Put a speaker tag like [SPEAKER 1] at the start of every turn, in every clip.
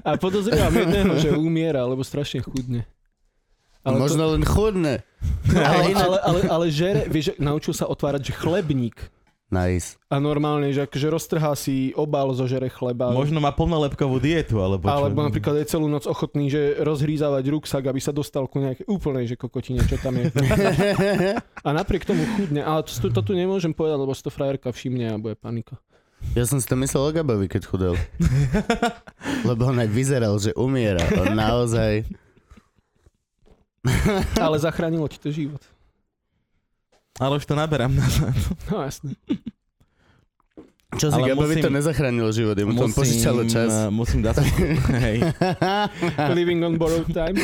[SPEAKER 1] A podozrievam jedného, že umiera, lebo strašne chudne.
[SPEAKER 2] Ale Možno to... len chudne.
[SPEAKER 1] Ale, ale, ale, ale žere, vieš, že naučil sa otvárať, že chlebník.
[SPEAKER 2] Nice.
[SPEAKER 1] A normálne, že akože roztrhá si obal, zožere chleba.
[SPEAKER 3] Možno no. má plnolepkovú dietu, alebo čo.
[SPEAKER 1] Alebo napríklad je celú noc ochotný, že rozhrízavať ruksak, aby sa dostal ku nejakej úplnej, že kokotine, čo tam je. a napriek tomu chudne, ale to, to tu nemôžem povedať, lebo si to frajerka všimne a bude panika.
[SPEAKER 2] Ja som si to myslel o Gabovi, keď chudel. Lebo on aj vyzeral, že umiera. On naozaj...
[SPEAKER 1] Ale zachránilo ti to život.
[SPEAKER 3] Ale už to naberám na
[SPEAKER 1] No jasne.
[SPEAKER 2] Čo si,
[SPEAKER 3] Ale
[SPEAKER 2] Gabovi
[SPEAKER 3] musím-
[SPEAKER 2] to nezachránilo život, jemu to len požičalo čas.
[SPEAKER 3] eh, musím dať hej,
[SPEAKER 1] Living on borrowed time.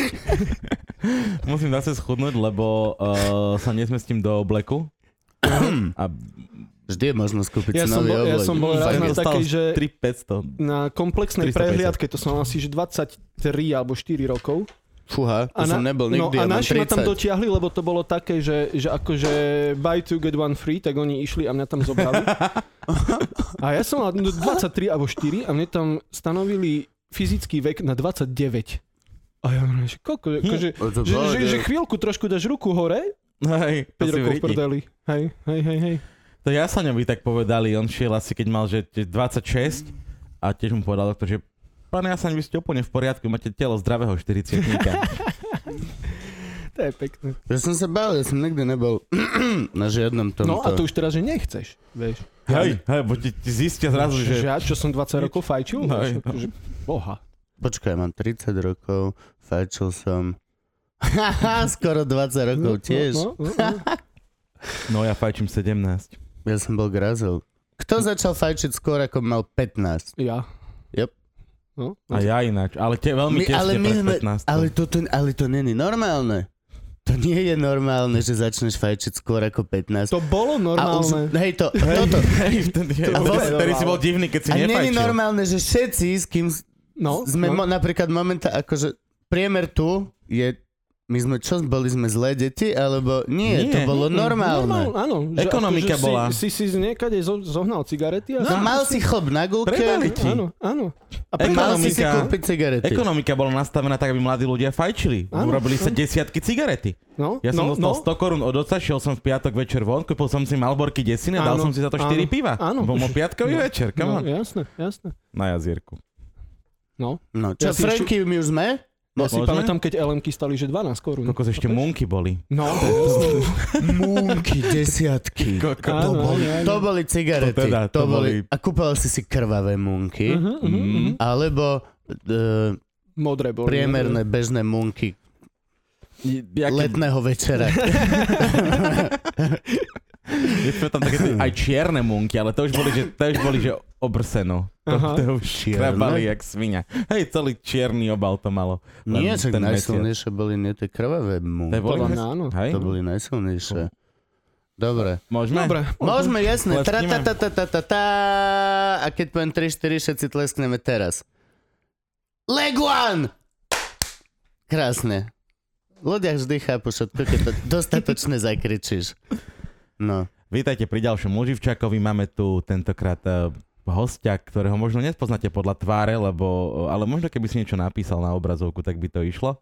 [SPEAKER 3] musím zase schudnúť, lebo uh, sa nesmestím do obleku. A
[SPEAKER 2] Vždy je možnosť kúpiť
[SPEAKER 1] Ja
[SPEAKER 2] si
[SPEAKER 1] som
[SPEAKER 2] nový
[SPEAKER 1] bol- ja
[SPEAKER 2] oblek.
[SPEAKER 1] som bol No, raz
[SPEAKER 2] Fakt
[SPEAKER 1] na
[SPEAKER 2] je.
[SPEAKER 1] tak- takej, že-
[SPEAKER 3] 3500.
[SPEAKER 1] Na komplexnej
[SPEAKER 3] 350.
[SPEAKER 1] prehliadke, to som mal asi že 23 alebo 4 rokov.
[SPEAKER 2] Fúha, to som nebol
[SPEAKER 1] no,
[SPEAKER 2] nikdy,
[SPEAKER 1] a
[SPEAKER 2] ja mám
[SPEAKER 1] naši ma tam
[SPEAKER 2] 30.
[SPEAKER 1] dotiahli, lebo to bolo také, že, že akože buy two, get one free, tak oni išli a mňa tam zobrali. A ja som mal 23 alebo 4 a mne tam stanovili fyzický vek na 29. A ja hovorím, že koko, akože,
[SPEAKER 2] O, to
[SPEAKER 1] že,
[SPEAKER 2] bolo,
[SPEAKER 1] že,
[SPEAKER 2] že-
[SPEAKER 1] že chvíľku trošku dáš ruku hore,
[SPEAKER 3] Hej,
[SPEAKER 1] 5 rokov
[SPEAKER 3] asi
[SPEAKER 1] v
[SPEAKER 3] vridí.
[SPEAKER 1] prdeli. Hej, hej, hej, hej.
[SPEAKER 3] To ja sa by tak povedali, on šiel asi keď mal že t- 26 a tiež mu povedal doktor, že pán Jasaň, vy ste úplne v poriadku, máte telo zdravého 40
[SPEAKER 1] To je pekné.
[SPEAKER 2] Ja som sa bál, ja som nikdy nebol na žiadnom tomto.
[SPEAKER 1] No a to už teraz, že nechceš, vieš.
[SPEAKER 3] Hej, hej, bo ti, ti zistia zrazu,
[SPEAKER 1] že
[SPEAKER 3] že...
[SPEAKER 1] ja, čo som 20 rokov fajčil?
[SPEAKER 3] No,
[SPEAKER 1] vieš,
[SPEAKER 3] no.
[SPEAKER 1] akože, boha.
[SPEAKER 2] Počkaj, mám 30 rokov, fajčil som. Skoro 20 rokov tiež.
[SPEAKER 1] No, no, no, no.
[SPEAKER 3] No ja fajčím 17.
[SPEAKER 2] Ja som bol grazel. Kto začal fajčiť skôr, ako mal 15?
[SPEAKER 1] Ja.
[SPEAKER 2] Yep.
[SPEAKER 1] No,
[SPEAKER 3] A ja ináč, ale te, veľmi
[SPEAKER 2] My,
[SPEAKER 3] tesne
[SPEAKER 2] ale, my
[SPEAKER 3] pred
[SPEAKER 2] sme,
[SPEAKER 3] 15.
[SPEAKER 2] ale, toto, ale to není normálne. To nie je normálne, že začneš fajčiť skôr ako 15.
[SPEAKER 1] To bolo
[SPEAKER 2] A už,
[SPEAKER 1] normálne.
[SPEAKER 2] hej, to, toto.
[SPEAKER 3] Hej, vtedy,
[SPEAKER 2] To
[SPEAKER 3] vtedy-
[SPEAKER 2] bolo-
[SPEAKER 3] vtedy si bol divný, keď si
[SPEAKER 2] A není
[SPEAKER 3] nefajčil.
[SPEAKER 2] normálne, že všetci, s kým s-
[SPEAKER 1] No,
[SPEAKER 2] sme
[SPEAKER 1] no.
[SPEAKER 2] mo- napríklad momenta, akože priemer tu je, my sme, čo boli sme zlé deti, alebo nie,
[SPEAKER 3] Nie.
[SPEAKER 2] to bolo
[SPEAKER 1] Mm,
[SPEAKER 2] normálne.
[SPEAKER 1] áno, že
[SPEAKER 3] Ekonomika
[SPEAKER 1] akože
[SPEAKER 3] bola.
[SPEAKER 1] Si, si, si niekade zo, zohnal cigarety a...
[SPEAKER 2] No, mal si chop na gulke,
[SPEAKER 3] Predali ti.
[SPEAKER 1] Áno, áno. A
[SPEAKER 3] Eko-
[SPEAKER 1] pre...
[SPEAKER 2] mal si si
[SPEAKER 3] Ekonomika.
[SPEAKER 2] kúpiť cigarety.
[SPEAKER 3] Ekonomika bola nastavená tak, aby mladí ľudia fajčili.
[SPEAKER 1] Áno,
[SPEAKER 3] Urobili sa
[SPEAKER 1] áno.
[SPEAKER 3] desiatky cigarety.
[SPEAKER 1] no,
[SPEAKER 3] Ja som
[SPEAKER 1] no,
[SPEAKER 3] dostal
[SPEAKER 1] no.
[SPEAKER 3] 100 korún od oca, šiel som v piatok večer von, kúpil som si malborky desiny a dal
[SPEAKER 1] Áno,
[SPEAKER 3] som si za to 4
[SPEAKER 1] áno,
[SPEAKER 3] piva.
[SPEAKER 1] áno.
[SPEAKER 3] Bol môj piatkový
[SPEAKER 1] No,
[SPEAKER 3] večer, come on.
[SPEAKER 1] No, jasné, jasné.
[SPEAKER 3] Na jazierku.
[SPEAKER 1] No.
[SPEAKER 2] No, čo,
[SPEAKER 1] Ja si
[SPEAKER 2] Franky, my už sme?
[SPEAKER 1] Ja No, si
[SPEAKER 3] Môžeme?
[SPEAKER 1] pamätám, keď LMky stali, že 12 korún.
[SPEAKER 3] Kokos ešte munky boli.
[SPEAKER 1] No,
[SPEAKER 2] Múnky, desiatky.
[SPEAKER 1] áno,
[SPEAKER 2] To boli,
[SPEAKER 1] áno, áno.
[SPEAKER 2] to boli cigarety.
[SPEAKER 3] To teda, to
[SPEAKER 2] to boli,
[SPEAKER 3] boli-
[SPEAKER 2] a kúpal si si krvavé munky,
[SPEAKER 1] Mhm, mhm,
[SPEAKER 2] Mm.
[SPEAKER 1] mhm.
[SPEAKER 2] alebo e,
[SPEAKER 1] Modré boli.
[SPEAKER 2] priemerné bežné munky letného večera.
[SPEAKER 3] Je to tam také tie aj čierne munky, ale to už boli, že, to už boli, že obrseno. To,
[SPEAKER 1] Aha.
[SPEAKER 3] to už krabali jak svinia. Hej, celý čierny obal to malo. Len
[SPEAKER 2] Nie, tak
[SPEAKER 3] ten mesiac.
[SPEAKER 2] najsilnejšie boli nie tie krvavé
[SPEAKER 3] To
[SPEAKER 2] munky.
[SPEAKER 3] boli,
[SPEAKER 1] Podľa mňa áno.
[SPEAKER 3] hej,
[SPEAKER 2] To boli najsilnejšie. Dobre.
[SPEAKER 3] môžeme?
[SPEAKER 1] Dobre.
[SPEAKER 2] Môžeme, jasne. Tra,
[SPEAKER 3] Tleskneme.
[SPEAKER 2] ta, ta, ta, ta, ta, ta. A keď poviem 3, 4, všetci tleskneme teraz. Leguan! Krásne. Ľudia vždy chápu všetko, keď to dostatočne zakričíš. No.
[SPEAKER 3] Vítajte pri ďalšom Muživčakovi. Máme tu tentokrát eh, hostia, ktorého možno nespoznáte podľa tváre, lebo, eh, ale možno keby si niečo napísal na obrazovku, tak by to išlo.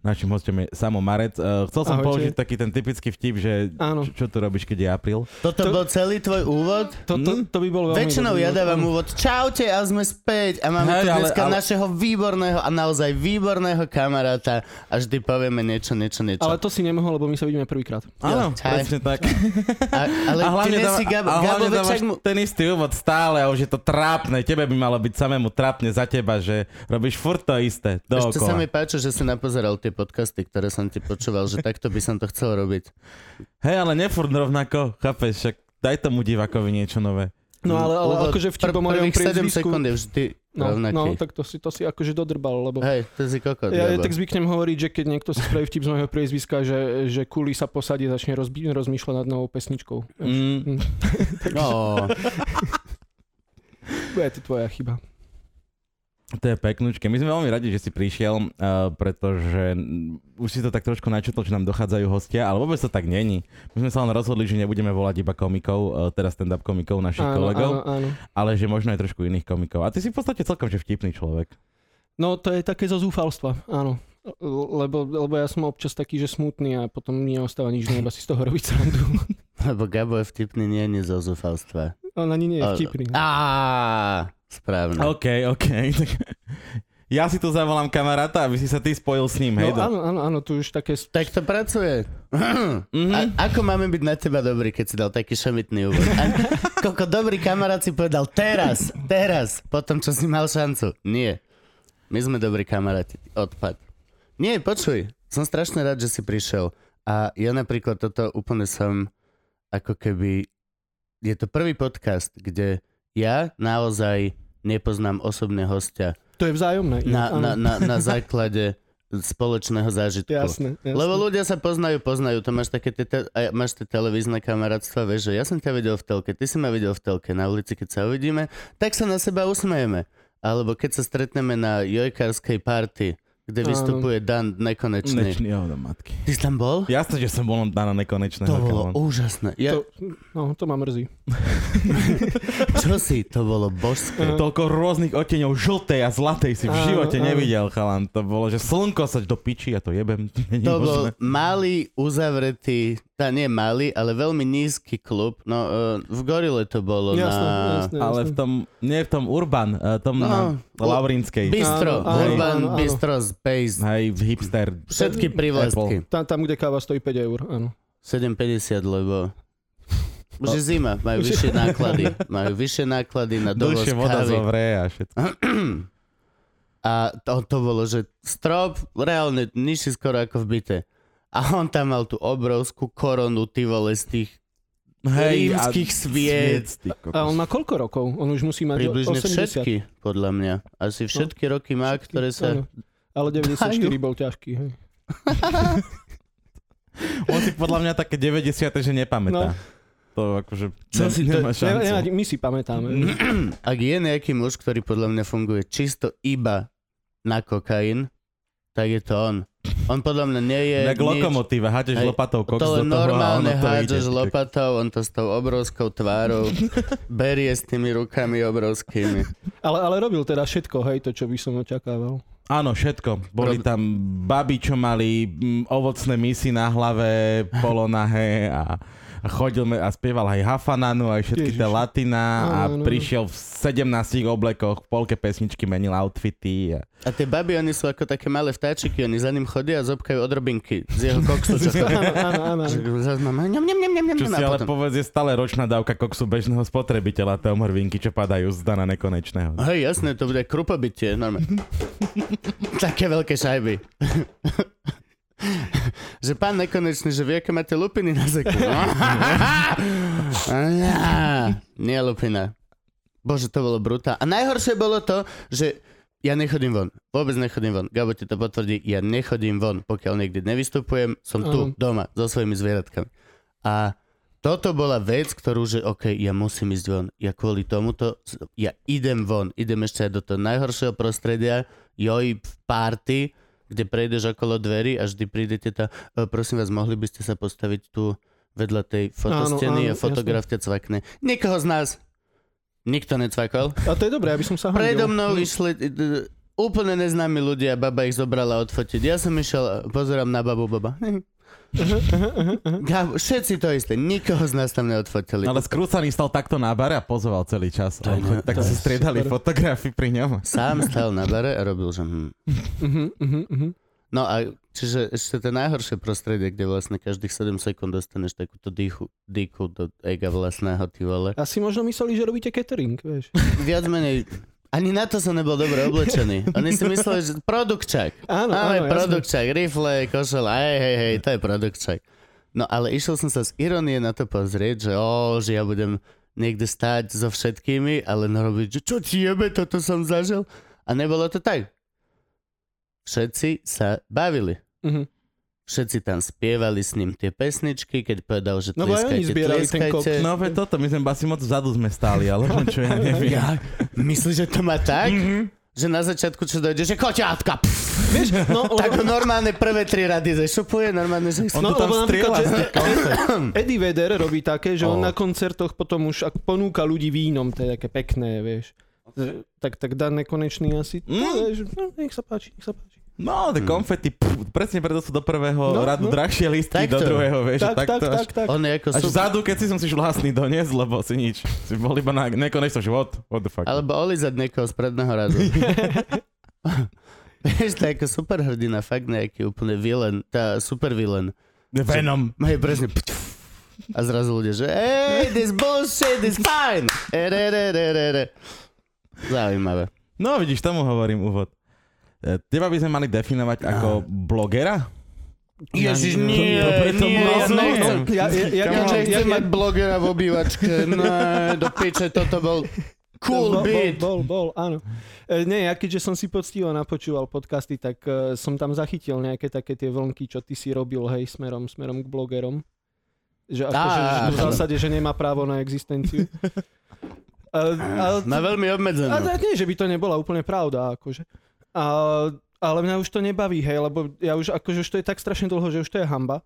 [SPEAKER 3] Našim hostom je Samo Marec. Eh, Chcel som
[SPEAKER 1] Ahojte.
[SPEAKER 3] použiť taký ten typický vtip, že
[SPEAKER 1] Áno.
[SPEAKER 3] čo, čo tu robíš, keď je apríl.
[SPEAKER 2] Toto
[SPEAKER 1] To-
[SPEAKER 2] bol celý tvoj úvod?
[SPEAKER 1] To, to, to by bolo veľmi...
[SPEAKER 2] Mhm. Väčšinou
[SPEAKER 1] dobrý
[SPEAKER 2] ja
[SPEAKER 1] úvod.
[SPEAKER 2] dávam úvod. Čaute a sme späť a máme
[SPEAKER 3] Hej,
[SPEAKER 2] tu
[SPEAKER 3] ale-
[SPEAKER 2] dneska
[SPEAKER 3] ale-
[SPEAKER 2] našeho výborného a naozaj výborného kamaráta a vždy povieme niečo, niečo, niečo.
[SPEAKER 1] Ale to si nemohol, lebo my sa vidíme prvýkrát.
[SPEAKER 3] Áno,
[SPEAKER 2] hej.
[SPEAKER 3] presne tak.
[SPEAKER 2] A, ale
[SPEAKER 3] A
[SPEAKER 2] ty
[SPEAKER 3] hlavne, dáva,
[SPEAKER 2] nesi Gabo,
[SPEAKER 3] a hlavne
[SPEAKER 2] Gabo
[SPEAKER 3] dávaš
[SPEAKER 2] Večak mu...
[SPEAKER 3] ten istý úvod stále a už je to trápne. Tebe by malo byť samému trápne za teba, že robíš furt to isté
[SPEAKER 2] Ešte sa mi
[SPEAKER 3] dookola.
[SPEAKER 2] páči, že si napozeral tie podcasty, ktoré som ti počúval, že takto by som to chcel robiť.
[SPEAKER 3] Hej, ale nefurt rovnako, chápeš, však daj tomu divákovi niečo nové.
[SPEAKER 1] No ale, ale
[SPEAKER 2] Úvod-
[SPEAKER 1] akože vtip o mojom
[SPEAKER 2] prvých 7
[SPEAKER 1] priezvisku...
[SPEAKER 2] sekúnd je vždy
[SPEAKER 1] No, no,
[SPEAKER 2] rovnaký.
[SPEAKER 1] tak to si, to si akože dodrbal, lebo...
[SPEAKER 2] Hej, to si kokot.
[SPEAKER 1] Ja, ja
[SPEAKER 2] Gabo.
[SPEAKER 1] tak zvyknem hovoriť, že keď niekto si spraví vtip z mojho priezviska, že, že kuli sa posadí, začne rozbi- rozmýšľať nad novou pesničkou.
[SPEAKER 3] Mm,
[SPEAKER 2] Ó,
[SPEAKER 1] Bude to tvoja chyba.
[SPEAKER 3] to je peknúčke. My sme veľmi radi, že si prišiel, uh, pretože mm, už si to tak trošku načetol, že nám dochádzajú hostia, ale vôbec to tak není. My sme sa len rozhodli, že nebudeme volať iba komikov, uh, teraz stand-up komikov našich
[SPEAKER 1] áno,
[SPEAKER 3] kolegov,
[SPEAKER 1] áno.
[SPEAKER 3] ale že možno aj trošku iných komikov. A ty si v podstate celkom že vtipný človek.
[SPEAKER 1] No to je také zo zúfalstva, áno. Lebo, lebo ja som občas taký, že smutný a potom mi neostáva nič, iba si z toho robiť srandu.
[SPEAKER 2] Lebo Gabo je vtipný nie, nie zo zúfalstva.
[SPEAKER 1] On ani nie je
[SPEAKER 2] Ale-
[SPEAKER 1] vtipný.
[SPEAKER 2] Á, správne.
[SPEAKER 3] OK, OK. Tak... Ja si tu zavolám kamaráta, aby si sa ty spojil s ním, hej?
[SPEAKER 1] No, áno, áno, áno, tu už také... s-
[SPEAKER 2] Tak to pracuje.
[SPEAKER 3] Mhm.
[SPEAKER 2] A, ako máme byť na teba dobrý, keď si dal taký šomitný úvod? A, koľko dobrý kamarát si povedal teraz, teraz, po tom, čo si mal šancu. Nie. My sme dobrí kamaráti. Odpad. Nie, počuj. Som strašne rád, že si prišiel. A ja napríklad toto úplne som ako keby... Je to prvý podcast, kde ja naozaj nepoznám osobne hostia
[SPEAKER 1] To je vzájomné.
[SPEAKER 2] na,
[SPEAKER 1] áno.
[SPEAKER 2] na, na, na základe spoločného zážitku.
[SPEAKER 1] Jasné, jasné.
[SPEAKER 2] Lebo ľudia sa poznajú, poznajú, to máš také tie, te- aj máš tie televízne kamarátstva, vieš, že ja som ťa videl v telke, ty si ma videl v telke, na ulici, keď sa uvidíme, tak sa na seba usmejeme. Alebo keď sa stretneme na jojkarskej party, kde
[SPEAKER 1] Áno.
[SPEAKER 2] vystupuje Dan nekonečný.
[SPEAKER 3] Nečný, jo, do matky.
[SPEAKER 2] Ty si tam bol?
[SPEAKER 3] Jasné, že som bol na nekonečného.
[SPEAKER 2] To bolo
[SPEAKER 3] kamon.
[SPEAKER 2] úžasné. Ja,
[SPEAKER 1] To, no, to ma mrzí.
[SPEAKER 2] Čo si? To bolo božské.
[SPEAKER 3] Toľko rôznych oteňov žltej a zlatej si v
[SPEAKER 1] Áno,
[SPEAKER 3] živote
[SPEAKER 1] áno.
[SPEAKER 3] nevidel, chalan. To bolo, že slnko sa do piči, ja to jebem. To, není
[SPEAKER 2] To bol
[SPEAKER 3] možné.
[SPEAKER 2] malý, uzavretý, tá nie malý, ale veľmi nízky klub. No, e, v Gorile to bolo
[SPEAKER 1] Jasné,
[SPEAKER 2] na...
[SPEAKER 1] jasné, jasné.
[SPEAKER 3] Ale v tom, nie v tom Urban, eh, tom
[SPEAKER 2] No,
[SPEAKER 3] na Laurinskej.
[SPEAKER 2] Bistro,
[SPEAKER 1] Áno, áno,
[SPEAKER 2] Urban
[SPEAKER 1] áno, áno.
[SPEAKER 2] Bistro Space,
[SPEAKER 3] Hej, v hipster.
[SPEAKER 2] všetky prívlastky.
[SPEAKER 1] Tam, tam, kde káva stojí 5 eur, áno.
[SPEAKER 2] 7,50, lebo už je zima, majú vyššie náklady. Majú vyššie náklady na dovoz
[SPEAKER 3] Dlhšie voda
[SPEAKER 2] kávy.
[SPEAKER 3] zovrie a všetko.
[SPEAKER 2] A to, to bolo, že strop reálne nižší skoro ako v byte. A on tam mal tú obrovskú koronu, ty vole, z tých
[SPEAKER 3] Hej, a
[SPEAKER 2] Rímskych sviec.
[SPEAKER 3] ty kokos.
[SPEAKER 1] A on má koľko rokov? On už musí mať
[SPEAKER 2] približne
[SPEAKER 1] 80.
[SPEAKER 2] všetky, podľa mňa. Asi všetky roky má,
[SPEAKER 1] No, Všetky,
[SPEAKER 2] ktoré sa...
[SPEAKER 1] áno. Ale 94 bol ťažký. Hej.
[SPEAKER 3] On si podľa mňa také 90. že nepamätá. To akože
[SPEAKER 2] Čo No.
[SPEAKER 3] ne-
[SPEAKER 2] si to-
[SPEAKER 3] nemá
[SPEAKER 1] Ne, ne,
[SPEAKER 3] šancu. Mm.
[SPEAKER 1] my si pamätáme.
[SPEAKER 2] Ak je nejaký muž, ktorý podľa mňa funguje čisto iba na kokain, tak je to on. On podľa mňa nie je
[SPEAKER 3] Jak
[SPEAKER 2] nič
[SPEAKER 3] lokomotíva, hádžeš
[SPEAKER 2] Hej,
[SPEAKER 3] lopatou koks
[SPEAKER 2] to
[SPEAKER 3] do
[SPEAKER 2] len
[SPEAKER 3] toho a ono
[SPEAKER 2] normálne
[SPEAKER 3] to
[SPEAKER 2] hádžeš
[SPEAKER 3] ide.
[SPEAKER 2] lopatou, on to s tou obrovskou tvárou berie s tými rukami obrovskými.
[SPEAKER 1] Ale, ale robil teda všetko, hej, to, čo by som očakával.
[SPEAKER 3] Áno, všetko. Boli
[SPEAKER 2] Rob-
[SPEAKER 3] tam baby, čo mali mm, ovocné misy na hlave, polonahé a a chodil me- a spieval aj Hafananu, aj všetky tie
[SPEAKER 1] Ježiš.
[SPEAKER 3] latina a
[SPEAKER 1] Áno, áno.
[SPEAKER 3] prišiel v 17 oblekoch, v polke pesničky menil outfity. A...
[SPEAKER 2] A tie baby, oni sú ako také malé vtáčiky, oni za ním chodia a zobkajú odrobinky z jeho koksu. Čo to...
[SPEAKER 1] Áno, áno, áno. áno.
[SPEAKER 2] Zas mám, ňam, ňam, ňam, ňam, ňam,
[SPEAKER 3] Čo si
[SPEAKER 2] a
[SPEAKER 3] ale
[SPEAKER 2] No, potom-
[SPEAKER 3] povedz, je stále ročná dávka koksu bežného spotrebiteľa, tie omrvinky, čo padajú z dana nekonečného.
[SPEAKER 2] Hej, jasné, to bude krupobytie, normálne. Také veľké šajby. že pán nekonečný, že vie, aké máte lupiny na zeku. no? Á, Nie lupina. Bože, to bolo brutálne. A najhoršie bolo to, že ja nechodím von. Vôbec nechodím von. Gabo ti to potvrdí, ja nechodím von. Pokiaľ niekde nevystupujem, som tu,
[SPEAKER 1] Áno.
[SPEAKER 2] doma, so svojimi zvieratkami. A toto bola vec, ktorú, že OK, ja musím ísť von. Ja kvôli tomuto, ja idem von. Idem ešte aj do toho najhoršieho prostredia, joj, v party, kde prejdeš okolo dverí a vždy príde tá, prosím vás, mohli by ste sa postaviť tu vedľa tej fotosteny
[SPEAKER 1] Áno, áno,
[SPEAKER 2] a fotograf ťa cvakne. Nikoho z nás. Nikto necvakol.
[SPEAKER 1] A to je dobré, aby som sa hanil.
[SPEAKER 2] Predo mnou išli d- d- úplne neznámi ľudia, baba ich zobrala odfotiť. Ja som išiel, a pozerám na babu, baba. Hm,
[SPEAKER 1] Mhm,
[SPEAKER 2] Gabo, všetci to isté, nikoho z nás tam neodfotili.
[SPEAKER 3] No Ale skrúcaný stal takto na bare a pozoval celý čas.
[SPEAKER 2] To
[SPEAKER 3] A
[SPEAKER 2] je ne-
[SPEAKER 3] tak
[SPEAKER 2] to
[SPEAKER 3] no, si
[SPEAKER 2] je
[SPEAKER 3] striedali
[SPEAKER 1] super.
[SPEAKER 3] fotografy pri ňom.
[SPEAKER 2] Sám stal na bare a robil, že hm.
[SPEAKER 1] Uh-huh, uh-huh, uh-huh.
[SPEAKER 2] No a čiže ešte to najhoršie prostredie, kde vlastne každých 7 sekúnd dostaneš takúto dýchu, dýku do ega vlastného, ty vole.
[SPEAKER 1] Asi možno mysleli, že robíte catering, vieš.
[SPEAKER 2] Viac menej, ani na to som nebol dobre oblečený. Oni si mysleli, že produkčák.
[SPEAKER 1] Áno, áno,
[SPEAKER 2] Áno, No, je
[SPEAKER 1] jasné.
[SPEAKER 2] produkčák, rifle, košel, hej, hej, hej, to je produkčák. No ale išiel som sa z ironie na to pozrieť, že ó, že ja budem niekde stáť so všetkými, ale narobiť, že čo ti jebe, toto som zažil. A nebolo to tak. Všetci sa bavili.
[SPEAKER 1] Uh-huh.
[SPEAKER 2] Všetci tam spievali s ním tie pesničky, keď povedal, že
[SPEAKER 1] No bo aj oni
[SPEAKER 2] tlieskajte,
[SPEAKER 1] zbierali ten
[SPEAKER 2] tlieskajte.
[SPEAKER 1] koks.
[SPEAKER 3] No veď toto, my sme asi moc vzadu sme stáli, alebo čo ja neviem.
[SPEAKER 2] Ja, myslíš, že to má tak?
[SPEAKER 1] Mhm.
[SPEAKER 2] Že na začiatku, čo dojde, že koťátka, pff,
[SPEAKER 1] Vieš, no,
[SPEAKER 2] tak
[SPEAKER 1] lebo,
[SPEAKER 2] ho normálne prvé tri rady zešupuje, normálne, že...
[SPEAKER 3] On
[SPEAKER 1] no,
[SPEAKER 3] to tam
[SPEAKER 1] lebo napríklad,
[SPEAKER 3] strieľa.
[SPEAKER 1] že Eddie Vedder robí také, že on
[SPEAKER 2] Oh.
[SPEAKER 1] na koncertoch potom už ak- ponúka ľudí vínom, to je také pekné, vieš. Že- Tak, tak dá nekonečný asi.
[SPEAKER 3] Mm.
[SPEAKER 1] No, že- no, nech sa páči, nech sa páči.
[SPEAKER 3] No, tie konfety, pff, presne preto sú do prvého
[SPEAKER 1] No,
[SPEAKER 3] no,
[SPEAKER 1] no.
[SPEAKER 3] radu no. drahšie listy,
[SPEAKER 2] Takto.
[SPEAKER 3] do druhého, vieš,
[SPEAKER 1] Tak,
[SPEAKER 3] tak, takto
[SPEAKER 1] tak,
[SPEAKER 3] až,
[SPEAKER 1] tak, tak.
[SPEAKER 2] On je ako
[SPEAKER 3] až
[SPEAKER 2] super.
[SPEAKER 3] vzadu, keď si som si vlastný doniesť, lebo si nič. Si bol iba na nekonečnom život. What the fuck.
[SPEAKER 2] Alebo olizať niekoho z predného radu. Vieš, to je ako superhrdina, fakt nejaký úplne villain, tá super villain.
[SPEAKER 3] Venom.
[SPEAKER 2] Majú presne ptf, a zrazu ľudia, že hey, this bullshit is fine. E, Ererererere. Zaujímavé.
[SPEAKER 3] No vidíš, tomu hovorím úvod. E, Teba by sme mali definovať ako blogera?
[SPEAKER 2] Ježiš, nie,
[SPEAKER 3] Dobre, to
[SPEAKER 2] nie, ja
[SPEAKER 3] bolo-
[SPEAKER 2] nechcem.
[SPEAKER 1] No, ja- ja- ja-
[SPEAKER 2] Ja,
[SPEAKER 1] ja-
[SPEAKER 2] že
[SPEAKER 1] ja-
[SPEAKER 2] chcem
[SPEAKER 1] ja-
[SPEAKER 2] mať blogera v obývačke, ne, do piče, toto bol
[SPEAKER 1] bol, no,
[SPEAKER 2] cool
[SPEAKER 1] bol,
[SPEAKER 2] beat.
[SPEAKER 1] bol, bol, áno. E, nie, ja keďže som si poctivo napočúval podcasty, tak e, som tam zachytil nejaké také tie vlnky, čo ty si robil, hej, smerom, smerom k blogerom. Že akože
[SPEAKER 2] Á,
[SPEAKER 1] že v
[SPEAKER 2] áno.
[SPEAKER 1] zásade, že nemá právo na existenciu. E, ale,
[SPEAKER 2] Na veľmi obmedzenú.
[SPEAKER 1] a tak nie, že by to nebola úplne pravda, akože. A, ale mňa už to nebaví, hej, lebo ja už, akože už to je tak strašne dlho, že už to je hamba.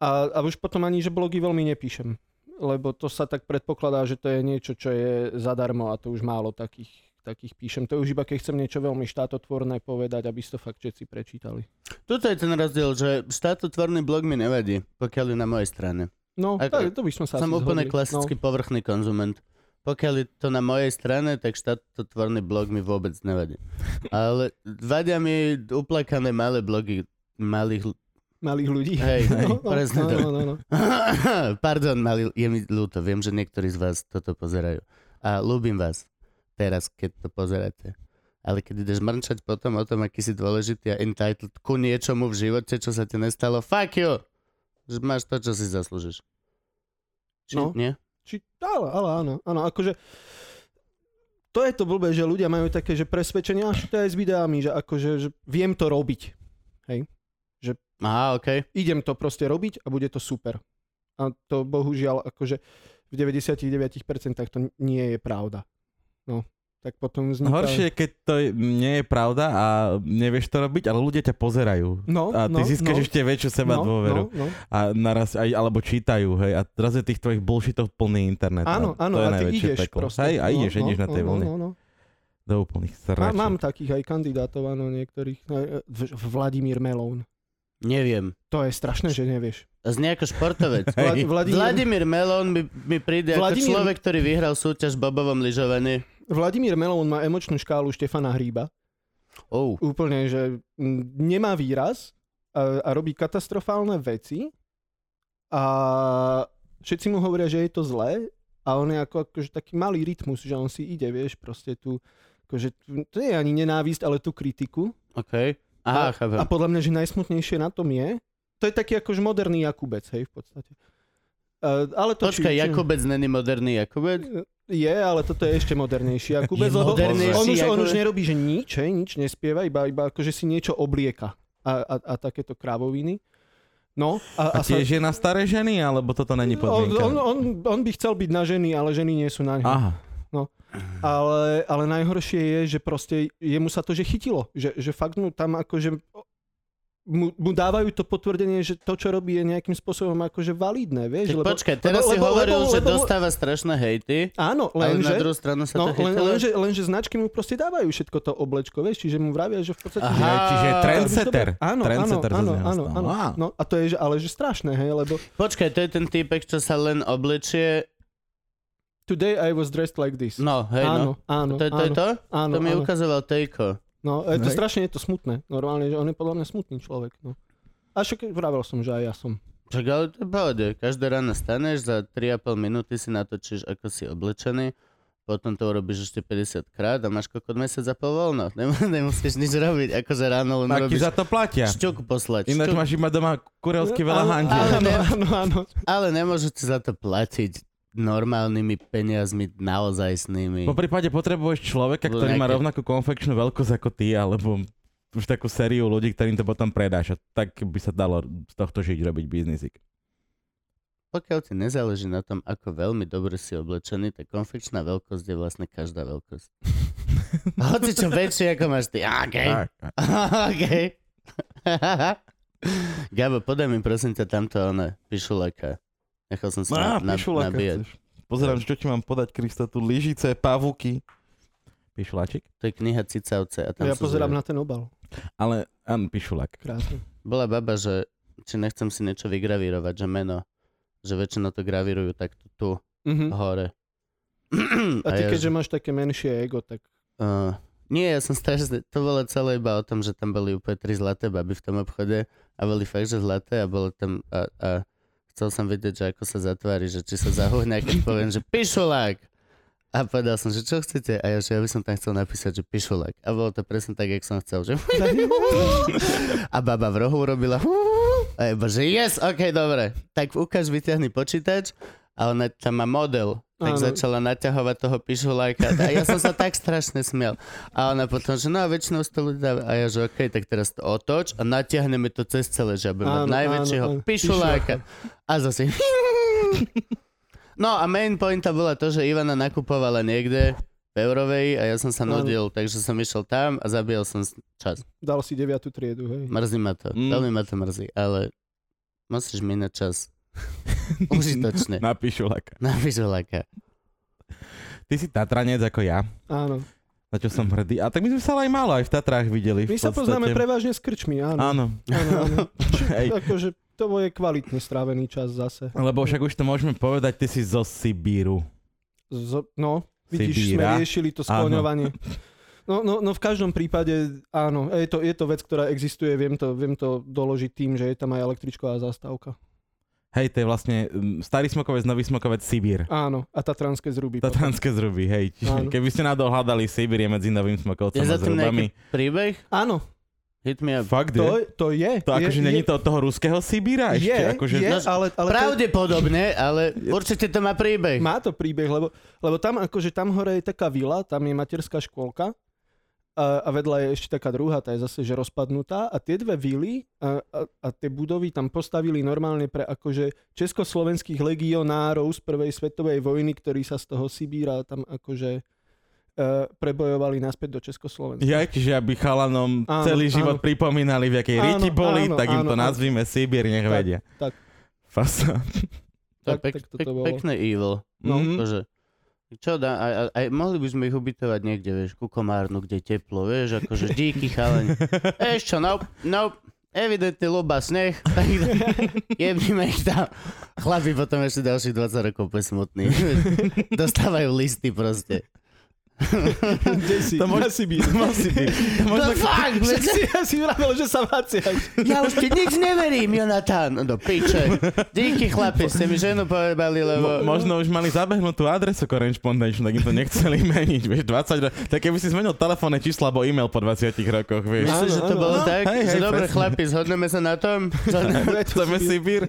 [SPEAKER 1] A, a už potom ani, že blogy veľmi nepíšem. Lebo to sa tak predpokladá, že to je niečo, čo je zadarmo a to už málo takých, takých píšem. To je už iba, keď chcem niečo veľmi štátotvorné povedať, aby si to fakt všetci prečítali.
[SPEAKER 2] Tuto je ten rozdiel, že štátotvorný blog mi nevadí, pokiaľ je na mojej strane.
[SPEAKER 1] No,
[SPEAKER 2] Ako-
[SPEAKER 1] to, to by sme sa
[SPEAKER 2] Som
[SPEAKER 1] asi
[SPEAKER 2] úplne
[SPEAKER 1] zhodli. no,
[SPEAKER 2] klasický povrchný konzument. Pokiaľ je to na mojej strane, tak štátotvorný blog mi vôbec nevadí. Ale vadia mi uplakané malé blogy malých... l-
[SPEAKER 1] No, malých ľudí.
[SPEAKER 2] Hej, hej, presne
[SPEAKER 1] no,
[SPEAKER 2] tak.
[SPEAKER 1] no, no, no.
[SPEAKER 2] Pardon, malý, je mi ľúto. Viem, že niektorí z vás toto pozerajú. A ľúbim vás teraz, keď to pozeráte. Ale keď ideš mrčať potom o tom, aký si dôležitý a entitled ku niečomu v živote, čo sa ti nestalo, fuck you! Že máš to, čo si zaslúžiš. Či,
[SPEAKER 1] No.
[SPEAKER 2] nie?
[SPEAKER 1] Či, ale, ale áno, áno, akože to je to blbé, že ľudia majú také, že presvedčenie, až to je aj s videami, že akože že viem to robiť.
[SPEAKER 2] Aha, okej.
[SPEAKER 1] Idem to proste robiť a bude to super. A to bohužiaľ akože v 99% to nie je pravda. No, tak potom vzniká...
[SPEAKER 3] No, Horšie je, keď to je- nie je pravda a nevieš to robiť, ale ľudia ťa pozerajú.
[SPEAKER 1] No,
[SPEAKER 3] A ty
[SPEAKER 1] no, no,
[SPEAKER 3] získaš ešte väčšiu seba
[SPEAKER 1] no,
[SPEAKER 3] dôveru.
[SPEAKER 1] No, no.
[SPEAKER 3] A naraz aj, alebo čítajú, hej, a teraz je tých tvojich bullshitov plný internet.
[SPEAKER 1] Áno,
[SPEAKER 3] a
[SPEAKER 1] áno,
[SPEAKER 3] to je
[SPEAKER 1] a ty
[SPEAKER 3] najväčšie
[SPEAKER 1] ideš
[SPEAKER 3] peklo.
[SPEAKER 1] proste.
[SPEAKER 3] Hej, a ideš, ideš na tej
[SPEAKER 1] no,
[SPEAKER 3] vlne.
[SPEAKER 1] No, no, no.
[SPEAKER 3] Do
[SPEAKER 1] Má,
[SPEAKER 3] úplných sračí.
[SPEAKER 1] mám takých aj kandidátov, áno, niektorých. No, e, Vladimír Melón.
[SPEAKER 2] Neviem.
[SPEAKER 1] To je strašné, že nevieš.
[SPEAKER 2] Z nejako športovec.
[SPEAKER 1] Vla-
[SPEAKER 3] Hej.
[SPEAKER 2] Vladimír Melon mi, mi príde Vladimír... ako
[SPEAKER 1] Vladimír-
[SPEAKER 2] človek, ktorý vyhral súťaž v bobovom lyžovaní.
[SPEAKER 1] Vladimír Melón má emočnú škálu Štefana Hríba.
[SPEAKER 2] Oh.
[SPEAKER 1] Úplne, že mm, nemá výraz a, a robí katastrofálne veci a všetci mu hovoria, že je to zlé a on je ako, akože taký malý rytmus, že on si ide, vieš, proste tu akože, tú- to nie je ani nenávisť, ale tú kritiku.
[SPEAKER 2] OK. Aha, chápem.
[SPEAKER 1] A podľa mňa, že najsmutnejšie na tom je, to je taký akož moderný Jakubec, hej, v podstate. Uh, ale to
[SPEAKER 2] Počkaj, Jakubec není moderný Jakubec?
[SPEAKER 1] Je, ale toto je ešte modernejší Jakubec,
[SPEAKER 2] Je
[SPEAKER 1] lebo
[SPEAKER 2] modernejší
[SPEAKER 1] on, už, on
[SPEAKER 2] Jakubec.
[SPEAKER 1] už nerobí, že nič, hej, nič nespieva, iba, iba akože si niečo oblieka a, a, a takéto krávoviny. No, a, No,
[SPEAKER 3] A tiež je na staré ženy, alebo toto není
[SPEAKER 1] on,
[SPEAKER 3] podmienka?
[SPEAKER 1] on, on, on by chcel byť na ženy, ale ženy nie sú na ňo.
[SPEAKER 3] Aha.
[SPEAKER 1] Ale, ale najhoršie je, že proste jemu sa to že chytilo. Že, že fakt mu tam akože mu, mu dávajú to potvrdenie, že to, čo robí, je nejakým spôsobom akože validné, vieš?
[SPEAKER 2] Tak počkaj, teraz si hovoril, že dostáva strašné hejty,
[SPEAKER 1] Áno,
[SPEAKER 2] ale
[SPEAKER 1] lenže...
[SPEAKER 2] na druhú stranu sa
[SPEAKER 1] No,
[SPEAKER 2] to
[SPEAKER 1] len,
[SPEAKER 2] chytilo.
[SPEAKER 1] lenže, lenže značky mu proste dávajú všetko to oblečko, vieš, čiže mu vravia, že v podstate... že-
[SPEAKER 2] Aha,
[SPEAKER 3] Čiže, čiže je
[SPEAKER 2] to-
[SPEAKER 3] trendsetter.
[SPEAKER 1] Áno, áno, áno,
[SPEAKER 3] trendsetter sa z neho
[SPEAKER 1] áno,
[SPEAKER 3] stal.
[SPEAKER 1] áno.
[SPEAKER 3] Á.
[SPEAKER 1] No a to je, že, ale že strašné, hej, lebo
[SPEAKER 2] Počkaj, to je ten týpek, čo sa len oblečie.
[SPEAKER 1] today I was dressed like this.
[SPEAKER 2] No, hej, no.
[SPEAKER 1] áno, áno,
[SPEAKER 2] To je to? Je
[SPEAKER 1] áno,
[SPEAKER 2] to?
[SPEAKER 1] áno,
[SPEAKER 2] to mi
[SPEAKER 1] áno.
[SPEAKER 2] ukazoval Tejko.
[SPEAKER 1] No, je to
[SPEAKER 3] Hej.
[SPEAKER 1] strašne, je to smutné, normálne, že on je podľa mňa smutný človek, no. A však vravel som, že aj ja som.
[SPEAKER 2] Čak, ale to je pohode. Každé ráno staneš, za 3,5 minúty si natočíš, ako si oblečený, potom to urobíš ešte 50 krát a máš kokot mesiac za pol voľno. Nem- Nemusíš nič robiť, akože ráno len
[SPEAKER 3] Aký
[SPEAKER 2] robíš
[SPEAKER 3] za to platia?
[SPEAKER 2] šťuku poslať.
[SPEAKER 3] Ináč
[SPEAKER 2] Šťuk,
[SPEAKER 3] máš iba doma kurelsky veľa
[SPEAKER 1] No, Áno, Áno,
[SPEAKER 3] handiel.
[SPEAKER 2] Ale-
[SPEAKER 1] áno, áno.
[SPEAKER 2] Ale nemôžu ti za to platiť normálnymi peniazmi, naozajstnými.
[SPEAKER 3] Po prípade potrebuješ človeka, ktorý má
[SPEAKER 2] Nejaké-
[SPEAKER 3] rovnakú konfekčnú veľkosť ako ty, alebo už takú sériu ľudí, ktorým to potom predáš. A tak by sa dalo z tohto žiť, robiť biznisik.
[SPEAKER 2] Pokiaľ ti nezáleží na tom, ako veľmi dobre si oblečený, tak konfekčná veľkosť je vlastne každá veľkosť. Hoci čo väčšie, ako máš ty. Á, okay.
[SPEAKER 3] Tak.
[SPEAKER 2] OK. Gabo, podaj mi prosím ťa tamto one, pišuleka. Nechal som
[SPEAKER 1] No
[SPEAKER 2] si
[SPEAKER 3] Á,
[SPEAKER 2] na, na,
[SPEAKER 3] pišulaka
[SPEAKER 2] nabíjať.
[SPEAKER 3] chceš. Pozerám, čo ti mám podať, Krista, tu lyžice, pavuky. Pišuláčik?
[SPEAKER 2] To je kniha Cicavce. A tam
[SPEAKER 1] Ja
[SPEAKER 2] sú
[SPEAKER 1] pozerám
[SPEAKER 2] zvieratá.
[SPEAKER 1] na ten obal.
[SPEAKER 3] Ale, áno, Pišulák.
[SPEAKER 1] Krásne.
[SPEAKER 2] Bola baba, že či nechcem si niečo vygravírovať, že meno, že väčšinou to gravírujú takto tu,
[SPEAKER 1] Mhm.
[SPEAKER 2] hore.
[SPEAKER 1] A ty
[SPEAKER 2] ja,
[SPEAKER 1] keďže
[SPEAKER 2] že-
[SPEAKER 1] máš také menšie ego, tak
[SPEAKER 2] Uh, nie, ja som strašne, to bolo celé iba o tom, že tam boli úplne tri zlaté baby v tom obchode a boli fakt, že zlaté a bolo tam a, a chcel som vedieť, že ako sa zatvári, že či sa zahuhne, keď poviem, že pišulák. A povedal som, že čo chcete? A ja, že ja by som tam chcel napísať, že pišulák. A bolo to presne tak, jak som chcel, že a baba v rohu urobila a iba, že yes, ok, dobre. Tak ukáž, vyťahni počítač a ona tam má model. Tak
[SPEAKER 1] Áno.
[SPEAKER 2] začala naťahovať toho pišulajka. A ja som sa tak strašne smial. A ona potom, že no a väčšinou to ľudia... A ja, že ok, tak teraz to otoč a natiahneme to cez celé, že aby mať
[SPEAKER 1] Áno,
[SPEAKER 2] najväčšieho
[SPEAKER 1] áno, áno.
[SPEAKER 2] pišuláka. A zase... No a main pointa bola to, že Ivana nakupovala niekde v Eurovej a ja som sa
[SPEAKER 1] Áno.
[SPEAKER 2] nudil, takže som išiel tam a zabíjal som s- čas.
[SPEAKER 1] dal si 9. triedu, hej.
[SPEAKER 2] Mrzí ma to,
[SPEAKER 3] Mm.
[SPEAKER 2] mm. veľmi ma to mrzí, ale musíš minúť čas užitočne.
[SPEAKER 3] Na Pišuláka.
[SPEAKER 2] Na vyžolaka.
[SPEAKER 3] Ty si Tatranec ako ja,
[SPEAKER 1] Áno.
[SPEAKER 3] na čo som hrdý. A tak my sme sa ale aj málo aj v Tatrách videli.
[SPEAKER 1] My
[SPEAKER 3] v
[SPEAKER 1] sa
[SPEAKER 3] podstate.
[SPEAKER 1] poznáme prevažne s krčmi, áno.
[SPEAKER 3] Áno.
[SPEAKER 1] áno, áno.
[SPEAKER 3] Hej.
[SPEAKER 1] Akože to je kvalitne strávený čas zase.
[SPEAKER 3] Lebo však už to môžeme povedať, ty si zo Sibíru.
[SPEAKER 1] Z, no, vidíš,
[SPEAKER 3] Sibíra.
[SPEAKER 1] sme riešili to
[SPEAKER 3] Áno.
[SPEAKER 1] skloňovanie. No, no, no v každom prípade, áno, je to, je to vec, ktorá existuje, viem to, viem to doložiť tým, že je tam aj električková zastávka.
[SPEAKER 3] Hej, to je vlastne mm, starý smokovec, nový smokovec Sibír.
[SPEAKER 1] Áno, a Tatranské zruby. potom.
[SPEAKER 3] Tatranské zruby, hej.
[SPEAKER 1] Áno.
[SPEAKER 3] Keby ste náhodou hľadali Sibír je medzi novým smokovcom
[SPEAKER 2] Je
[SPEAKER 3] a
[SPEAKER 2] za tým
[SPEAKER 3] zrubami.
[SPEAKER 2] nejaký príbeh?
[SPEAKER 1] Áno,
[SPEAKER 2] Hit me up.
[SPEAKER 3] Fakt je?
[SPEAKER 1] to, to je.
[SPEAKER 3] To
[SPEAKER 1] je,
[SPEAKER 3] akože
[SPEAKER 1] je,
[SPEAKER 3] není to od toho ruského Sibíra ešte?
[SPEAKER 1] je,
[SPEAKER 3] akože,
[SPEAKER 1] je, ale, ale to je-
[SPEAKER 2] Pravdepodobne, ale určite to má príbeh.
[SPEAKER 1] Má to príbeh, lebo, lebo tam akože tam hore je taká vila, tam je materská škôlka a, a vedľa je ešte taká druhá, tá je zase že rozpadnutá a tie dve vily a, a, a tie budovy tam postavili normálne pre akože československých legionárov z prvej svetovej vojny, ktorí sa z toho Sibíra tam akože e, prebojovali naspäť do Československa.
[SPEAKER 3] Ja, čiže aby chalanom
[SPEAKER 1] Áno,
[SPEAKER 3] celý život
[SPEAKER 1] áno.
[SPEAKER 3] pripomínali, v akej
[SPEAKER 1] Áno,
[SPEAKER 3] rieti boli,
[SPEAKER 1] áno,
[SPEAKER 3] tak im
[SPEAKER 1] áno,
[SPEAKER 3] to
[SPEAKER 1] áno.
[SPEAKER 3] nazvime Sibír, nech
[SPEAKER 1] Tak,
[SPEAKER 3] vedia.
[SPEAKER 1] tak.
[SPEAKER 3] Fasa.
[SPEAKER 2] To
[SPEAKER 1] tak-
[SPEAKER 2] je pek,
[SPEAKER 1] tak toto
[SPEAKER 2] pek,
[SPEAKER 1] bolo.
[SPEAKER 2] pekné evil.
[SPEAKER 1] No.
[SPEAKER 3] Mhm.
[SPEAKER 2] Bože. Akože, Čo dá, aj, aj, aj, mohli by sme ich ubytovať niekde, vieš, ku komárnu, kde je teplo, vieš, akože díky chalani. Vieš čo, nope, nope, evidentne loba sneh, tak jebnime ich tam. Chlapi potom ešte ďalších 20 rokov úplne smutní. Dostávajú listy proste.
[SPEAKER 1] Kde si?
[SPEAKER 3] To môže-
[SPEAKER 1] Na Sibír.
[SPEAKER 3] Musí byť. To
[SPEAKER 2] No
[SPEAKER 3] možno-
[SPEAKER 2] fakt,
[SPEAKER 1] Ja
[SPEAKER 2] vieš,
[SPEAKER 1] si, ja si vravel, že sa vraciaš.
[SPEAKER 2] ja už ti nič neverím, Jonatán. No piče. Díky chlapi, ste mi ženu povedali,
[SPEAKER 3] Mo-
[SPEAKER 2] lebo...
[SPEAKER 3] možno už mali zabehnutú adresu correspondence, tak im to nechceli meniť, vieš, 20 rokov. Tak keby si zmenil telefónne číslo alebo e-mail po 20 rokoch, vieš.
[SPEAKER 2] Myslím,
[SPEAKER 1] Áno,
[SPEAKER 2] že to
[SPEAKER 1] áno,
[SPEAKER 2] bolo
[SPEAKER 1] áno.
[SPEAKER 2] tak,
[SPEAKER 3] No, Hej,
[SPEAKER 2] že
[SPEAKER 3] hej,
[SPEAKER 2] dobre
[SPEAKER 3] presne.
[SPEAKER 2] chlapi, zhodneme sa na tom. Zhodneme-
[SPEAKER 3] Chceme Sibír.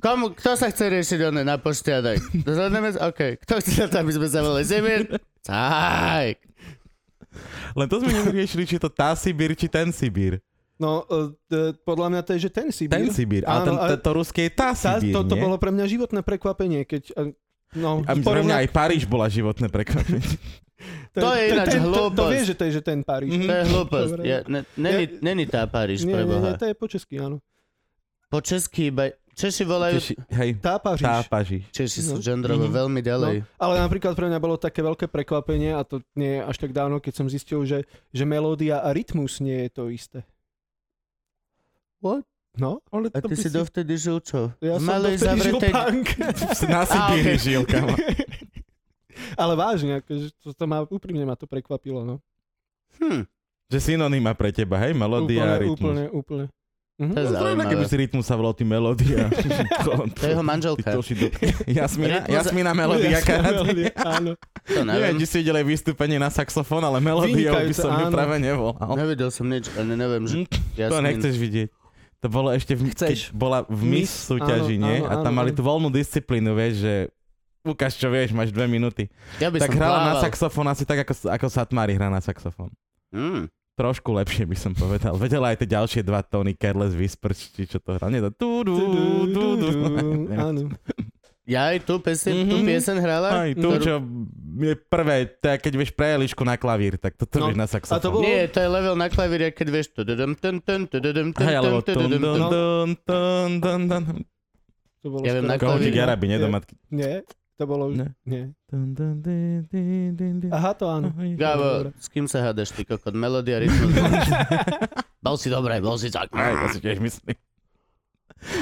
[SPEAKER 2] Komu, kto sa chce riešiť one na pošťadek? Zhodneme sa? OK. Kto chce na to, aby sme sa volali Zemir? Tak.
[SPEAKER 3] Len to sme neriešili, či je to tá Sibír, či ten Sibír.
[SPEAKER 1] No, e, e, podľa mňa to je, že ten Sibír.
[SPEAKER 3] Ten Sibír. Ale
[SPEAKER 1] Áno,
[SPEAKER 3] ten,
[SPEAKER 1] ale-
[SPEAKER 3] to, to ruské je tá
[SPEAKER 1] Tá,
[SPEAKER 3] Sibír,
[SPEAKER 1] to, to
[SPEAKER 3] nie?
[SPEAKER 1] bolo pre mňa životné prekvapenie, keď... a- No,
[SPEAKER 3] A pre mňa aj Paríž bola životné prekvapenie.
[SPEAKER 1] ten-
[SPEAKER 2] to je
[SPEAKER 1] ten-
[SPEAKER 2] ináč
[SPEAKER 1] ten- to- To
[SPEAKER 2] hlúposť.
[SPEAKER 1] vie, že to je že ten Paríž.
[SPEAKER 2] To
[SPEAKER 3] Mhm.
[SPEAKER 2] je hlúposť.
[SPEAKER 1] Dobre.
[SPEAKER 2] Ja, ne, není,
[SPEAKER 1] Ja-
[SPEAKER 2] není tá Paríž,
[SPEAKER 1] Nie, nie, nie,
[SPEAKER 2] preboha.
[SPEAKER 1] to je po česky, áno.
[SPEAKER 2] Po česky iba... Češi volajú...
[SPEAKER 3] Teši, hej,
[SPEAKER 1] Tá Paríž.
[SPEAKER 3] tá Paríž.
[SPEAKER 2] Češi sú
[SPEAKER 1] No.
[SPEAKER 2] žendrovo
[SPEAKER 3] Mhm.
[SPEAKER 2] veľmi
[SPEAKER 1] No,
[SPEAKER 2] ďalej.
[SPEAKER 1] ale napríklad pre mňa bolo také veľké prekvapenie, a to nie je až tak dávno, keď som zistil, že, že melódia a rytmus nie je to isté.
[SPEAKER 2] What?
[SPEAKER 1] No,
[SPEAKER 3] Ale
[SPEAKER 2] A
[SPEAKER 3] to
[SPEAKER 2] ty
[SPEAKER 3] by
[SPEAKER 2] si dovtedy žil čo?
[SPEAKER 1] ja
[SPEAKER 2] V
[SPEAKER 1] som
[SPEAKER 2] malej
[SPEAKER 1] dovtedy žil
[SPEAKER 2] zavretej-
[SPEAKER 1] punk.
[SPEAKER 3] si na Sibíri no.
[SPEAKER 2] A, ok.
[SPEAKER 3] žil, kamo.
[SPEAKER 1] ale vážne, akože to, to ma, úprimne ma to prekvapilo, no.
[SPEAKER 2] Hm,
[SPEAKER 3] Že synonyma pre teba, hej? Melódia a
[SPEAKER 1] úplne,
[SPEAKER 3] rytmus.
[SPEAKER 1] úplne, úplne. Mhm.
[SPEAKER 2] to je
[SPEAKER 3] Zaujímavé.
[SPEAKER 2] zaujímavé.
[SPEAKER 3] No, Keby si rytmus sa volal ty melódia.
[SPEAKER 2] To je jeho manželka.
[SPEAKER 3] Ty to si do... Jasmina,
[SPEAKER 2] Rytmus-
[SPEAKER 3] Jasmina melódia karate.
[SPEAKER 1] Melódia, áno.
[SPEAKER 2] To
[SPEAKER 3] Neviem,
[SPEAKER 2] neviem.
[SPEAKER 3] či si videl aj vystúpenie na saxofón, ale melódiou by som
[SPEAKER 1] Vynikajúce,
[SPEAKER 3] ju
[SPEAKER 1] áno.
[SPEAKER 3] práve nevolal.
[SPEAKER 2] Nevedel som nič, ale neviem, že...
[SPEAKER 3] Hm, To nechceš vidieť. To bolo ešte v,
[SPEAKER 1] Chceš.
[SPEAKER 3] keď bola v Miss
[SPEAKER 1] Miss,
[SPEAKER 3] súťaži,
[SPEAKER 1] áno,
[SPEAKER 3] nie?
[SPEAKER 1] áno,
[SPEAKER 3] A tam
[SPEAKER 1] áno,
[SPEAKER 3] mali
[SPEAKER 1] áno.
[SPEAKER 3] tú voľnú disciplínu, vieš, že ukáž čo vieš, máš dve minúty.
[SPEAKER 2] Ja by
[SPEAKER 3] Tak
[SPEAKER 2] som
[SPEAKER 3] hrala na
[SPEAKER 2] plával.
[SPEAKER 3] saxofón asi tak, ako, ako Satmári hrá na saxofón.
[SPEAKER 2] Hm.
[SPEAKER 3] Trošku lepšie by som povedal. Vedela aj tie ďalšie dva tóny Careless Whispers, či čo to hrá. Nie, to tu, du, du, du.
[SPEAKER 1] Áno.
[SPEAKER 2] Ja aj tú pieseň, tú
[SPEAKER 3] Mhm.
[SPEAKER 2] pieseň hrala?
[SPEAKER 3] Aj tu,
[SPEAKER 2] ktorú-
[SPEAKER 3] čo je prvé, to je, keď vieš prejelišku na klavír, tak toto
[SPEAKER 1] No,
[SPEAKER 3] vieš na
[SPEAKER 1] a to
[SPEAKER 3] saxofón.
[SPEAKER 1] bolo-
[SPEAKER 2] Nie, to je level na klavíri, keď vieš... tududum, tun, tun, tududum, tun,
[SPEAKER 3] Hej, alebo
[SPEAKER 2] tun, tududum,
[SPEAKER 3] tun, dun,
[SPEAKER 2] tun.
[SPEAKER 3] dun, dun, dun, dun.
[SPEAKER 1] To bolo
[SPEAKER 2] Ja viem,
[SPEAKER 1] skoro-
[SPEAKER 2] na klavír.
[SPEAKER 1] no.
[SPEAKER 3] Kohútik Arabi, nie do matky.
[SPEAKER 1] Nie, To bolo už...
[SPEAKER 3] Ne.
[SPEAKER 1] Nie.
[SPEAKER 3] Dun, dun, dun, dun, dun, dun.
[SPEAKER 1] Aha, to áno.
[SPEAKER 2] Gabo,
[SPEAKER 1] Dobre.
[SPEAKER 2] s kým sa hádaš, ty kokot? Melódia, rytmus. bol si dobré, bol si tak.
[SPEAKER 3] Aj, to si tiež myslím.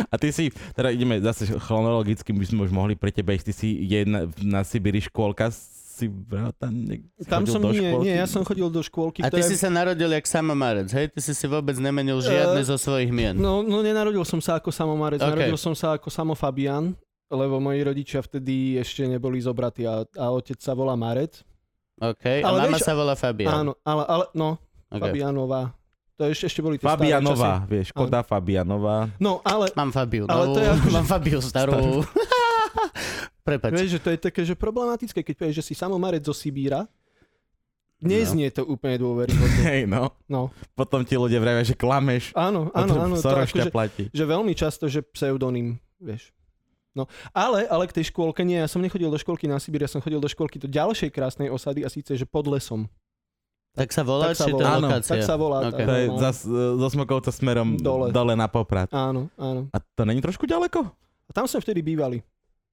[SPEAKER 3] A ty si, teda ideme zase chronologicky, by sme už mohli pre tebe ísť, ty si jedna, na Sibiri škôlka, si bral tam niekde,
[SPEAKER 1] Tam som, nie, nie, ja som chodil do škôlky,
[SPEAKER 2] A ty si sa narodil jak samomarec, hej? Ty si si vôbec nemenil žiadne
[SPEAKER 1] Eh,
[SPEAKER 2] zo svojich mien.
[SPEAKER 1] No, no nenarodil som sa ako samomarec,
[SPEAKER 2] OK.
[SPEAKER 1] okay. narodil som sa ako samo Fabian, lebo moji rodičia vtedy ešte neboli zobratí a, a otec sa volá Marec.
[SPEAKER 2] OK, a
[SPEAKER 1] ale
[SPEAKER 2] mama
[SPEAKER 1] vieš-
[SPEAKER 2] sa volá Fabian.
[SPEAKER 1] Áno, ale, ale no,
[SPEAKER 2] OK.
[SPEAKER 1] Fabianová. To ešte, ešte boli tie staré časy.
[SPEAKER 3] Fabianová, vieš, Škoda Fabianová.
[SPEAKER 1] No, ale
[SPEAKER 2] Mám Fabiu
[SPEAKER 1] Ale
[SPEAKER 2] novú,
[SPEAKER 1] to je akože-
[SPEAKER 2] mám Fabiu starú. Prepač.
[SPEAKER 1] vieš, že to je také, že problematické, keď povieš, že si samomarec zo Sibíra,
[SPEAKER 2] No.
[SPEAKER 1] neznie to úplne dôveryhodne.
[SPEAKER 3] Hej, no.
[SPEAKER 1] No,
[SPEAKER 3] Potom ti ľudia vravia, že klameš.
[SPEAKER 1] áno,
[SPEAKER 3] A
[SPEAKER 1] áno,
[SPEAKER 3] to
[SPEAKER 1] áno. To
[SPEAKER 3] Soroš
[SPEAKER 1] akože,
[SPEAKER 3] ťa platí.
[SPEAKER 1] že veľmi často, že pseudonym, vieš. No, ale, ale k tej škôlke nie, ja som nechodil do škôlky na Sibír, ja som chodil do škôlky do ďalšej krásnej osady a síce, že pod lesom.
[SPEAKER 2] Tak sa volá,
[SPEAKER 1] tak sa
[SPEAKER 2] či to je
[SPEAKER 1] volá.
[SPEAKER 3] Áno,
[SPEAKER 2] lokácia?
[SPEAKER 1] Tak sa volá.
[SPEAKER 2] OK.
[SPEAKER 1] tá no.
[SPEAKER 3] To je
[SPEAKER 1] normálna.
[SPEAKER 3] zas, e, zo Smokovca smerom dole.
[SPEAKER 1] Dole.
[SPEAKER 3] dole na Poprad.
[SPEAKER 1] Áno, áno.
[SPEAKER 3] A to není trošku ďaleko?
[SPEAKER 1] A tam sme vtedy bývali.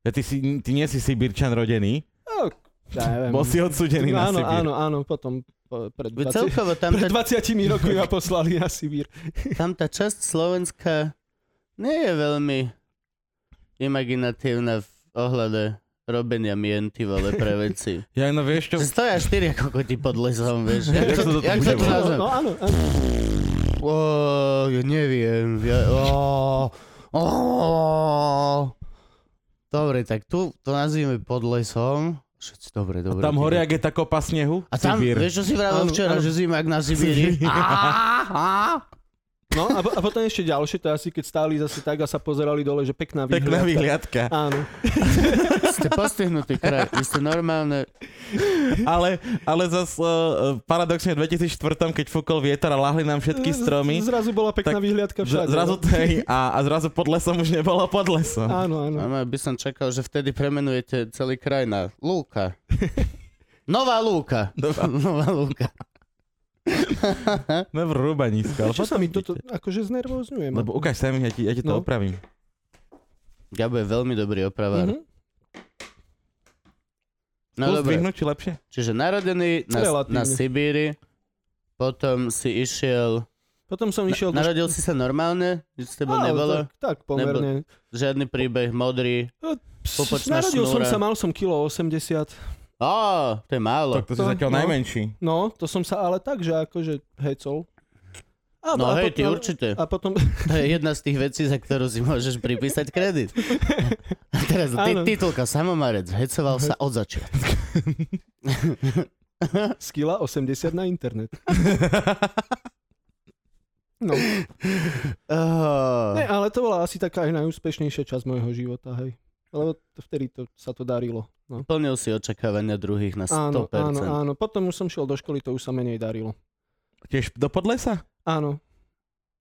[SPEAKER 3] Ja, ty, si, ty nie si Sibírčan rodený,
[SPEAKER 1] Ok, Ja neviem.
[SPEAKER 3] bol si odsudený na
[SPEAKER 1] áno,
[SPEAKER 3] Sibír.
[SPEAKER 1] áno, áno, potom po- pred
[SPEAKER 2] Veď
[SPEAKER 1] 20,
[SPEAKER 2] celkovo tam
[SPEAKER 1] pred
[SPEAKER 2] tá,
[SPEAKER 1] 20 rokmi ma poslali na Sibír.
[SPEAKER 2] tam tá časť Slovenska nie je veľmi imaginatívna v ohľade robenia mien, ty vole, pre veci.
[SPEAKER 3] Ja no vieš čo,
[SPEAKER 2] Že stoja štyria kokoti pod lesom, vieš. Jak
[SPEAKER 3] Jak sa
[SPEAKER 2] to,
[SPEAKER 3] to tu
[SPEAKER 2] jak to tu
[SPEAKER 3] bude
[SPEAKER 2] nazvem?
[SPEAKER 1] No, áno, áno.
[SPEAKER 2] Ó, ja neviem. Ja, ó, ó. Dobre, tak tu to nazvime pod lesom. Všetci, dobre, dobre.
[SPEAKER 3] tam
[SPEAKER 2] ty
[SPEAKER 3] hore, ak je tá kopa snehu,
[SPEAKER 2] A tam,
[SPEAKER 3] Sibír.
[SPEAKER 2] vieš, čo si vravil
[SPEAKER 1] Áno,
[SPEAKER 2] včera,
[SPEAKER 1] áno.
[SPEAKER 2] že zima jak na Sibíri?
[SPEAKER 3] Sibír.
[SPEAKER 2] Á, á.
[SPEAKER 1] No a, po- a potom ešte ďalšie, to asi keď stáli zase tak a sa pozerali dole, že pekná výhľadka.
[SPEAKER 3] Pekná vyhliadka.
[SPEAKER 1] Áno.
[SPEAKER 2] Ste postihnutí kraj, vy ste normálne.
[SPEAKER 3] Ale, ale zas uh, paradoxne v 2004, keď fúkol vietor a lahli nám všetky stromy,
[SPEAKER 1] Eh, Z- Zrazu bola pekná
[SPEAKER 3] Tak
[SPEAKER 1] vyhliadka
[SPEAKER 3] z-
[SPEAKER 1] všade.
[SPEAKER 3] zrazu
[SPEAKER 1] no.
[SPEAKER 3] tej, a, a zrazu pod lesom už nebolo pod lesom.
[SPEAKER 1] Áno, áno.
[SPEAKER 2] Normálne by som čakal, že vtedy premenujete celý kraj na Lúka. Nová Lúka.
[SPEAKER 3] Nová-
[SPEAKER 2] Nová Lúka.
[SPEAKER 3] No v Rúbanisku. Ale
[SPEAKER 1] Čo sa
[SPEAKER 3] potom
[SPEAKER 1] mi toto
[SPEAKER 3] vidíte.
[SPEAKER 1] akože znervozňujem.
[SPEAKER 3] Lebo ukáž sa mi, ja ti, ja ti to
[SPEAKER 1] No.
[SPEAKER 3] opravím.
[SPEAKER 2] Gabo je veľmi dobrý opravár.
[SPEAKER 1] Mhm.
[SPEAKER 2] No
[SPEAKER 3] Skús
[SPEAKER 2] dobre.
[SPEAKER 3] dvihnúť, či lepšie?
[SPEAKER 2] Čiže narodený na,
[SPEAKER 1] Relatívne.
[SPEAKER 2] na Sibíri, potom si išiel...
[SPEAKER 1] Potom som išiel...
[SPEAKER 2] Na, narodil si sa normálne? Nič s tebou
[SPEAKER 1] Á,
[SPEAKER 2] nebolo?
[SPEAKER 1] Tak, tak pomerne.
[SPEAKER 2] Žiadny príbeh, modrý?
[SPEAKER 1] Pss,
[SPEAKER 2] Popočná
[SPEAKER 1] Narodil som
[SPEAKER 2] šnúra.
[SPEAKER 1] sa, mal som kilo 80.
[SPEAKER 2] Á, to je málo.
[SPEAKER 3] Tak to si
[SPEAKER 1] To-
[SPEAKER 3] zatiaľ
[SPEAKER 1] no.
[SPEAKER 3] najmenší.
[SPEAKER 1] No, to som sa ale tak, že akože hecol. A,
[SPEAKER 2] No hej, ty
[SPEAKER 1] potom-
[SPEAKER 2] určite.
[SPEAKER 1] A potom,
[SPEAKER 2] To je jedna z tých vecí, za ktorú si môžeš pripísať kredit. A teraz ty,
[SPEAKER 1] Áno.
[SPEAKER 2] titulka Samomarec hecoval sa od začiatku.
[SPEAKER 1] skila 80 na internet. No,
[SPEAKER 2] Oh.
[SPEAKER 1] ne, ale to bola asi taká aj najúspešnejšia časť môjho života, hej. Lebo to, vtedy to, sa to darilo. No.
[SPEAKER 2] Plnil si očakávania druhých na 100%.
[SPEAKER 1] Áno, áno, áno. Potom už som šiel do školy, to už sa menej darilo.
[SPEAKER 3] Tiež do podlesa?
[SPEAKER 1] Áno.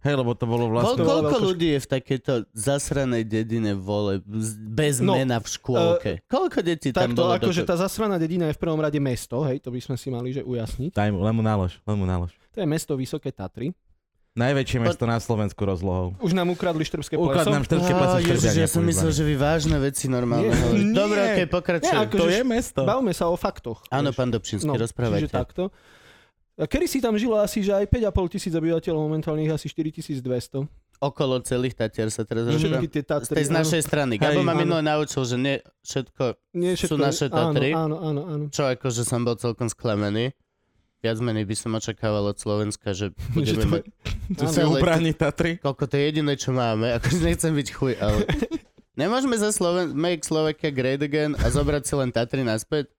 [SPEAKER 3] Hej, lebo to bolo
[SPEAKER 2] Ko-
[SPEAKER 3] vlastne...
[SPEAKER 1] Koľko-
[SPEAKER 2] koľko
[SPEAKER 1] veľká ško-
[SPEAKER 2] ľudí je v takejto zasranej dedine vole, z- bez
[SPEAKER 1] No,
[SPEAKER 2] mena v škôlke? koľko detí tam
[SPEAKER 1] Takto,
[SPEAKER 2] bolo?
[SPEAKER 1] akože
[SPEAKER 2] dokop-
[SPEAKER 1] tá zasraná dedina je v prvom rade mesto, hej, to by sme si mali že ujasniť.
[SPEAKER 3] Daj mu, len mu nálož, len mu nálož.
[SPEAKER 1] To je mesto Vysoké Tatry.
[SPEAKER 3] Najväčšie mesto na Slovensku rozlohou.
[SPEAKER 1] Už nám ukradli štrbské
[SPEAKER 3] Uklad
[SPEAKER 1] pleso.
[SPEAKER 3] nám štrbské plesa
[SPEAKER 2] Á, Ježiš, ja som myslel, že vy vážne veci
[SPEAKER 1] Nie.
[SPEAKER 2] normálne hovoríte.
[SPEAKER 3] Nie. akože
[SPEAKER 2] Dobre, okej, pokračuj.
[SPEAKER 1] Nie, ako-
[SPEAKER 3] To
[SPEAKER 1] že-
[SPEAKER 3] je mesto.
[SPEAKER 1] Bavme sa o faktoch.
[SPEAKER 2] Áno,
[SPEAKER 1] vieš.
[SPEAKER 2] pán Dobšinský, rozprávajte.
[SPEAKER 1] No, Čiže takto. A Kedy si tam žilo asi, že aj 5,5 tisíc obyvateľov, momentálne ich asi 4200.
[SPEAKER 2] Okolo celých Tatier sa teraz
[SPEAKER 1] Všetky
[SPEAKER 2] rozpráva.
[SPEAKER 1] tie
[SPEAKER 2] Z
[SPEAKER 1] Tatry.
[SPEAKER 2] tej z našej strany. Gabo
[SPEAKER 3] Hej,
[SPEAKER 2] ma
[SPEAKER 1] áno.
[SPEAKER 2] minule naučil, že nie všetko,
[SPEAKER 1] áno, nie
[SPEAKER 2] sú naše Tatry.
[SPEAKER 1] Áno, áno, áno.
[SPEAKER 2] čo akože som bol celkom sklamený. Viac menej by som očakával od Slovenska, že
[SPEAKER 1] áno. Že
[SPEAKER 2] budeme
[SPEAKER 1] to
[SPEAKER 2] mať...
[SPEAKER 1] je-
[SPEAKER 3] Tu
[SPEAKER 2] Áno,
[SPEAKER 3] si
[SPEAKER 2] ale-
[SPEAKER 3] ubráni Tatry.
[SPEAKER 2] Koľko to je jediné, čo máme. Akože nechcem byť chuj, ale... Nemôžeme za Sloven... Make Slovakia great again a zobrať si len Tatry naspäť?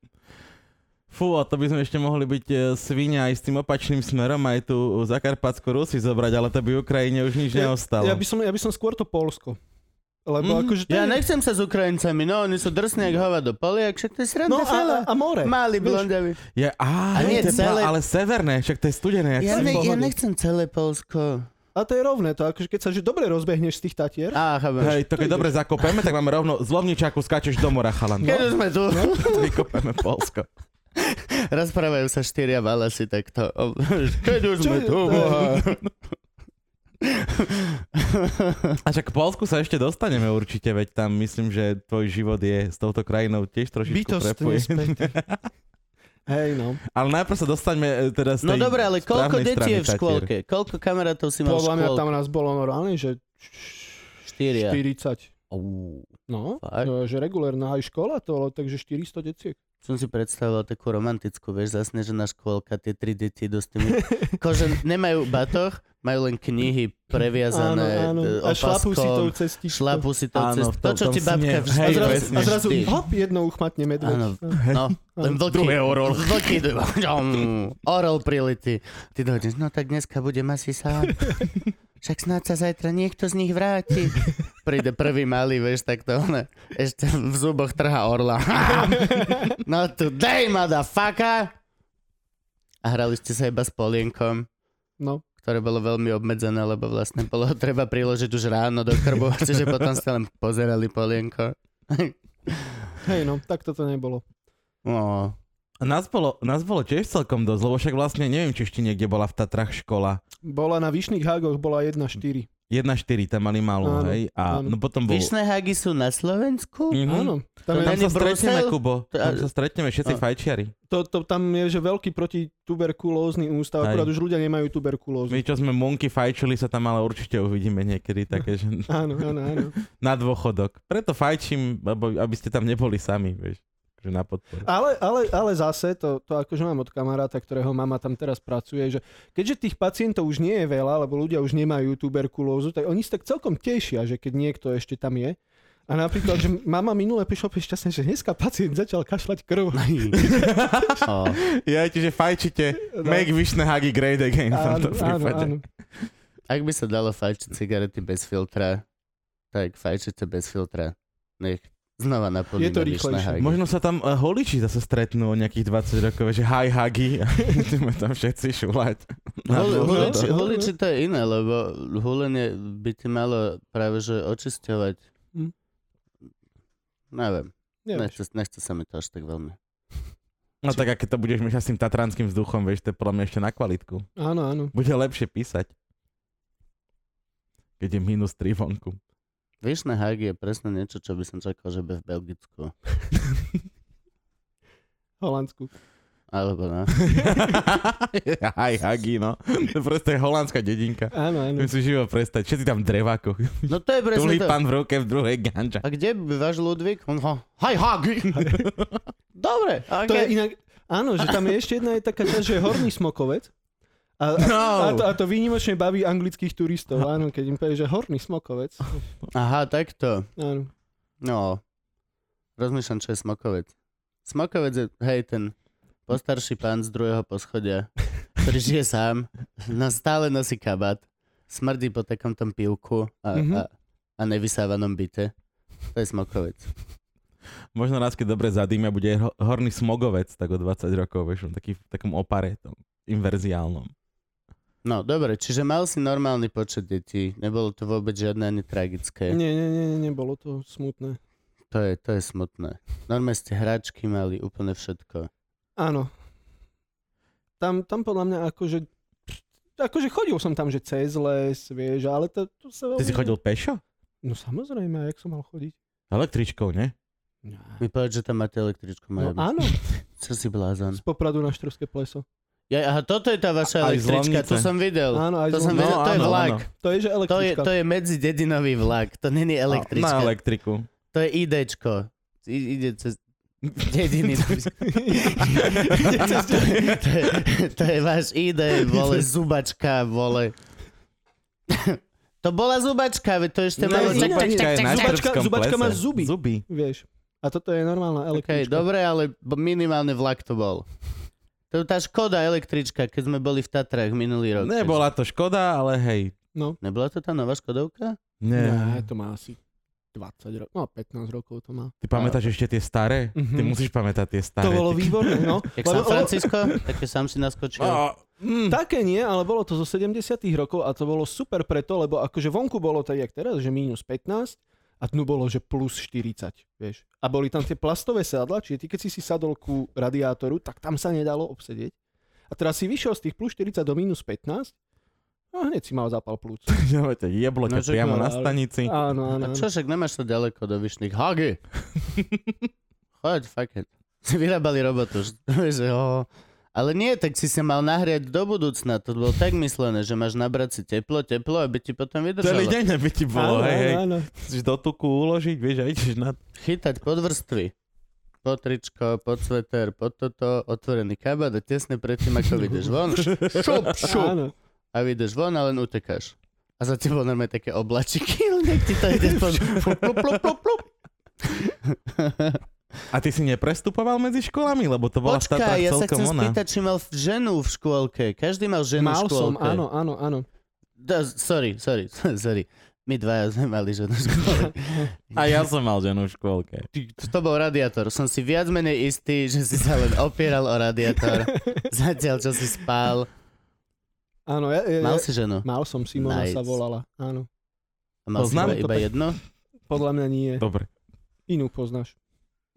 [SPEAKER 3] Fú, a to by sme ešte mohli byť e, svinia aj s tým opačným smerom, aj tu Zakarpatskú Rusi zobrať, ale to by Ukrajine už nič neostalo.
[SPEAKER 1] Ja by som, ja by som skôr to Polsko. Lebo
[SPEAKER 3] Mhm.
[SPEAKER 1] akože to
[SPEAKER 2] Ja
[SPEAKER 1] je...
[SPEAKER 2] nechcem sa s Ukrajincami, no oni sú drsní jak hovado poliak, však to je sranda
[SPEAKER 1] No a,
[SPEAKER 2] fela.
[SPEAKER 1] a- a more.
[SPEAKER 2] Mali
[SPEAKER 1] Vieš,
[SPEAKER 2] blondaví.
[SPEAKER 3] Ja,
[SPEAKER 2] A
[SPEAKER 3] á,
[SPEAKER 2] nie,
[SPEAKER 3] hej, to je
[SPEAKER 2] celé-
[SPEAKER 3] celé... ale severné, však to je studené. Jak
[SPEAKER 2] Ja,
[SPEAKER 3] sa-
[SPEAKER 2] ne, ja
[SPEAKER 1] pohode.
[SPEAKER 2] nechcem celé Polsko.
[SPEAKER 1] A to je rovné, to akože keď sa že dobre rozbehneš z tých Tatier,
[SPEAKER 2] Á, chápem.
[SPEAKER 3] Hej, to keď
[SPEAKER 1] ideš.
[SPEAKER 3] dobre zakopeme, tak máme rovno z Lovničáku skáčeš do mora,
[SPEAKER 1] no.
[SPEAKER 3] chalan. No,
[SPEAKER 2] Keď už sme tu.
[SPEAKER 3] Vykopeme Polsko.
[SPEAKER 2] Rozprávajú sa štyria valasy takto. O, Keď už
[SPEAKER 1] Čo
[SPEAKER 2] sme
[SPEAKER 1] je-
[SPEAKER 2] tu,
[SPEAKER 1] to je-
[SPEAKER 2] boha.
[SPEAKER 3] A však k Polsku sa ešte dostaneme určite, veď tam myslím, že tvoj život je s touto krajinou tiež trošičku
[SPEAKER 4] Bytostne
[SPEAKER 3] prepojený.
[SPEAKER 4] späť.
[SPEAKER 1] Hej, no.
[SPEAKER 3] Ale najprv sa dostaňme e, teda z
[SPEAKER 2] No
[SPEAKER 3] tej
[SPEAKER 2] dobre, ale koľko
[SPEAKER 3] správnej
[SPEAKER 2] detí je v
[SPEAKER 3] strany tatier.
[SPEAKER 2] škôlke? Koľko kamarátov si mal v
[SPEAKER 1] Podľa mňa
[SPEAKER 2] škôlke?
[SPEAKER 1] tam nás bolo normálne, že
[SPEAKER 2] Štyria.
[SPEAKER 1] 40.
[SPEAKER 2] Uú,
[SPEAKER 1] No,
[SPEAKER 2] fakt?
[SPEAKER 1] e, že regulérna aj škola to bolo, takže 400 deciek.
[SPEAKER 2] Som si predstavoval takú romantickú, vieš, zasnežená škôlka, tie tri deti do s tými... Kože nemajú batoh, majú len knihy previazané áno, áno.
[SPEAKER 1] A šlapú si tou cestičkou.
[SPEAKER 2] e, šlapú si tou
[SPEAKER 3] Áno,
[SPEAKER 2] cestou.
[SPEAKER 3] v
[SPEAKER 2] To,
[SPEAKER 3] tom-
[SPEAKER 2] čo
[SPEAKER 3] tom
[SPEAKER 2] ti babka
[SPEAKER 3] sne.
[SPEAKER 2] vždy...
[SPEAKER 3] Hej,
[SPEAKER 1] A zrazu,
[SPEAKER 3] presne.
[SPEAKER 1] a zrazu
[SPEAKER 2] Vždy.
[SPEAKER 1] hop, jedno uchmatne medveď.
[SPEAKER 2] Áno, no, len vlky.
[SPEAKER 3] Druhé orol.
[SPEAKER 2] Vlky, dom, orol prility. Ty dojdeš, no tak dneska budem asi sám. Však snáď sa zajtra niekto z nich vráti. Príde prvý malý, vieš, tak to ona ešte v zuboch trhá orla. no tu, dej, motherfucker! A hrali ste sa iba s polienkom
[SPEAKER 1] No.
[SPEAKER 2] ktoré bolo veľmi obmedzené, lebo vlastne bolo ho treba priložiť už ráno do krbu, čiže potom ste len pozerali polienko.
[SPEAKER 1] Hej, no, tak toto nebolo.
[SPEAKER 2] No,
[SPEAKER 3] Nás bolo, nás bolo tiež celkom dosť, lebo však vlastne neviem, či ešte niekde bola v Tatrach škola.
[SPEAKER 1] Bola na Vyšných hágoch, bola 1-4.
[SPEAKER 3] 1-4, tam mali malú,
[SPEAKER 1] Áno,
[SPEAKER 3] hej? A
[SPEAKER 1] áno.
[SPEAKER 3] no potom bol...
[SPEAKER 2] Vyšné hagy sú na Slovensku?
[SPEAKER 3] Mhm.
[SPEAKER 1] Áno, tam, je,
[SPEAKER 2] To na-
[SPEAKER 3] Tam
[SPEAKER 2] Není
[SPEAKER 3] sa stretneme,
[SPEAKER 2] Brusel?
[SPEAKER 3] Kubo.
[SPEAKER 2] To-
[SPEAKER 3] Tam sa stretneme, všetci
[SPEAKER 2] A-
[SPEAKER 3] fajčiari.
[SPEAKER 1] to, to, tam je že veľký protituberkulózny ústav,
[SPEAKER 3] Hej.
[SPEAKER 1] akurát už ľudia nemajú tuberkulózu.
[SPEAKER 3] My, čo sme munky fajčili, sa tam ale určite uvidíme niekedy také, že
[SPEAKER 1] Áno, áno, áno.
[SPEAKER 3] na dôchodok. Preto fajčím, lebo aby ste tam neboli sami, vieš. Takže na podporu.
[SPEAKER 1] Ale, ale, ale zase, to, to akože mám od kamaráta, ktorého mama tam teraz pracuje, že keďže tých pacientov už nie je veľa, lebo ľudia už nemajú tuberkulózu, tak oni sa tak celkom tešia, že keď niekto ešte tam je. A napríklad, že mama minule prišla šťastne, že dneska pacient začal kašľať krv.
[SPEAKER 2] Oh.
[SPEAKER 3] Ja, čiže fajčite.
[SPEAKER 1] No.
[SPEAKER 3] Make Vyšné Hagi great again. v tomto prípade.
[SPEAKER 2] Ak by sa dalo fajčiť cigarety bez filtra, tak fajčite bez filtra. Nech znova naplníme
[SPEAKER 1] Je to
[SPEAKER 2] Vyšné
[SPEAKER 1] rýchlejšie.
[SPEAKER 2] hagy.
[SPEAKER 3] Možno sa tam eh, holiči zase stretnú o nejakých 20 rokov, že hi hagi a ideme tam všetci šulať. Na
[SPEAKER 2] Hul-
[SPEAKER 3] dôchodok.
[SPEAKER 2] huliči, huliči to je iné, lebo hulenie by ti malo práve že očisťovať.
[SPEAKER 1] Hm.
[SPEAKER 2] Neviem,
[SPEAKER 1] Neviem.
[SPEAKER 2] nechce, nechce sa mi to až tak veľmi.
[SPEAKER 3] No tak a keď to budeš myšľať s tým tatranským vzduchom, vieš, to je podľa mňa ešte na kvalitku.
[SPEAKER 1] Áno, áno.
[SPEAKER 3] Bude lepšie písať. Keď je minus 3 vonku.
[SPEAKER 2] Vyšné hagy je presne niečo, čo by som čakal, že by v Belgicku.
[SPEAKER 1] Holandsku.
[SPEAKER 2] Alebo no.
[SPEAKER 3] Hi hagi, no. To je proste holandská dedinka.
[SPEAKER 1] Áno, áno.
[SPEAKER 3] Musím si živo prestať. Všetci tam v drevákoch.
[SPEAKER 2] No to je presne
[SPEAKER 3] Tuhý
[SPEAKER 2] to.
[SPEAKER 3] pán v ruke, v druhej ganča.
[SPEAKER 2] A kde by váš Ludvík? On ho, haj hagi! Dobre, okay.
[SPEAKER 1] To je inak, áno, že tam je ešte jedna je taká časť, že je horný smokovec. A, a,
[SPEAKER 3] No.
[SPEAKER 1] a, to, a to výnimočne baví anglických
[SPEAKER 2] No.
[SPEAKER 1] turistov, áno, keď im povie, že horný smokovec.
[SPEAKER 2] Aha, takto.
[SPEAKER 1] Áno.
[SPEAKER 2] No, rozmýšľam, čo je smokovec. Smokovec je, hej, ten postarší pán z druhého poschodia, ktorý žije sám, no stále nosí kabát, smrdí po takom tom pivku a,
[SPEAKER 1] Mhm.
[SPEAKER 2] mm-hmm. a, a nevysávanom byte. To je smokovec.
[SPEAKER 3] Možno raz, keď dobre zadýmia, bude ho- horný smogovec, tak o 20 rokov, vieš, on taký v takom opare, tom inverziálnom.
[SPEAKER 2] No, dobre, čiže mal si normálny počet detí, nebolo to vôbec žiadne ani tragické.
[SPEAKER 1] Nie, nie, nie, nie, nebolo to smutné.
[SPEAKER 2] To je, to je smutné. Normálne ste hráčky mali úplne všetko.
[SPEAKER 1] Áno. Tam, tam podľa mňa akože... Akože chodil som tam, že cez les, vieš, ale to, to sa...
[SPEAKER 3] Ty
[SPEAKER 1] veľmi-
[SPEAKER 3] si chodil pešo?
[SPEAKER 1] No samozrejme, a jak som mal chodiť?
[SPEAKER 3] Električkou, ne?
[SPEAKER 2] Mi povedz, že tam máte električku,
[SPEAKER 1] No,
[SPEAKER 2] majú.
[SPEAKER 1] áno,
[SPEAKER 2] Čo si blázon?
[SPEAKER 1] z Popradu na Štrské pleso.
[SPEAKER 2] Ja, aha, toto je tá vaša
[SPEAKER 3] A- aj z
[SPEAKER 2] električka, tu
[SPEAKER 3] Lomnice.
[SPEAKER 2] som videl.
[SPEAKER 1] Áno, aj
[SPEAKER 2] To
[SPEAKER 1] z-
[SPEAKER 2] som
[SPEAKER 1] no,
[SPEAKER 2] vedel, to je
[SPEAKER 1] áno,
[SPEAKER 2] vlak.
[SPEAKER 1] áno. To je, že
[SPEAKER 2] To je,
[SPEAKER 1] električka.
[SPEAKER 2] to je medzidedinový vlak, to není
[SPEAKER 3] Na
[SPEAKER 2] električka,
[SPEAKER 3] elektriku.
[SPEAKER 2] to je idečko. I, ide cez dediny. to, je- to, je, to je váš ide, vole, zubačka, vole. To bola zubačka, veď to
[SPEAKER 3] No,
[SPEAKER 2] ešte malo...
[SPEAKER 1] iná,
[SPEAKER 2] tak- tak-
[SPEAKER 1] iná.
[SPEAKER 2] tak- tak- tak-
[SPEAKER 1] zubačka- zubačka má zuby.
[SPEAKER 3] Zuby.
[SPEAKER 1] Vieš. A toto je normálna
[SPEAKER 2] OK,
[SPEAKER 1] električka.
[SPEAKER 2] dobre, ale b- minimálne vlak to bol. To je tá škoda električka, keď sme boli v Tatrách minulý rok.
[SPEAKER 3] Nebola to škoda, ale hej.
[SPEAKER 1] No.
[SPEAKER 2] Nebola to tá nová Škodovka?
[SPEAKER 1] Ne,
[SPEAKER 2] No,
[SPEAKER 3] Nie.
[SPEAKER 1] to má asi 20 rokov, no 15 rokov to má.
[SPEAKER 3] Ty pamätáš ešte tie staré?
[SPEAKER 1] Mhm.
[SPEAKER 3] Ty musíš pamätať tie staré.
[SPEAKER 1] To bolo výborné, no. Lebo-
[SPEAKER 2] Jak San
[SPEAKER 1] lebo-
[SPEAKER 2] Francisco? Také sám si naskočil.
[SPEAKER 3] A, mm,
[SPEAKER 1] Také nie, ale bolo to zo 70 rokov a to bolo super preto, lebo akože vonku bolo tak, jak teraz, že minus 15 a dnu bolo, že plus 40, vieš. A boli tam tie plastové sadla, čiže ty keď si si sadol ku radiátoru, tak tam sa nedalo obsedieť. A teraz si vyšiel z tých plus 40 do minus 15 A hneď si mal zápal plúc.
[SPEAKER 3] Že ťa jeblo
[SPEAKER 2] No,
[SPEAKER 3] ťa
[SPEAKER 2] že
[SPEAKER 3] priamo
[SPEAKER 2] to-
[SPEAKER 3] na stanici.
[SPEAKER 1] Áno, áno.
[SPEAKER 2] A
[SPEAKER 1] áno.
[SPEAKER 2] čo však nemáš to ďaleko do Vyšných? Hagi! Choď, fuck it. Si vyrábali robotu, že- že ho... Ale nie, tak si sa mal nahriať do budúcna. To bolo tak myslené, že máš nabrať si teplo, teplo, aby ti potom
[SPEAKER 3] Celý
[SPEAKER 2] vydržalo.
[SPEAKER 3] deň by ti bolo,
[SPEAKER 1] Áno,
[SPEAKER 3] hej, hej.
[SPEAKER 1] áno, áno.
[SPEAKER 3] Chceš do tuku uložiť, vieš, a ideš na...
[SPEAKER 2] Chytať pod vrstvy. Pod tričko, pod sveter, pod toto, otvorený kabát a tesne predtým, ako vyjdeš von, šup, šup.
[SPEAKER 1] Áno.
[SPEAKER 2] A vyjdeš von a len utekáš. A za tebou normálne také oblačiky, len nech ti to ide pod... Plup, plup, plup, plup, plup.
[SPEAKER 3] A ty si neprestupoval medzi školami, lebo to bola v
[SPEAKER 2] Počkaj,
[SPEAKER 3] Tatrách
[SPEAKER 2] ja sa
[SPEAKER 3] celkom
[SPEAKER 2] chcem
[SPEAKER 3] ona.
[SPEAKER 2] spýtať, či mal ženu v škôlke. Každý mal ženu
[SPEAKER 1] Mal
[SPEAKER 2] v
[SPEAKER 1] som,
[SPEAKER 2] škôlke.
[SPEAKER 1] áno, áno, áno.
[SPEAKER 2] Da, sorry, sorry, sorry. My dvaja sme mali ženu v škôlke.
[SPEAKER 3] A ja som mal ženu v škôlke.
[SPEAKER 2] To bol radiátor. Som si viac menej istý, že si sa len opieral o radiátor. Zatiaľ, čo si spal.
[SPEAKER 1] Áno, ja, ja,
[SPEAKER 2] Mal
[SPEAKER 1] mal,
[SPEAKER 2] si ženu?
[SPEAKER 1] mal som, Simona
[SPEAKER 2] Nice.
[SPEAKER 1] sa volala. Áno.
[SPEAKER 2] A Mal si iba,
[SPEAKER 3] Poznám
[SPEAKER 1] to
[SPEAKER 2] iba
[SPEAKER 1] pe-
[SPEAKER 2] jednu?
[SPEAKER 1] Podľa mňa nie.
[SPEAKER 3] Dobre.
[SPEAKER 1] Inú poznáš.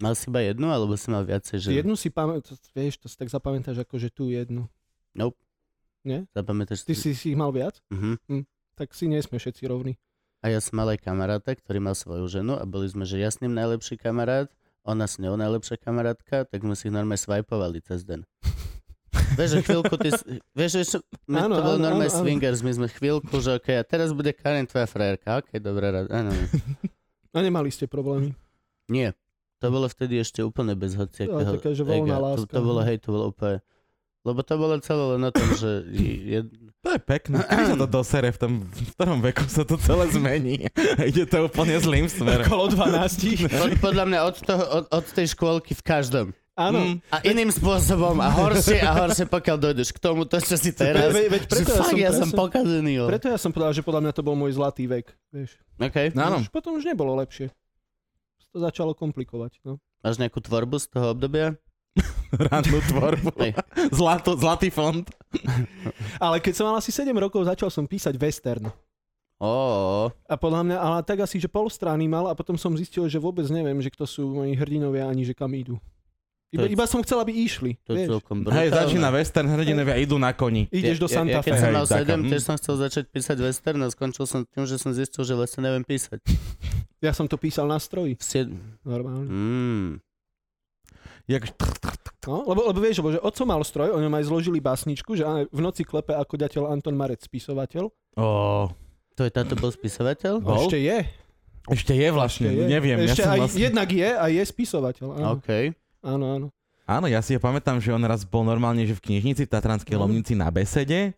[SPEAKER 2] Mal si iba jednu, alebo si mal viacej žen?
[SPEAKER 1] Že... Jednu si pamätáš, vieš, to si tak zapamätáš ako, že tú jednu.
[SPEAKER 2] Zapamätáš
[SPEAKER 1] Ty si, si ich mal viac?
[SPEAKER 2] Mhm.
[SPEAKER 1] Tak si nie sme všetci rovní.
[SPEAKER 2] A ja som mal aj kamaráta, ktorý mal svoju ženu a boli sme, že ja s ním najlepší kamarát, ona s ňou najlepšia kamarátka, tak sme si ich normálne swipovali cez deň. Vieš, že chvíľku ty... s- Vieš, že som- my
[SPEAKER 1] Áno,
[SPEAKER 2] to bol
[SPEAKER 1] áno,
[SPEAKER 2] normálne
[SPEAKER 1] áno, áno.
[SPEAKER 2] swingers, my sme chvíľku, že okej, a teraz bude Karen tvoja frajerka, okej, dobrá rada. Áno, áno.
[SPEAKER 1] A nemali ste problémy.
[SPEAKER 2] nie. To bolo vtedy ešte úplne bez hociakého
[SPEAKER 1] Ja, taká, že voľná
[SPEAKER 2] ega.
[SPEAKER 1] láska. no.
[SPEAKER 2] To, to bolo, hej, to bolo úplne... Lebo to bolo celé len o tom, že je,
[SPEAKER 3] To je pekné. Kedy sa to dosere, v, tom, v ktorom veku sa to celé zmení. Ide to úplne zlým smerom. No.
[SPEAKER 1] Okolo 12.
[SPEAKER 2] pod, podľa mňa od, toho, od, od tej škôlky v každom.
[SPEAKER 1] Áno.
[SPEAKER 3] Mm.
[SPEAKER 2] A iným spôsobom a horšie a horšie, pokiaľ dojdeš k tomu, to čo si teraz...
[SPEAKER 1] Ve- veď preto
[SPEAKER 2] že
[SPEAKER 1] ja
[SPEAKER 2] fakt,
[SPEAKER 1] som
[SPEAKER 2] ja som
[SPEAKER 1] presne-
[SPEAKER 2] pokazený. jo.
[SPEAKER 1] Preto ja som povedal, že podľa mňa to bol môj zlatý vek. Vieš.
[SPEAKER 2] Okay.
[SPEAKER 3] No áno.
[SPEAKER 1] Už potom už nebolo lepšie. To začalo komplikovať. No.
[SPEAKER 2] Máš nejakú tvorbu z toho obdobia?
[SPEAKER 3] Rannú tvorbu.
[SPEAKER 2] Hej.
[SPEAKER 3] Zlato, zlatý fond.
[SPEAKER 1] Ale keď som mal asi 7 rokov, začal som písať western.
[SPEAKER 2] Ó,
[SPEAKER 1] A podľa mňa, ale tak asi, že pol strany mal a potom som zistil, že vôbec neviem, že kto sú moji hrdinovia ani že kam idú. Iba,
[SPEAKER 2] To je-
[SPEAKER 1] iba som chcel, aby išli.
[SPEAKER 2] to je
[SPEAKER 1] Vieš.
[SPEAKER 2] celkom brutálne.
[SPEAKER 3] Hej, začína western, hrdinovia idú na koni.
[SPEAKER 1] Ideš do Santa
[SPEAKER 2] ja, ja, keď
[SPEAKER 1] Fe. hm.
[SPEAKER 2] som
[SPEAKER 3] Hej,
[SPEAKER 2] mal
[SPEAKER 3] taká,
[SPEAKER 2] 7,
[SPEAKER 3] mm.
[SPEAKER 2] tiež som chcel začať písať western a skončil som tým, že som zistil, že vlastne neviem písať.
[SPEAKER 1] Ja som to písal na stroji.
[SPEAKER 2] V sied...
[SPEAKER 1] Normálne.
[SPEAKER 2] mm.
[SPEAKER 3] Jak...
[SPEAKER 1] No, lebo, lebo vieš, lebo že otco mal stroj, o ňom aj zložili básničku, že aj v noci klepe ako ďateľ Anton Marec, spisovateľ.
[SPEAKER 3] Oh.
[SPEAKER 2] To je táto bol spisovateľ?
[SPEAKER 1] A Ešte je.
[SPEAKER 3] Ešte je
[SPEAKER 1] Ešte
[SPEAKER 3] vlastne,
[SPEAKER 1] je.
[SPEAKER 3] neviem.
[SPEAKER 1] Ešte
[SPEAKER 3] ja som
[SPEAKER 1] aj,
[SPEAKER 3] vlastne...
[SPEAKER 1] Jednak je a je spisovateľ. Áno,
[SPEAKER 2] OK.
[SPEAKER 1] áno. áno.
[SPEAKER 3] Áno, ja si ho pamätám, že on raz bol normálne, že v knižnici, v Tatranskej
[SPEAKER 1] No.
[SPEAKER 3] Lomnici na besede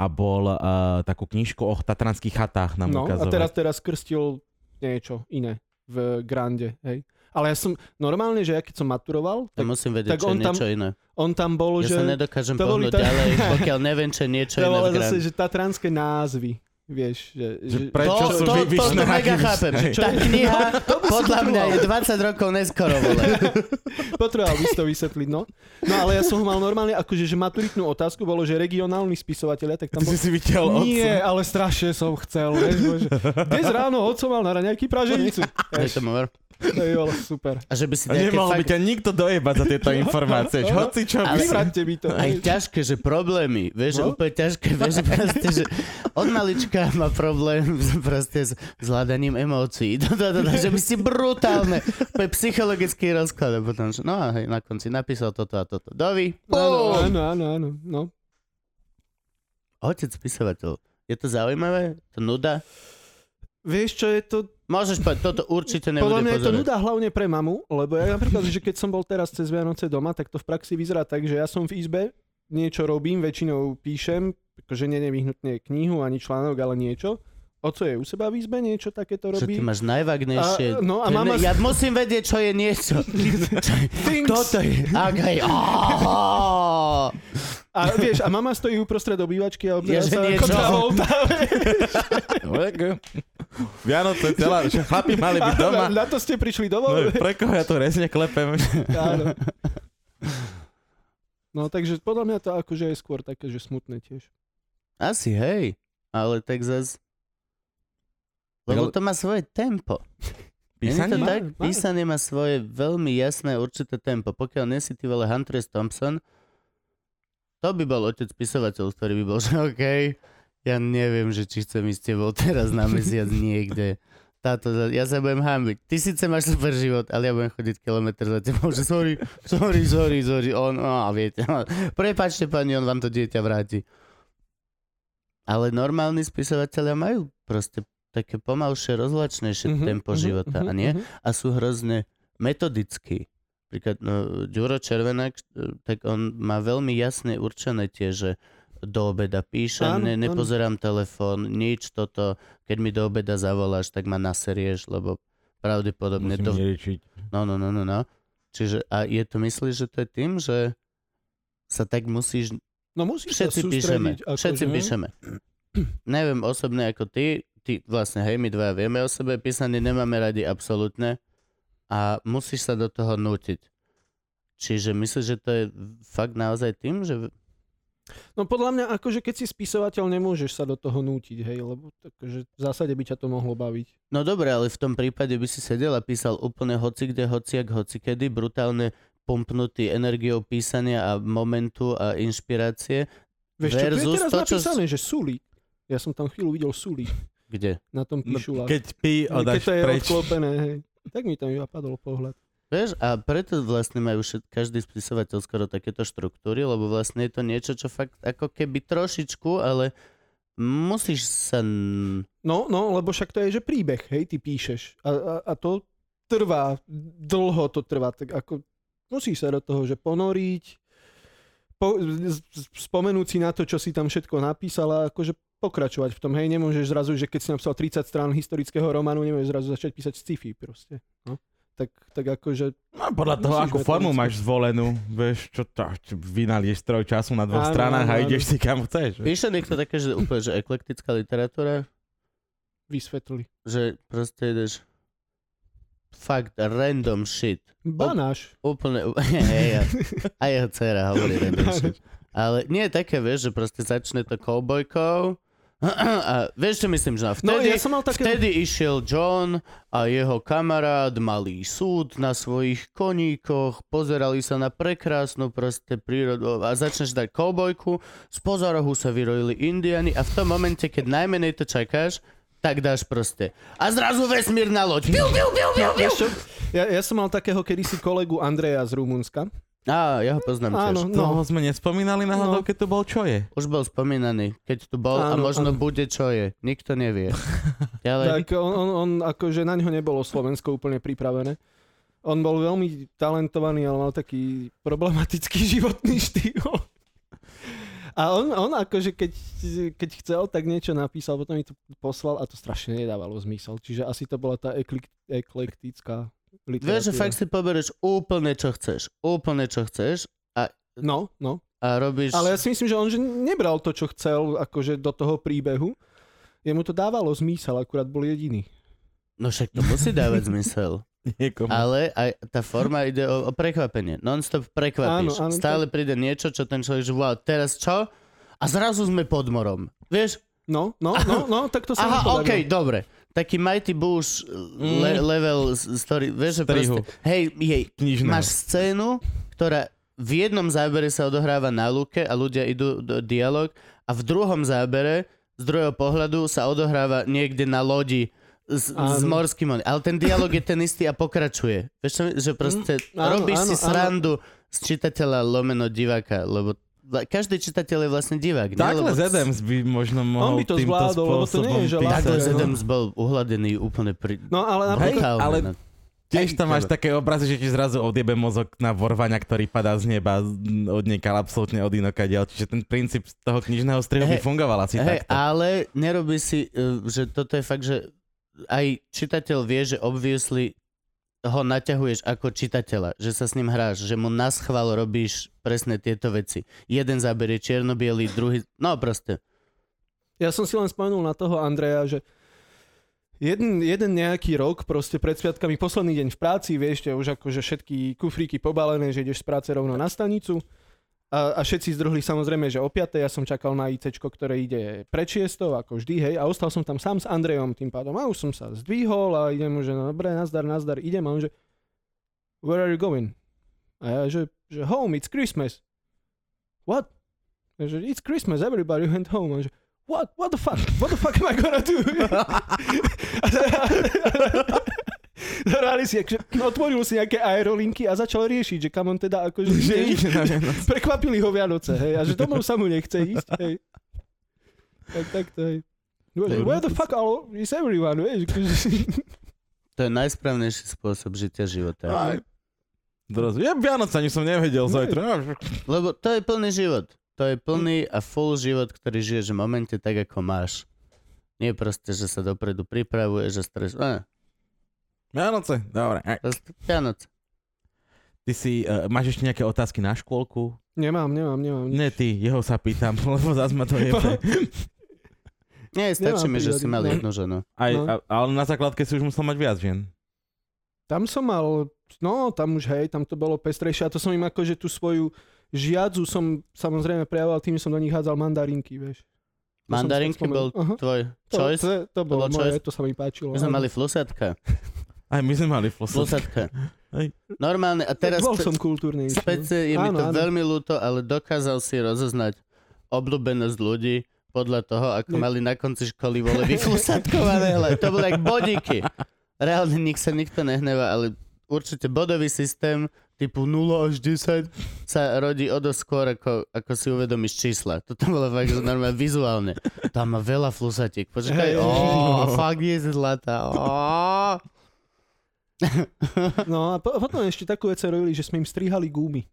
[SPEAKER 3] a bol uh, takú knižku o tatranských chatách nám
[SPEAKER 1] No a
[SPEAKER 3] ukazoval.
[SPEAKER 1] teraz, teraz krstil niečo iné v Grande, hej. Ale ja som, normálne, že ja keď som maturoval,
[SPEAKER 2] Ja
[SPEAKER 1] tak
[SPEAKER 2] musím vedieť,
[SPEAKER 1] tak
[SPEAKER 2] čo je
[SPEAKER 1] on tam-
[SPEAKER 2] niečo iné.
[SPEAKER 1] on tam bol,
[SPEAKER 2] Ja
[SPEAKER 1] že...
[SPEAKER 2] sa nedokážem
[SPEAKER 1] to boli
[SPEAKER 2] pohnúť
[SPEAKER 1] tak-
[SPEAKER 2] ďalej, pokiaľ neviem, čo je niečo
[SPEAKER 1] to
[SPEAKER 2] iné.
[SPEAKER 1] bolo
[SPEAKER 2] v
[SPEAKER 1] zase,
[SPEAKER 2] grande.
[SPEAKER 1] že tatranské názvy, vieš, že... že...
[SPEAKER 3] Že prečo
[SPEAKER 2] to,
[SPEAKER 3] sú
[SPEAKER 2] to,
[SPEAKER 3] vy,
[SPEAKER 2] to, to mega
[SPEAKER 3] vyšnávaní-
[SPEAKER 2] chápem.
[SPEAKER 3] Hej.
[SPEAKER 2] Tá kniha podľa mňa je 20 rokov neskoro, vole.
[SPEAKER 1] Potreboval by si to vysvetliť, no. No ale ja som ho mal normálne, akože, že maturitnú otázku bolo, že regionálni spisovatelia, tak
[SPEAKER 3] Ty
[SPEAKER 1] tam bol...
[SPEAKER 3] si si vytiaľ
[SPEAKER 1] Nie, ale strašne som chcel, vieš, bože. Dnes ráno otco mal na raňajky praženicu.
[SPEAKER 2] Hej, to bol-
[SPEAKER 1] To je bolo super.
[SPEAKER 2] A že by si
[SPEAKER 3] A
[SPEAKER 2] nejaké
[SPEAKER 3] nemohol by
[SPEAKER 2] fakt...
[SPEAKER 3] ťa nikto dojebať za tieto informácie. že Hoci čo by
[SPEAKER 2] Ale-
[SPEAKER 3] si...
[SPEAKER 1] Vyvráťte mi to.
[SPEAKER 2] Aj ťažké, že problémy, vieš,
[SPEAKER 1] No.
[SPEAKER 2] úplne ťažké, vieš, proste, že od malička má problém s- proste s zvládaním emócií, do, do, do, do, že by si brutálne, úplne psychologický rozklad a potom, že no a hej, na konci napísal toto a toto, dovi, No,
[SPEAKER 1] Áno,
[SPEAKER 2] bum!
[SPEAKER 1] áno, áno, áno. No.
[SPEAKER 2] Otec spisovateľ, je to zaujímavé? To nuda?
[SPEAKER 1] Vieš, čo je to?
[SPEAKER 2] Môžeš povedať, toto určite
[SPEAKER 1] Podľa
[SPEAKER 2] nebude
[SPEAKER 1] mňa je to
[SPEAKER 2] pozerať.
[SPEAKER 1] nuda hlavne pre mamu, lebo ja napríklad, že keď som bol teraz cez Vianoce doma, tak to v praxi vyzerá tak, že ja som v izbe, niečo robím, väčšinou píšem, akože nie nevyhnutne knihu ani článok, ale niečo. Oco je u seba v izbe, niečo takéto
[SPEAKER 2] Čo
[SPEAKER 1] robí.
[SPEAKER 2] ty máš
[SPEAKER 1] A-
[SPEAKER 2] najvagnejšie.
[SPEAKER 1] no a
[SPEAKER 2] Pre
[SPEAKER 1] mama-
[SPEAKER 2] mňa- Ja musím vedieť, čo je niečo. Čo je-
[SPEAKER 1] Things.
[SPEAKER 2] Toto je. Okay. Oh.
[SPEAKER 1] A vieš, a mama stojí uprostred obývačky a
[SPEAKER 2] Je,
[SPEAKER 1] obzerá
[SPEAKER 2] že
[SPEAKER 1] sa ako
[SPEAKER 2] niečo.
[SPEAKER 1] travolta.
[SPEAKER 3] Vianoce, celá, že chlapi mali byť doma.
[SPEAKER 1] Na to ste prišli
[SPEAKER 3] No,
[SPEAKER 1] domov.
[SPEAKER 3] pre koho ja to rezne klepem?
[SPEAKER 1] Áno. No takže podľa mňa to akože je skôr také, že smutné tiež.
[SPEAKER 2] Asi hej. Ale tak zas... Lebo
[SPEAKER 3] Tak ale-
[SPEAKER 2] to má svoje tempo. Písanie, to
[SPEAKER 1] Má-
[SPEAKER 2] tak?
[SPEAKER 1] má.
[SPEAKER 2] Písanie má svoje veľmi jasné určité tempo. Pokiaľ nesi ty vole Huntress Thompson, to by bol otec spisovateľ, ktorý by bol, že OK, Ja neviem, že či chcem ísť s tebou teraz na mesiac niekde. Táto, ja sa budem hambiť. Ty síce máš super život, ale ja budem chodiť kilometr za tebou, že sorry, sorry, sorry, sorry. On, a viete, prepačte pani, on vám to dieťa vráti. Ale normálni spisovatelia majú proste také pomalšie, rozlačnejšie
[SPEAKER 1] Mhm,
[SPEAKER 2] tempo
[SPEAKER 1] mhm,
[SPEAKER 2] života,
[SPEAKER 1] mhm,
[SPEAKER 2] a nie?
[SPEAKER 1] mhm.
[SPEAKER 2] a sú hrozne metodickí. Príklad, no, Ďuro Červenák, eh, tak on má veľmi jasne určené tie, že do obeda píšem,
[SPEAKER 1] Áno,
[SPEAKER 2] ne,
[SPEAKER 1] áno.
[SPEAKER 2] nepozerám telefón, nič toto. Keď mi do obeda zavoláš, tak ma naserieš, lebo pravdepodobne
[SPEAKER 3] Musím
[SPEAKER 2] do...
[SPEAKER 3] neriečiť.
[SPEAKER 2] No, no, no, no, no. Čiže a je to, myslíš, že to je tým, že sa tak musíš
[SPEAKER 1] No musíš
[SPEAKER 2] Všetci
[SPEAKER 1] sa
[SPEAKER 2] píšeme.
[SPEAKER 1] sústrediť. akože, ako
[SPEAKER 2] Všetci
[SPEAKER 1] že-
[SPEAKER 2] píšeme. Neviem osobne ako ty, ty vlastne, hej, my dvaja vieme o sebe, písanie nemáme radi absolútne a musíš sa do toho nútiť. Čiže myslíš, že to je fakt naozaj tým, že...
[SPEAKER 1] No podľa mňa, akože keď si spisovateľ, nemôžeš sa do toho nútiť, hej, lebo takže v zásade by ťa to mohlo baviť.
[SPEAKER 2] No dobre, ale v tom prípade by si sedel a písal úplne hoci kde, hociak, hoci kedy, brutálne pompnutý energiou písania a momentu a inšpirácie.
[SPEAKER 1] Vieš, čo tu je
[SPEAKER 2] Versus
[SPEAKER 1] teraz
[SPEAKER 2] to, čo s-
[SPEAKER 1] napísané, že Sulík. Ja som tam chvíľu videl Sulík.
[SPEAKER 2] Kde?
[SPEAKER 1] Na tom
[SPEAKER 3] No,
[SPEAKER 1] píšu.
[SPEAKER 3] keď pí,
[SPEAKER 1] No, keď
[SPEAKER 3] odáš
[SPEAKER 1] to je
[SPEAKER 3] preč.
[SPEAKER 1] odklopené, hej. Tak mi tam iba padol pohľad.
[SPEAKER 2] Vieš, a preto vlastne majú všet, každý spisovateľ skoro takéto štruktúry, lebo vlastne je to niečo, čo fakt ako keby trošičku, ale musíš sa... n-
[SPEAKER 1] No, no, lebo však to je, že príbeh, hej, ty píšeš. A, a, a to trvá, dlho to trvá, tak ako musíš sa do toho, že ponoriť, po, z- z- spomenúť si na to, čo si tam všetko napísala, akože pokračovať v tom, hej, nemôžeš zrazu, že keď si napísal 30 strán historického románu, nemôžeš zrazu začať písať sci-fi proste, no. Tak, tak akože,
[SPEAKER 3] No, podľa toho,
[SPEAKER 1] Musíš
[SPEAKER 3] akú
[SPEAKER 1] metodicky.
[SPEAKER 3] formu máš zvolenú, vieš, čo to, čo vynalieš stroj času na dvoch
[SPEAKER 1] Áno,
[SPEAKER 3] stranách a
[SPEAKER 1] áno.
[SPEAKER 3] ideš si kam chceš. vieš.
[SPEAKER 2] Píše niekto také, že úplne, že eklektická literatúra,
[SPEAKER 1] vysvetli.
[SPEAKER 2] že proste ideš fakt random shit.
[SPEAKER 1] Banáš.
[SPEAKER 2] Úplne, hej, a, a jeho dcera hovorí random shit. Ale nie je také, vieš, že proste začne to koubojkou a vieš, čo myslím, že a
[SPEAKER 1] No,
[SPEAKER 2] vtedy,
[SPEAKER 1] ja som mal také...
[SPEAKER 2] Vtedy išiel John a jeho kamarát malý súd na svojich koníkoch, pozerali sa na prekrásnu proste prírodu a začneš dať koubojku, spoza rohu sa vyrojili indiani a v tom momente, keď najmenej to čakáš, tak dáš proste. A zrazu vesmírna loď. Piu, piu, piu, piu, piu.
[SPEAKER 1] Vieš čo? Ja, ja som mal takého kedysi kolegu Andreja z Rumunska.
[SPEAKER 2] Á, ja ho poznám
[SPEAKER 1] Áno,
[SPEAKER 2] tiež.
[SPEAKER 1] no.
[SPEAKER 3] Toho sme nespomínali náhodou, keď tu bol čo je.
[SPEAKER 2] Už bol spomínaný, keď tu bol a
[SPEAKER 1] Áno,
[SPEAKER 2] možno
[SPEAKER 1] áno.
[SPEAKER 2] bude čo je. Nikto nevie. Ale
[SPEAKER 1] Tak on, on, on akože na ňo nebolo Slovensko úplne pripravené. On bol veľmi talentovaný, ale mal taký problematický životný štýl. A on, on akože keď, keď chcel, tak niečo napísal, potom mi to poslal a to strašne nedávalo zmysel. Čiže asi to bola tá eklik, eklektická literatúra.
[SPEAKER 2] vieš, že fakt si pobereš úplne čo chceš. Úplne čo chceš
[SPEAKER 1] No, no.
[SPEAKER 2] a robíš...
[SPEAKER 1] Ale ja si myslím, že on že nebral to, čo chcel akože do toho príbehu. Jemu to dávalo zmysel, akurát bol jediný.
[SPEAKER 2] No však to musí dávať zmysel.
[SPEAKER 3] Niekomu.
[SPEAKER 2] Ale aj tá forma ide o, o prekvapenie. Non-stop prekvapíš.
[SPEAKER 1] Áno, áno,
[SPEAKER 2] Stále príde niečo, čo ten človek že wow, teraz čo? A zrazu sme pod morom. Vieš?
[SPEAKER 1] No, no, no, no, tak to Mm. sa
[SPEAKER 2] Aha,
[SPEAKER 1] mi podarilo.
[SPEAKER 2] okej, dobre. Taký Mighty Bush le- level s- story. Vieš, že proste,
[SPEAKER 3] Strihu.
[SPEAKER 2] hej, jej,
[SPEAKER 1] No.
[SPEAKER 3] Knižného.
[SPEAKER 2] máš scénu, ktorá v jednom zábere sa odohráva na lúke a ľudia idú do dialog a v druhom zábere z druhého pohľadu sa odohráva niekde na lodi s, s
[SPEAKER 1] Áno.
[SPEAKER 2] morským on. Ale ten dialog je ten istý a pokračuje. Vieš čo, že proste
[SPEAKER 1] Mm, áno,
[SPEAKER 2] robíš
[SPEAKER 1] áno,
[SPEAKER 2] si
[SPEAKER 1] áno.
[SPEAKER 2] srandu z čitateľa lomeno diváka, lebo la- každý čitateľ je vlastne divák. nie?
[SPEAKER 3] Takhle
[SPEAKER 2] lebo
[SPEAKER 3] Zedems by možno mohol
[SPEAKER 1] by to
[SPEAKER 3] týmto
[SPEAKER 1] zvládol, lebo to nie je, že
[SPEAKER 3] spôsobom písať. no.
[SPEAKER 2] Takhle
[SPEAKER 1] Áno.
[SPEAKER 2] Zedems bol uhladený úplne pri...
[SPEAKER 1] No ale
[SPEAKER 3] Hej,
[SPEAKER 1] napríklad...
[SPEAKER 2] brutálne no.
[SPEAKER 3] ale
[SPEAKER 2] na-
[SPEAKER 3] Tiež tam máš
[SPEAKER 2] Tebe.
[SPEAKER 3] také obrazy, že ti zrazu odjebe mozog na vorvaňa, ktorý padá z neba, z- od niekal absolútne od inokadiaľ. Čiže ten princíp z toho knižného strihu by
[SPEAKER 2] Hej,
[SPEAKER 3] fungoval asi
[SPEAKER 2] Hej,
[SPEAKER 3] takto.
[SPEAKER 2] ale nerobí si, eh, že toto je fakt, že aj čitateľ vie, že obviously ho naťahuješ ako čitateľa, že sa s ním hráš, že mu na schvál robíš presne tieto veci. Jeden záber je čierno druhý... No proste.
[SPEAKER 1] Ja som si len spomenul na toho Andreja, že jeden, jeden nejaký rok proste pred sviatkami, posledný deň v práci, vieš, ťa už akože všetky kufríky pobalené, že ideš z práce rovno na stanicu. A, a všetci zdrhli samozrejme, že o 5. ja som čakal na ICčko, ktoré ide pred 6, ako vždy, hej, a ostal som tam sám s Andrejom tým pádom. A už som sa zdvihol a idem, že no dobre, nazdar, nazdar, idem a on že Where are you going? A ja, že, že home, it's Christmas. What? Ja, že, it's Christmas, everybody went home. A on že, what, what the fuck, what the fuck am I gonna do? Hrali si, akže otvoril si nejaké aerolinky a začal riešiť, že kam on teda akože
[SPEAKER 3] Že
[SPEAKER 1] ide.
[SPEAKER 3] ide na Vianoce.
[SPEAKER 1] Prekvapili ho Vianoce, hej, a že domov sa mu nechce ísť, hej. Tak, tak to hej. Where, where the fuck all is everyone, vieš? akože-
[SPEAKER 2] To je najsprávnejší spôsob žitia
[SPEAKER 1] No,
[SPEAKER 2] života.
[SPEAKER 3] Aj. Teraz, je Vianoc, ani som nevedel
[SPEAKER 1] Nie.
[SPEAKER 3] zajtra.
[SPEAKER 2] Lebo to je plný život. To je plný a full život, ktorý žiješ v momente tak, ako máš. Nie proste, že sa dopredu pripravuješ, že stres... Á,
[SPEAKER 3] Vianoce, dobre. Aj.
[SPEAKER 2] proste Vianoc.
[SPEAKER 3] Ty si, uh, máš ešte nejaké otázky na škôlku?
[SPEAKER 1] Nemám, nemám, nemám. nič.
[SPEAKER 3] Nie ty, jeho sa pýtam, lebo zás ma to jebe.
[SPEAKER 2] Nie,
[SPEAKER 1] Nemám
[SPEAKER 2] stačí mi, že
[SPEAKER 1] prírodný
[SPEAKER 2] si mal
[SPEAKER 1] plán.
[SPEAKER 2] jednu ženu.
[SPEAKER 3] Aj,
[SPEAKER 1] No.
[SPEAKER 3] a, ale na základke si už musel mať viac žien.
[SPEAKER 1] Tam som mal, no tam už hej, tam to bolo pestrejšie a to som im akože tú svoju žiadzu som samozrejme prejavoval tým, že som do nich hádzal mandarinky, vieš. To som
[SPEAKER 2] Mandarinky
[SPEAKER 1] spomenul.
[SPEAKER 2] bol
[SPEAKER 1] Aha.
[SPEAKER 2] tvoj
[SPEAKER 1] To,
[SPEAKER 2] choice.
[SPEAKER 1] to, to bolo
[SPEAKER 2] bol
[SPEAKER 1] moje,
[SPEAKER 2] choice?
[SPEAKER 1] to sa mi páčilo.
[SPEAKER 2] My sme
[SPEAKER 1] áno.
[SPEAKER 2] mali flusatka.
[SPEAKER 3] Aj my sme mali flosov.
[SPEAKER 2] Flusatka.
[SPEAKER 3] Hej.
[SPEAKER 2] Normálne, a teraz
[SPEAKER 1] Bol
[SPEAKER 2] spe-
[SPEAKER 1] som kultúrnejší. no.
[SPEAKER 2] späť je mi
[SPEAKER 1] Áno,
[SPEAKER 2] to
[SPEAKER 1] áno.
[SPEAKER 2] veľmi ľúto, ale dokázal si rozoznať obľúbenosť ľudí podľa toho, ako
[SPEAKER 1] Nie.
[SPEAKER 2] mali na konci školy vole vyflusatkované, ale to boli jak bodíky. Reálne nik sa nikto nehneva, ale určite bodový systém typu 0 až 10 sa rodí o dosť skôr, ako, ako si uvedomíš čísla. Toto bolo fakt že normálne vizuálne. Tam má veľa flusatiek. Počkaj,
[SPEAKER 1] Hej.
[SPEAKER 2] oh, fuck, je zlatá. Oh.
[SPEAKER 1] No a po- potom ešte takú vec robili, že sme im strihali gumy.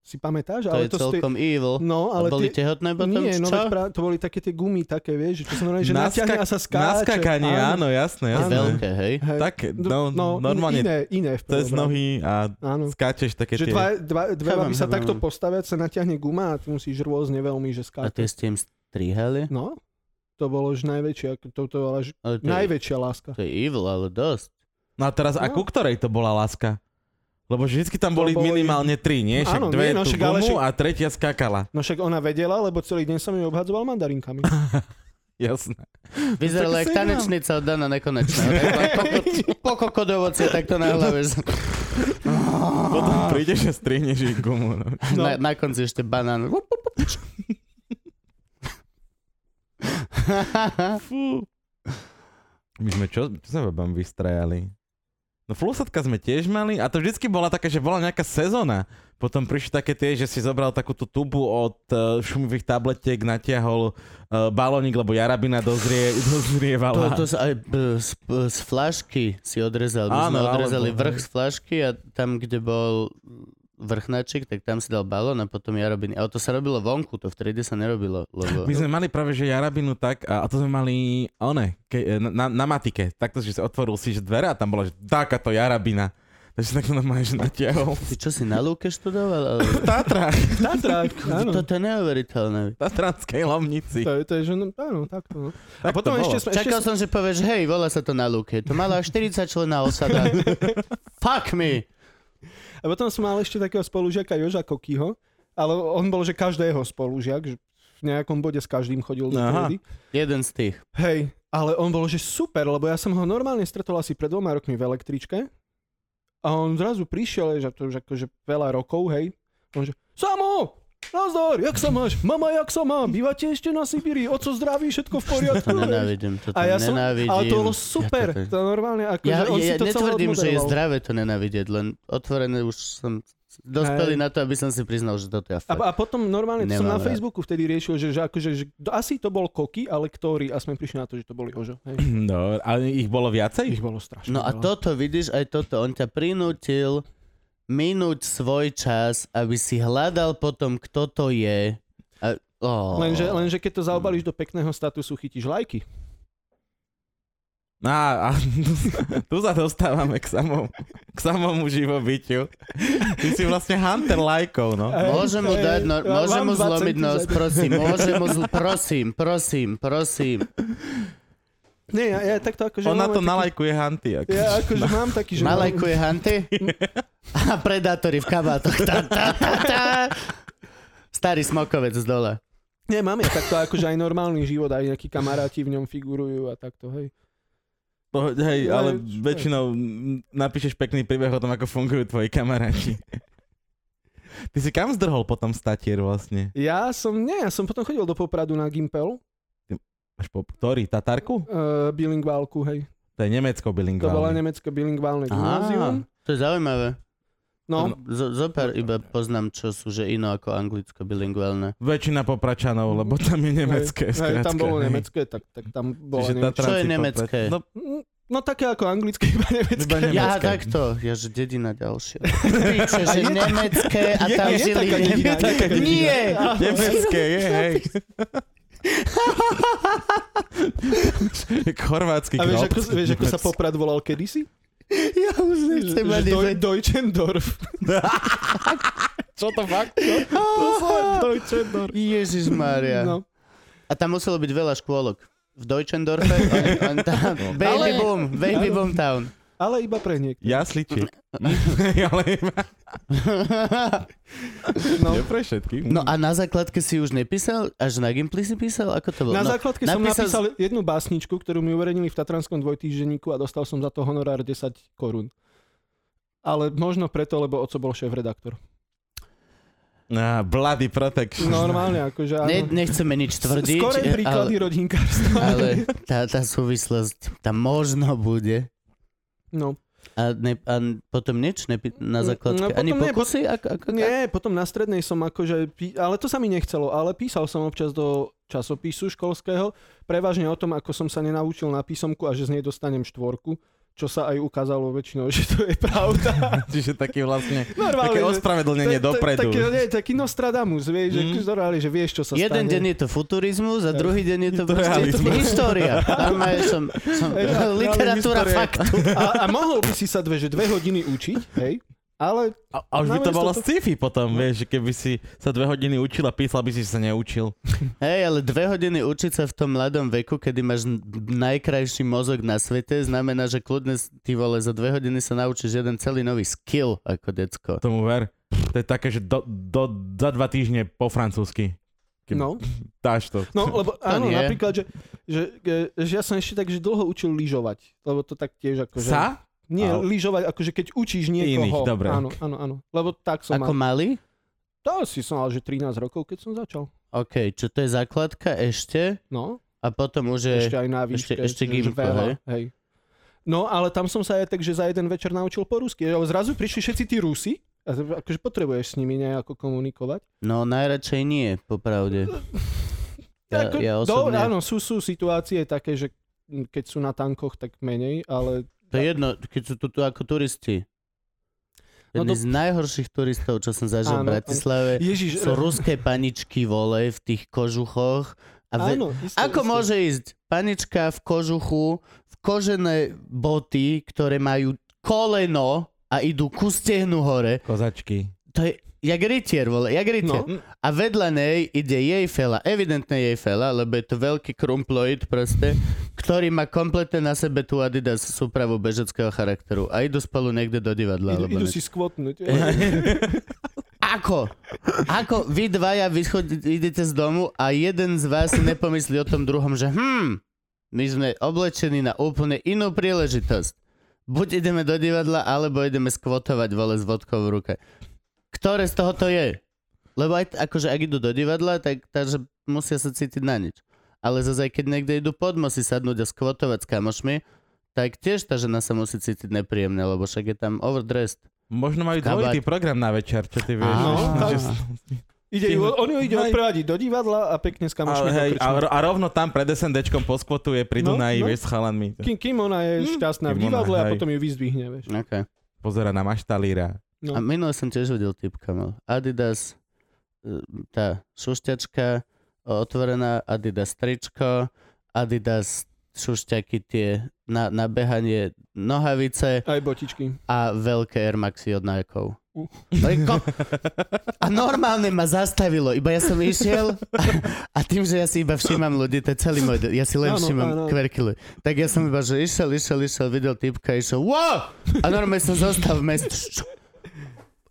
[SPEAKER 1] Si pamätáš?
[SPEAKER 2] To je celkom evil.
[SPEAKER 1] No, ale
[SPEAKER 2] Ale boli
[SPEAKER 1] tie-
[SPEAKER 2] tehotné potom?
[SPEAKER 1] Nie,
[SPEAKER 2] či
[SPEAKER 1] no
[SPEAKER 2] čo?
[SPEAKER 1] veď pra... to boli také tie gumy, také, vieš, že to som normálne, že
[SPEAKER 3] Na
[SPEAKER 1] natiahne a sa skáče.
[SPEAKER 3] Naskakanie, áno,
[SPEAKER 2] Je
[SPEAKER 3] jasné, jasné.
[SPEAKER 2] veľké, hej?
[SPEAKER 1] Hej.
[SPEAKER 3] Také, no,
[SPEAKER 1] no,
[SPEAKER 3] normálne
[SPEAKER 1] Iné, iné v prvom
[SPEAKER 3] cez
[SPEAKER 1] rade.
[SPEAKER 3] nohy a
[SPEAKER 1] Áno.
[SPEAKER 3] skáčeš také
[SPEAKER 1] Že
[SPEAKER 3] tie...
[SPEAKER 1] dva, dva, dve
[SPEAKER 2] Chápem,
[SPEAKER 1] baby sa
[SPEAKER 2] chápem,
[SPEAKER 1] takto
[SPEAKER 2] áno.
[SPEAKER 1] postavia, sa natiahne guma a ty musíš rôzne veľmi, že
[SPEAKER 2] A
[SPEAKER 1] skákať.
[SPEAKER 2] tie ste im strihali?
[SPEAKER 1] No, to bolo už najväčšia, to, to bola už
[SPEAKER 2] Ale to, je,
[SPEAKER 1] najväčšia láska.
[SPEAKER 2] to je evil, ale dosť.
[SPEAKER 3] No a teraz, a
[SPEAKER 1] No.
[SPEAKER 3] ku ktorej to bola láska? Lebo vždycky tam boli,
[SPEAKER 1] boli-
[SPEAKER 3] minimálne tri, nie? Však
[SPEAKER 1] Áno,
[SPEAKER 3] dve
[SPEAKER 1] nie, no,
[SPEAKER 3] tú
[SPEAKER 1] však ale
[SPEAKER 3] gumu
[SPEAKER 1] však-
[SPEAKER 3] a tretia skákala.
[SPEAKER 1] No však ona vedela, lebo celý deň som ju obhadzoval mandarinkami.
[SPEAKER 3] Jasné.
[SPEAKER 2] Vyzerala
[SPEAKER 3] No, Tak
[SPEAKER 2] jak
[SPEAKER 3] si nám.
[SPEAKER 2] tanečnica od Dana nekonečná. Po kokodovoci takto na hlave. že-
[SPEAKER 1] Ah.
[SPEAKER 3] Potom prídeš a strihneš jej gumu. No.
[SPEAKER 1] No.
[SPEAKER 2] Na, na konci ešte banán.
[SPEAKER 3] Fú. My sme čo, čo sme vám vystrajali? No flusatka sme tiež mali a to vždycky bola také, že bola nejaká sezóna. Potom prišli také tie, že si zobral takú tú tubu od uh, šumivých tabletiek, natiahol uh, balónik, lebo jarabina dozrie,
[SPEAKER 2] To,
[SPEAKER 3] dozrievala.
[SPEAKER 2] to sa aj b- z, b- z flašky si odrezal. My sme
[SPEAKER 3] Áno, alebo-
[SPEAKER 2] odrezali vrch z flašky a tam, kde bol vrchnáčik, tak tam si dal balón a potom ja robím. Ale to sa robilo vonku, to vtedy sa nerobilo. Lebo...
[SPEAKER 3] My sme mali práve, že jarabinu tak, a, a to sme mali, one, ke, e, na, na, na matike, takto, že si otvoril si že dvere a tam bola, že takáto jarabina. Takže si takto normálne, že natiahol.
[SPEAKER 2] Ty čo si na Lúke študoval? Ale...
[SPEAKER 3] V Tatrách,
[SPEAKER 1] Tatra, áno.
[SPEAKER 2] Toto je neuveriteľné.
[SPEAKER 3] v Tatranskej lomnici.
[SPEAKER 1] To je, to je, že no, áno, takto. No.
[SPEAKER 3] Tak
[SPEAKER 1] A potom
[SPEAKER 3] to bolo.
[SPEAKER 1] ešte sme... Ešte,
[SPEAKER 2] Čakal
[SPEAKER 1] sme-
[SPEAKER 2] som, že povieš, hej, volá sa to na Luke. To mala 40 člená osada. Fuck me!
[SPEAKER 1] a potom som mal ešte takého spolužiaka Joža Kokyho, ale on bol, že každého spolužiak, že v nejakom bode s každým chodil do
[SPEAKER 3] Aha.
[SPEAKER 1] triedy.
[SPEAKER 2] Jeden z tých.
[SPEAKER 1] Hej, ale on bol, že super, lebo ja som ho normálne stretol asi pred dvoma rokmi v električke a on zrazu prišiel, že to už akože veľa rokov, hej, on že, Samo, nazdar, jak sa máš? Mama, jak sa má? Bývate ešte na Sibíri? Oco zdraví, všetko v poriadku?
[SPEAKER 2] To nenávidím, toto
[SPEAKER 1] A ja som,
[SPEAKER 2] nenávidím.
[SPEAKER 1] ale to bolo super,
[SPEAKER 2] Ja,
[SPEAKER 1] to normálne, ako,
[SPEAKER 2] ja,
[SPEAKER 1] že on
[SPEAKER 2] ja, ja
[SPEAKER 1] si to
[SPEAKER 2] netvrdím, že je
[SPEAKER 1] celé
[SPEAKER 2] zdravé to nenávidieť, len otvorené už som
[SPEAKER 1] Hej.
[SPEAKER 2] dospelý na to, aby som si priznal, že toto
[SPEAKER 1] A,
[SPEAKER 2] ja fakt.
[SPEAKER 1] a potom normálne, to som na
[SPEAKER 2] Nemám rád.
[SPEAKER 1] Facebooku vtedy riešil, že, že, akože, že to- asi to bol Koky, ale ktorý, a sme prišli na to, že to boli Ožo. Hej.
[SPEAKER 3] No, ale ich bolo viacej?
[SPEAKER 1] Ich bolo strašne
[SPEAKER 2] No a
[SPEAKER 1] veľa.
[SPEAKER 2] toto vidíš, aj toto, on ťa prinútil minúť svoj čas, aby si hľadal potom, kto to je. A, oh.
[SPEAKER 1] Lenže, lenže keď to zaobalíš do pekného statusu, chytíš lajky.
[SPEAKER 3] Á, No a tu, tu sa dostávame k samomu, k samomu živobytiu. Ty si vlastne hunter lajkov, no.
[SPEAKER 1] Hej,
[SPEAKER 2] Môžem mu
[SPEAKER 1] hej,
[SPEAKER 2] dať, no,
[SPEAKER 1] ja
[SPEAKER 2] môžem
[SPEAKER 1] mám
[SPEAKER 2] mu
[SPEAKER 1] 20
[SPEAKER 2] zlomiť
[SPEAKER 1] centy
[SPEAKER 2] nos,
[SPEAKER 1] za-
[SPEAKER 2] prosím, môžem mu, zl- prosím, prosím, prosím.
[SPEAKER 1] Nie, ja, ja takto akože...
[SPEAKER 3] On
[SPEAKER 1] mám
[SPEAKER 3] na
[SPEAKER 1] aj
[SPEAKER 3] to
[SPEAKER 1] taký-
[SPEAKER 3] nalajkuje hunty. Ako.
[SPEAKER 1] Ja akože mám taký, že...
[SPEAKER 2] Malajkuje hanty a predátori v kabátoch. Tá, tá, tá, tá. Starý smokovec z dole.
[SPEAKER 1] Nie, mám ja takto akože aj normálny život, aj nejakí kamaráti v ňom figurujú a takto, hej.
[SPEAKER 3] Poho- Hej,
[SPEAKER 1] Ale-
[SPEAKER 3] ale väčšinou mm, napíšeš pekný príbeh o tom, ako fungujú tvoji kamaráti. Ty si kam zdrhol potom statier vlastne?
[SPEAKER 1] Ja som, nie, ja som potom chodil do Popradu na Gimpel.
[SPEAKER 3] Až po ktorý? Tatarku?
[SPEAKER 1] Uh, bilingválku, hej.
[SPEAKER 3] To je Nemecko
[SPEAKER 1] To bola
[SPEAKER 3] bilingválne.
[SPEAKER 1] nemecké bilingválne
[SPEAKER 3] Á.
[SPEAKER 1] gymnázium.
[SPEAKER 2] To je zaujímavé.
[SPEAKER 1] No,
[SPEAKER 2] Z- zopár iba poznám, čo sú že ino ako anglicko bilinguálne.
[SPEAKER 3] Väčšina popračanov, lebo tam je nemecké.
[SPEAKER 1] hej, tam
[SPEAKER 3] skrátka,
[SPEAKER 1] bolo
[SPEAKER 3] hej.
[SPEAKER 1] nemecké, tak, tak tam bola
[SPEAKER 3] Čiže
[SPEAKER 1] nemecké.
[SPEAKER 3] Tatranci
[SPEAKER 2] Čo je nemecké?
[SPEAKER 3] Poprač- No,
[SPEAKER 1] No také ako anglické, iba nemecké.
[SPEAKER 3] iba
[SPEAKER 2] Ja
[SPEAKER 3] nemecké.
[SPEAKER 2] takto, ja že dedina ďalšia. Píče, že nemecké a
[SPEAKER 1] Je-
[SPEAKER 2] tam
[SPEAKER 1] je
[SPEAKER 2] žili...
[SPEAKER 1] taká dedina, je taká dedina.
[SPEAKER 2] Nie!
[SPEAKER 3] Nemecké je, hej. Chorvátsky
[SPEAKER 1] A vieš
[SPEAKER 3] knop.
[SPEAKER 1] ako, vieš, ako sa Poprad volal kedysi?
[SPEAKER 2] Ja už nechcem
[SPEAKER 1] Že, že
[SPEAKER 2] ani
[SPEAKER 1] Doj,
[SPEAKER 2] vedieť.
[SPEAKER 1] Deutschendorf.
[SPEAKER 3] Čo to fakt?
[SPEAKER 1] Deutschendorf.
[SPEAKER 2] Ježišmária.
[SPEAKER 1] No.
[SPEAKER 2] A tam muselo byť veľa škôlok. V Deutschendorfe, on, on tam, baby
[SPEAKER 1] Ale-
[SPEAKER 2] boom, baby
[SPEAKER 1] Ale-
[SPEAKER 2] boom town.
[SPEAKER 1] Ale iba pre niekto.
[SPEAKER 3] Jasličík. Ale
[SPEAKER 1] No.
[SPEAKER 3] je pre všetkých.
[SPEAKER 2] No a na základke si už nepísal? Až na Gimply si písal? Ako to bolo?
[SPEAKER 1] Na
[SPEAKER 2] no,
[SPEAKER 1] základke som
[SPEAKER 2] napísal-
[SPEAKER 1] napísal jednu básničku, ktorú mi uverejnili v Tatranskom dvojtýždenníku a dostal som za to honorár 10 korún. Ale možno preto, lebo oco bol šéf-redaktor.
[SPEAKER 3] Ah, bloody protection.
[SPEAKER 1] Normálne, akože áno.
[SPEAKER 2] ne, nechceme nič tvrdiť,
[SPEAKER 1] Skore
[SPEAKER 2] e,
[SPEAKER 1] príklady
[SPEAKER 2] ale,
[SPEAKER 1] rodinkárstva.
[SPEAKER 2] ale tá, tá súvislosť tam možno bude.
[SPEAKER 1] No.
[SPEAKER 2] A, ne, a potom nič nepí,
[SPEAKER 1] No,
[SPEAKER 2] na
[SPEAKER 1] no,
[SPEAKER 2] základke? Ani
[SPEAKER 1] potom nie,
[SPEAKER 2] pokusy? Ako, ako,
[SPEAKER 1] Nie, potom na strednej som akože, pí- ale to sa mi nechcelo, ale písal som občas do časopisu školského, prevažne o tom, ako som sa nenaučil na písomku a že z nej dostanem štvorku, čo sa aj ukázalo väčšinou, že to je pravda.
[SPEAKER 3] Čiže taký vlastne,
[SPEAKER 1] Normálne,
[SPEAKER 3] také
[SPEAKER 1] že-
[SPEAKER 3] ospravedlnenie
[SPEAKER 1] To- to-
[SPEAKER 3] dopredu.
[SPEAKER 1] Taký, nie, taký Nostradamus, vieš, že,
[SPEAKER 3] Mm.
[SPEAKER 1] normálne, že vieš, čo sa
[SPEAKER 2] Jeden
[SPEAKER 1] stane.
[SPEAKER 2] deň je to futurizmus a druhý deň je to,
[SPEAKER 3] Je to
[SPEAKER 2] proste je to
[SPEAKER 3] realizmus.
[SPEAKER 2] história. Normálne som, som
[SPEAKER 1] Ej, ale
[SPEAKER 2] literatúra
[SPEAKER 1] história-
[SPEAKER 2] faktu.
[SPEAKER 1] A, a mohol by si sa dve, že dve hodiny učiť, hej? Ale
[SPEAKER 3] A, a už by
[SPEAKER 1] Namiesto
[SPEAKER 3] to bolo
[SPEAKER 1] to-
[SPEAKER 3] sci-fi potom, vieš, že keby si sa dve hodiny učil a písal by si, že sa neučil.
[SPEAKER 2] Hej, ale dve hodiny učiť sa v tom mladom veku, kedy máš n- najkrajší mozog na svete, znamená, že kľudne s- ty vole, za dve hodiny sa naučíš jeden celý nový skill ako decko.
[SPEAKER 3] Tomu ver. To je také, že do, do, za dva týždne po francúzsky. Keby
[SPEAKER 1] no,
[SPEAKER 3] Dáš to.
[SPEAKER 1] no lebo áno,
[SPEAKER 2] nie.
[SPEAKER 1] napríklad, že, že, e, že ja som ešte tak, že dlho učil lyžovať, lebo to tak tiež akože- ako, že...
[SPEAKER 3] Sa?
[SPEAKER 1] Nie,
[SPEAKER 3] Ale-
[SPEAKER 1] lyžovať, akože keď učíš niekoho.
[SPEAKER 3] Iných, dobre.
[SPEAKER 1] Áno, áno, áno. Lebo tak som
[SPEAKER 2] Ako
[SPEAKER 1] mal.
[SPEAKER 2] malý?
[SPEAKER 1] To si som mal, že 13 rokov, keď som začal.
[SPEAKER 2] OK, čo to je základka ešte
[SPEAKER 1] No,
[SPEAKER 2] a potom už je...
[SPEAKER 1] ešte aj na výške.
[SPEAKER 2] E, ešte- ešte
[SPEAKER 1] že- že
[SPEAKER 2] gimko,
[SPEAKER 1] veľa,
[SPEAKER 2] hej?
[SPEAKER 1] hej. No, ale tam som sa aj tak, že za jeden večer naučil po rusky. Lebo Zrazu prišli všetci tí Rusi, a z- akože potrebuješ s nimi nejako komunikovať.
[SPEAKER 2] No najradšej nie, popravde. Ja-
[SPEAKER 1] Ako-
[SPEAKER 2] ja
[SPEAKER 1] do-
[SPEAKER 2] osobne-
[SPEAKER 1] áno, sú, sú situácie také, že mm, keď sú na tankoch, tak menej, ale
[SPEAKER 2] To je jedno, keď sú tu, tu ako turisti.
[SPEAKER 1] No
[SPEAKER 2] Jedný
[SPEAKER 1] to-
[SPEAKER 2] z najhorších turistov, čo som zažil
[SPEAKER 1] Áno,
[SPEAKER 2] v Bratislave,
[SPEAKER 1] Ježiš,
[SPEAKER 2] E, sú ruské paničky, vole, v tých kožuchoch. A ve-
[SPEAKER 1] áno, isté,
[SPEAKER 2] Ako
[SPEAKER 1] isté.
[SPEAKER 2] môže ísť panička v kožuchu, v kožené boty, ktoré majú koleno a idú ku stehnu hore.
[SPEAKER 3] Kozačky.
[SPEAKER 2] To je jak rytier, vole, jak rytier.
[SPEAKER 1] No.
[SPEAKER 2] A vedľa nej ide jej fela, evidentne jej fela, lebo je to veľký krumploid proste, ktorý má kompletne na sebe tú Adidas súpravu bežeckého charakteru. A idú spolu niekde do divadla.
[SPEAKER 1] Idú,
[SPEAKER 2] alebo
[SPEAKER 1] idú
[SPEAKER 2] niečo.
[SPEAKER 1] si skvotnúť.
[SPEAKER 2] Ako? Ako vy dvaja vyschod- idete z domu a jeden z vás si nepomyslí o tom druhom, že hm, my sme oblečení na úplne inú príležitosť. Buď ideme do divadla, alebo ideme skvotovať vole s vodkou v ruke. Ktoré z toho to je? Lebo aj, akože ak idú do divadla, tak takže musia sa cítiť na nič. Ale zase aj keď niekde idú podmo si sadnúť a skvotovať s kamošmi, tak tiež tá žena sa musí cítiť nepríjemne, lebo však je tam overdressed.
[SPEAKER 3] Možno majú
[SPEAKER 2] Kabát.
[SPEAKER 3] dvojitý program na večer, čo ty vieš.
[SPEAKER 2] Á.
[SPEAKER 1] No,
[SPEAKER 3] Že-
[SPEAKER 1] Ide, ju- on ju ide
[SPEAKER 3] Hej.
[SPEAKER 1] odprevadiť do divadla a pekne s
[SPEAKER 3] Ale
[SPEAKER 1] kamošmi
[SPEAKER 3] hej,
[SPEAKER 1] do
[SPEAKER 3] a,
[SPEAKER 1] krčmy.
[SPEAKER 3] ro- a rovno tam pred SNDčkom poskvotuje pri
[SPEAKER 1] No,
[SPEAKER 3] Dunaji,
[SPEAKER 1] no.
[SPEAKER 3] vieš, s chalanmi.
[SPEAKER 1] Kým, kým ona je šťastná v
[SPEAKER 3] Kým ona,
[SPEAKER 1] divadle a
[SPEAKER 3] hej.
[SPEAKER 1] potom ju vyzdvihne, vieš.
[SPEAKER 2] Okay.
[SPEAKER 3] Pozera na maštalíra.
[SPEAKER 1] No.
[SPEAKER 2] A minule som tiež videl typka, mal Adidas, e, tá šušťačka e, otvorená, Adidas tričko, Adidas šušťaky tie na, na behanie nohavice
[SPEAKER 1] Aj botičky.
[SPEAKER 2] a veľké Air Maxi od Nikeov.
[SPEAKER 1] Uh.
[SPEAKER 2] No je ko- A normálne ma zastavilo, iba ja som išiel a, a tým, že ja si iba všímam ľudí, to je celý môj, de- ja si
[SPEAKER 1] Áno,
[SPEAKER 2] len
[SPEAKER 1] áno.
[SPEAKER 2] všímam kverky ľudí. Tak ja som iba, že išiel, išiel, išiel, videl typka, išiel, wow! A normálne som zostal v meste. Čo?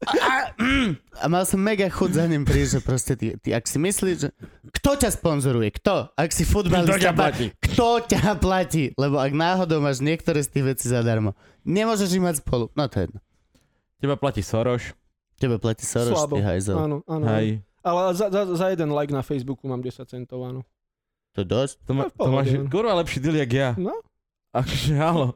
[SPEAKER 2] A, a, mm, a mal som mega chuť za ním prísť, že proste ty, ty, ak si myslíš, že... Kto ťa sponzoruje? Kto? Ak si futbalista,
[SPEAKER 3] Kto ťa
[SPEAKER 2] ba-
[SPEAKER 3] platí?
[SPEAKER 2] Kto ťa platí? Lebo ak náhodou máš niektoré z tých vecí zadarmo, nemôžeš ich mať spolu. No to je jedno.
[SPEAKER 3] Teba platí Soroš.
[SPEAKER 2] Tebe platí Soros,
[SPEAKER 1] Slabo.
[SPEAKER 2] ty hajzel.
[SPEAKER 1] Áno, áno.
[SPEAKER 3] Hej.
[SPEAKER 1] Ale za, za, za jeden like na Facebooku mám 10 centov, áno.
[SPEAKER 2] To to dosť.
[SPEAKER 3] To, ma,
[SPEAKER 1] v
[SPEAKER 3] to máš
[SPEAKER 1] pohode.
[SPEAKER 3] kurva lepší deal jak ja.
[SPEAKER 1] No.
[SPEAKER 3] Akože, halo.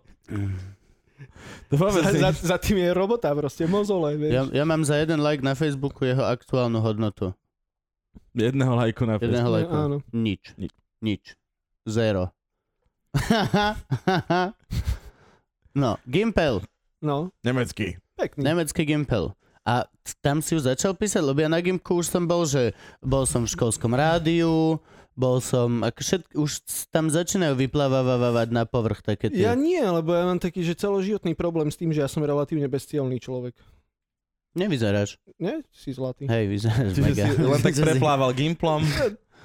[SPEAKER 3] To vôbec
[SPEAKER 1] Za,
[SPEAKER 3] nie-
[SPEAKER 1] za, za tým je robota proste, mozole, vieš.
[SPEAKER 2] Ja, ja mám za jeden like na Facebooku jeho aktuálnu hodnotu.
[SPEAKER 3] jedného lajku na
[SPEAKER 2] Jedného
[SPEAKER 1] No,
[SPEAKER 2] lajku.
[SPEAKER 1] áno.
[SPEAKER 2] Nič.
[SPEAKER 3] Nič.
[SPEAKER 2] Nič. Zero. no, Gimpel.
[SPEAKER 1] No,
[SPEAKER 3] Nemecký.
[SPEAKER 1] pekný.
[SPEAKER 2] Nemecký Gimpel. A t- tam si ju začal písať, lebo ja na Gimpku už som bol, že bol som v školskom rádiu, bol som, ako všetk, už s- tam začínajú vyplávavať na povrch také tie.
[SPEAKER 1] Ja nie, lebo ja mám taký, že celoživotný problém s tým, že ja som relatívne bezcielný človek.
[SPEAKER 2] Nevyzeráš.
[SPEAKER 1] Nie? Si zlatý.
[SPEAKER 2] Hej, vyzeráš
[SPEAKER 3] Čiže
[SPEAKER 2] mega.
[SPEAKER 3] si len tak
[SPEAKER 2] Že si-
[SPEAKER 3] preplával gimplom,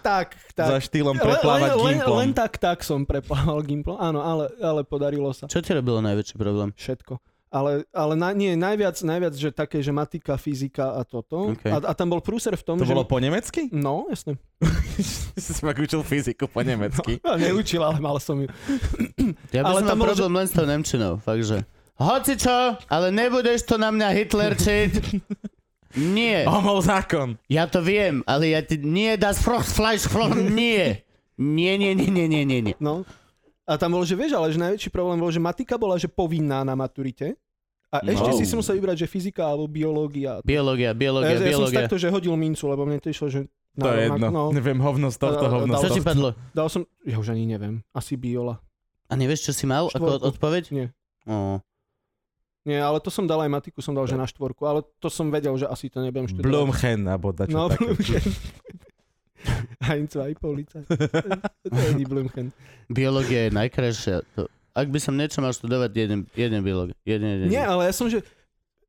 [SPEAKER 1] Tak, tak.
[SPEAKER 3] za štýlom
[SPEAKER 1] Le-
[SPEAKER 3] preplávať
[SPEAKER 1] len, len,
[SPEAKER 3] gimplom.
[SPEAKER 1] len tak, tak som preplával gimplom. Áno, ale, ale podarilo sa.
[SPEAKER 2] Čo ti robilo najväčší problém?
[SPEAKER 1] Všetko. Ale, ale na, nie, najviac, najviac, že také, že matika, fyzika a toto.
[SPEAKER 2] Okay.
[SPEAKER 1] A, a tam bol prúser v tom,
[SPEAKER 3] To
[SPEAKER 1] že...
[SPEAKER 3] bolo po nemecky?
[SPEAKER 1] No, jasne.
[SPEAKER 3] si si fakt učil fyziku po nemecky.
[SPEAKER 1] Ja neučil, ale mal som ju.
[SPEAKER 2] No, Ja
[SPEAKER 1] Ale
[SPEAKER 2] by ale som
[SPEAKER 1] tam
[SPEAKER 2] mal
[SPEAKER 1] bolo,
[SPEAKER 2] problém len s tou Nemčinou, takže. Hoci čo, ale nebudeš to na mňa Hitlerčiť. Nie.
[SPEAKER 3] Homov zákon.
[SPEAKER 2] Ja to viem, ale ja ti... Nie, das Frucht, Fleisch, Frucht, nie. Nie, nie, nie, nie, nie, nie, nie.
[SPEAKER 1] No. A tam bolo, že vieš, ale že najväčší problém bol, že matika bola, že povinná na maturite. A ešte
[SPEAKER 2] No.
[SPEAKER 1] si si musel vybrať, že fyzika alebo biológia.
[SPEAKER 2] Biológia,
[SPEAKER 1] ja, ja
[SPEAKER 2] biológia,
[SPEAKER 1] som si
[SPEAKER 2] biológia.
[SPEAKER 1] takto, že hodil mincu, lebo mne to išlo, že...
[SPEAKER 3] To je jedno.
[SPEAKER 1] No,
[SPEAKER 3] Neviem, hovno z tohto,
[SPEAKER 1] Ale-
[SPEAKER 3] hovno z
[SPEAKER 2] Čo ti
[SPEAKER 3] tohto.
[SPEAKER 2] padlo?
[SPEAKER 1] dal som... Ja už ani neviem. Asi biola.
[SPEAKER 2] A nevieš, čo si mal
[SPEAKER 1] Štvorku.
[SPEAKER 2] ako odpoveď?
[SPEAKER 1] Nie.
[SPEAKER 2] Ó.
[SPEAKER 1] Nie, ale to som dal aj matiku, som dal, že na štvorku. Ale to som vedel, že asi to nebudem študovať.
[SPEAKER 3] Blumchen, alebo dačo
[SPEAKER 1] No,
[SPEAKER 3] také.
[SPEAKER 1] Blumchen. Heinz Weipolica. To je Eddie Blumchen.
[SPEAKER 2] Biológia je najkrajšia. To... Ak by som niečo mal študovať, jeden, jeden biológ. Jeden, jeden.
[SPEAKER 1] Nie, ale ja som, že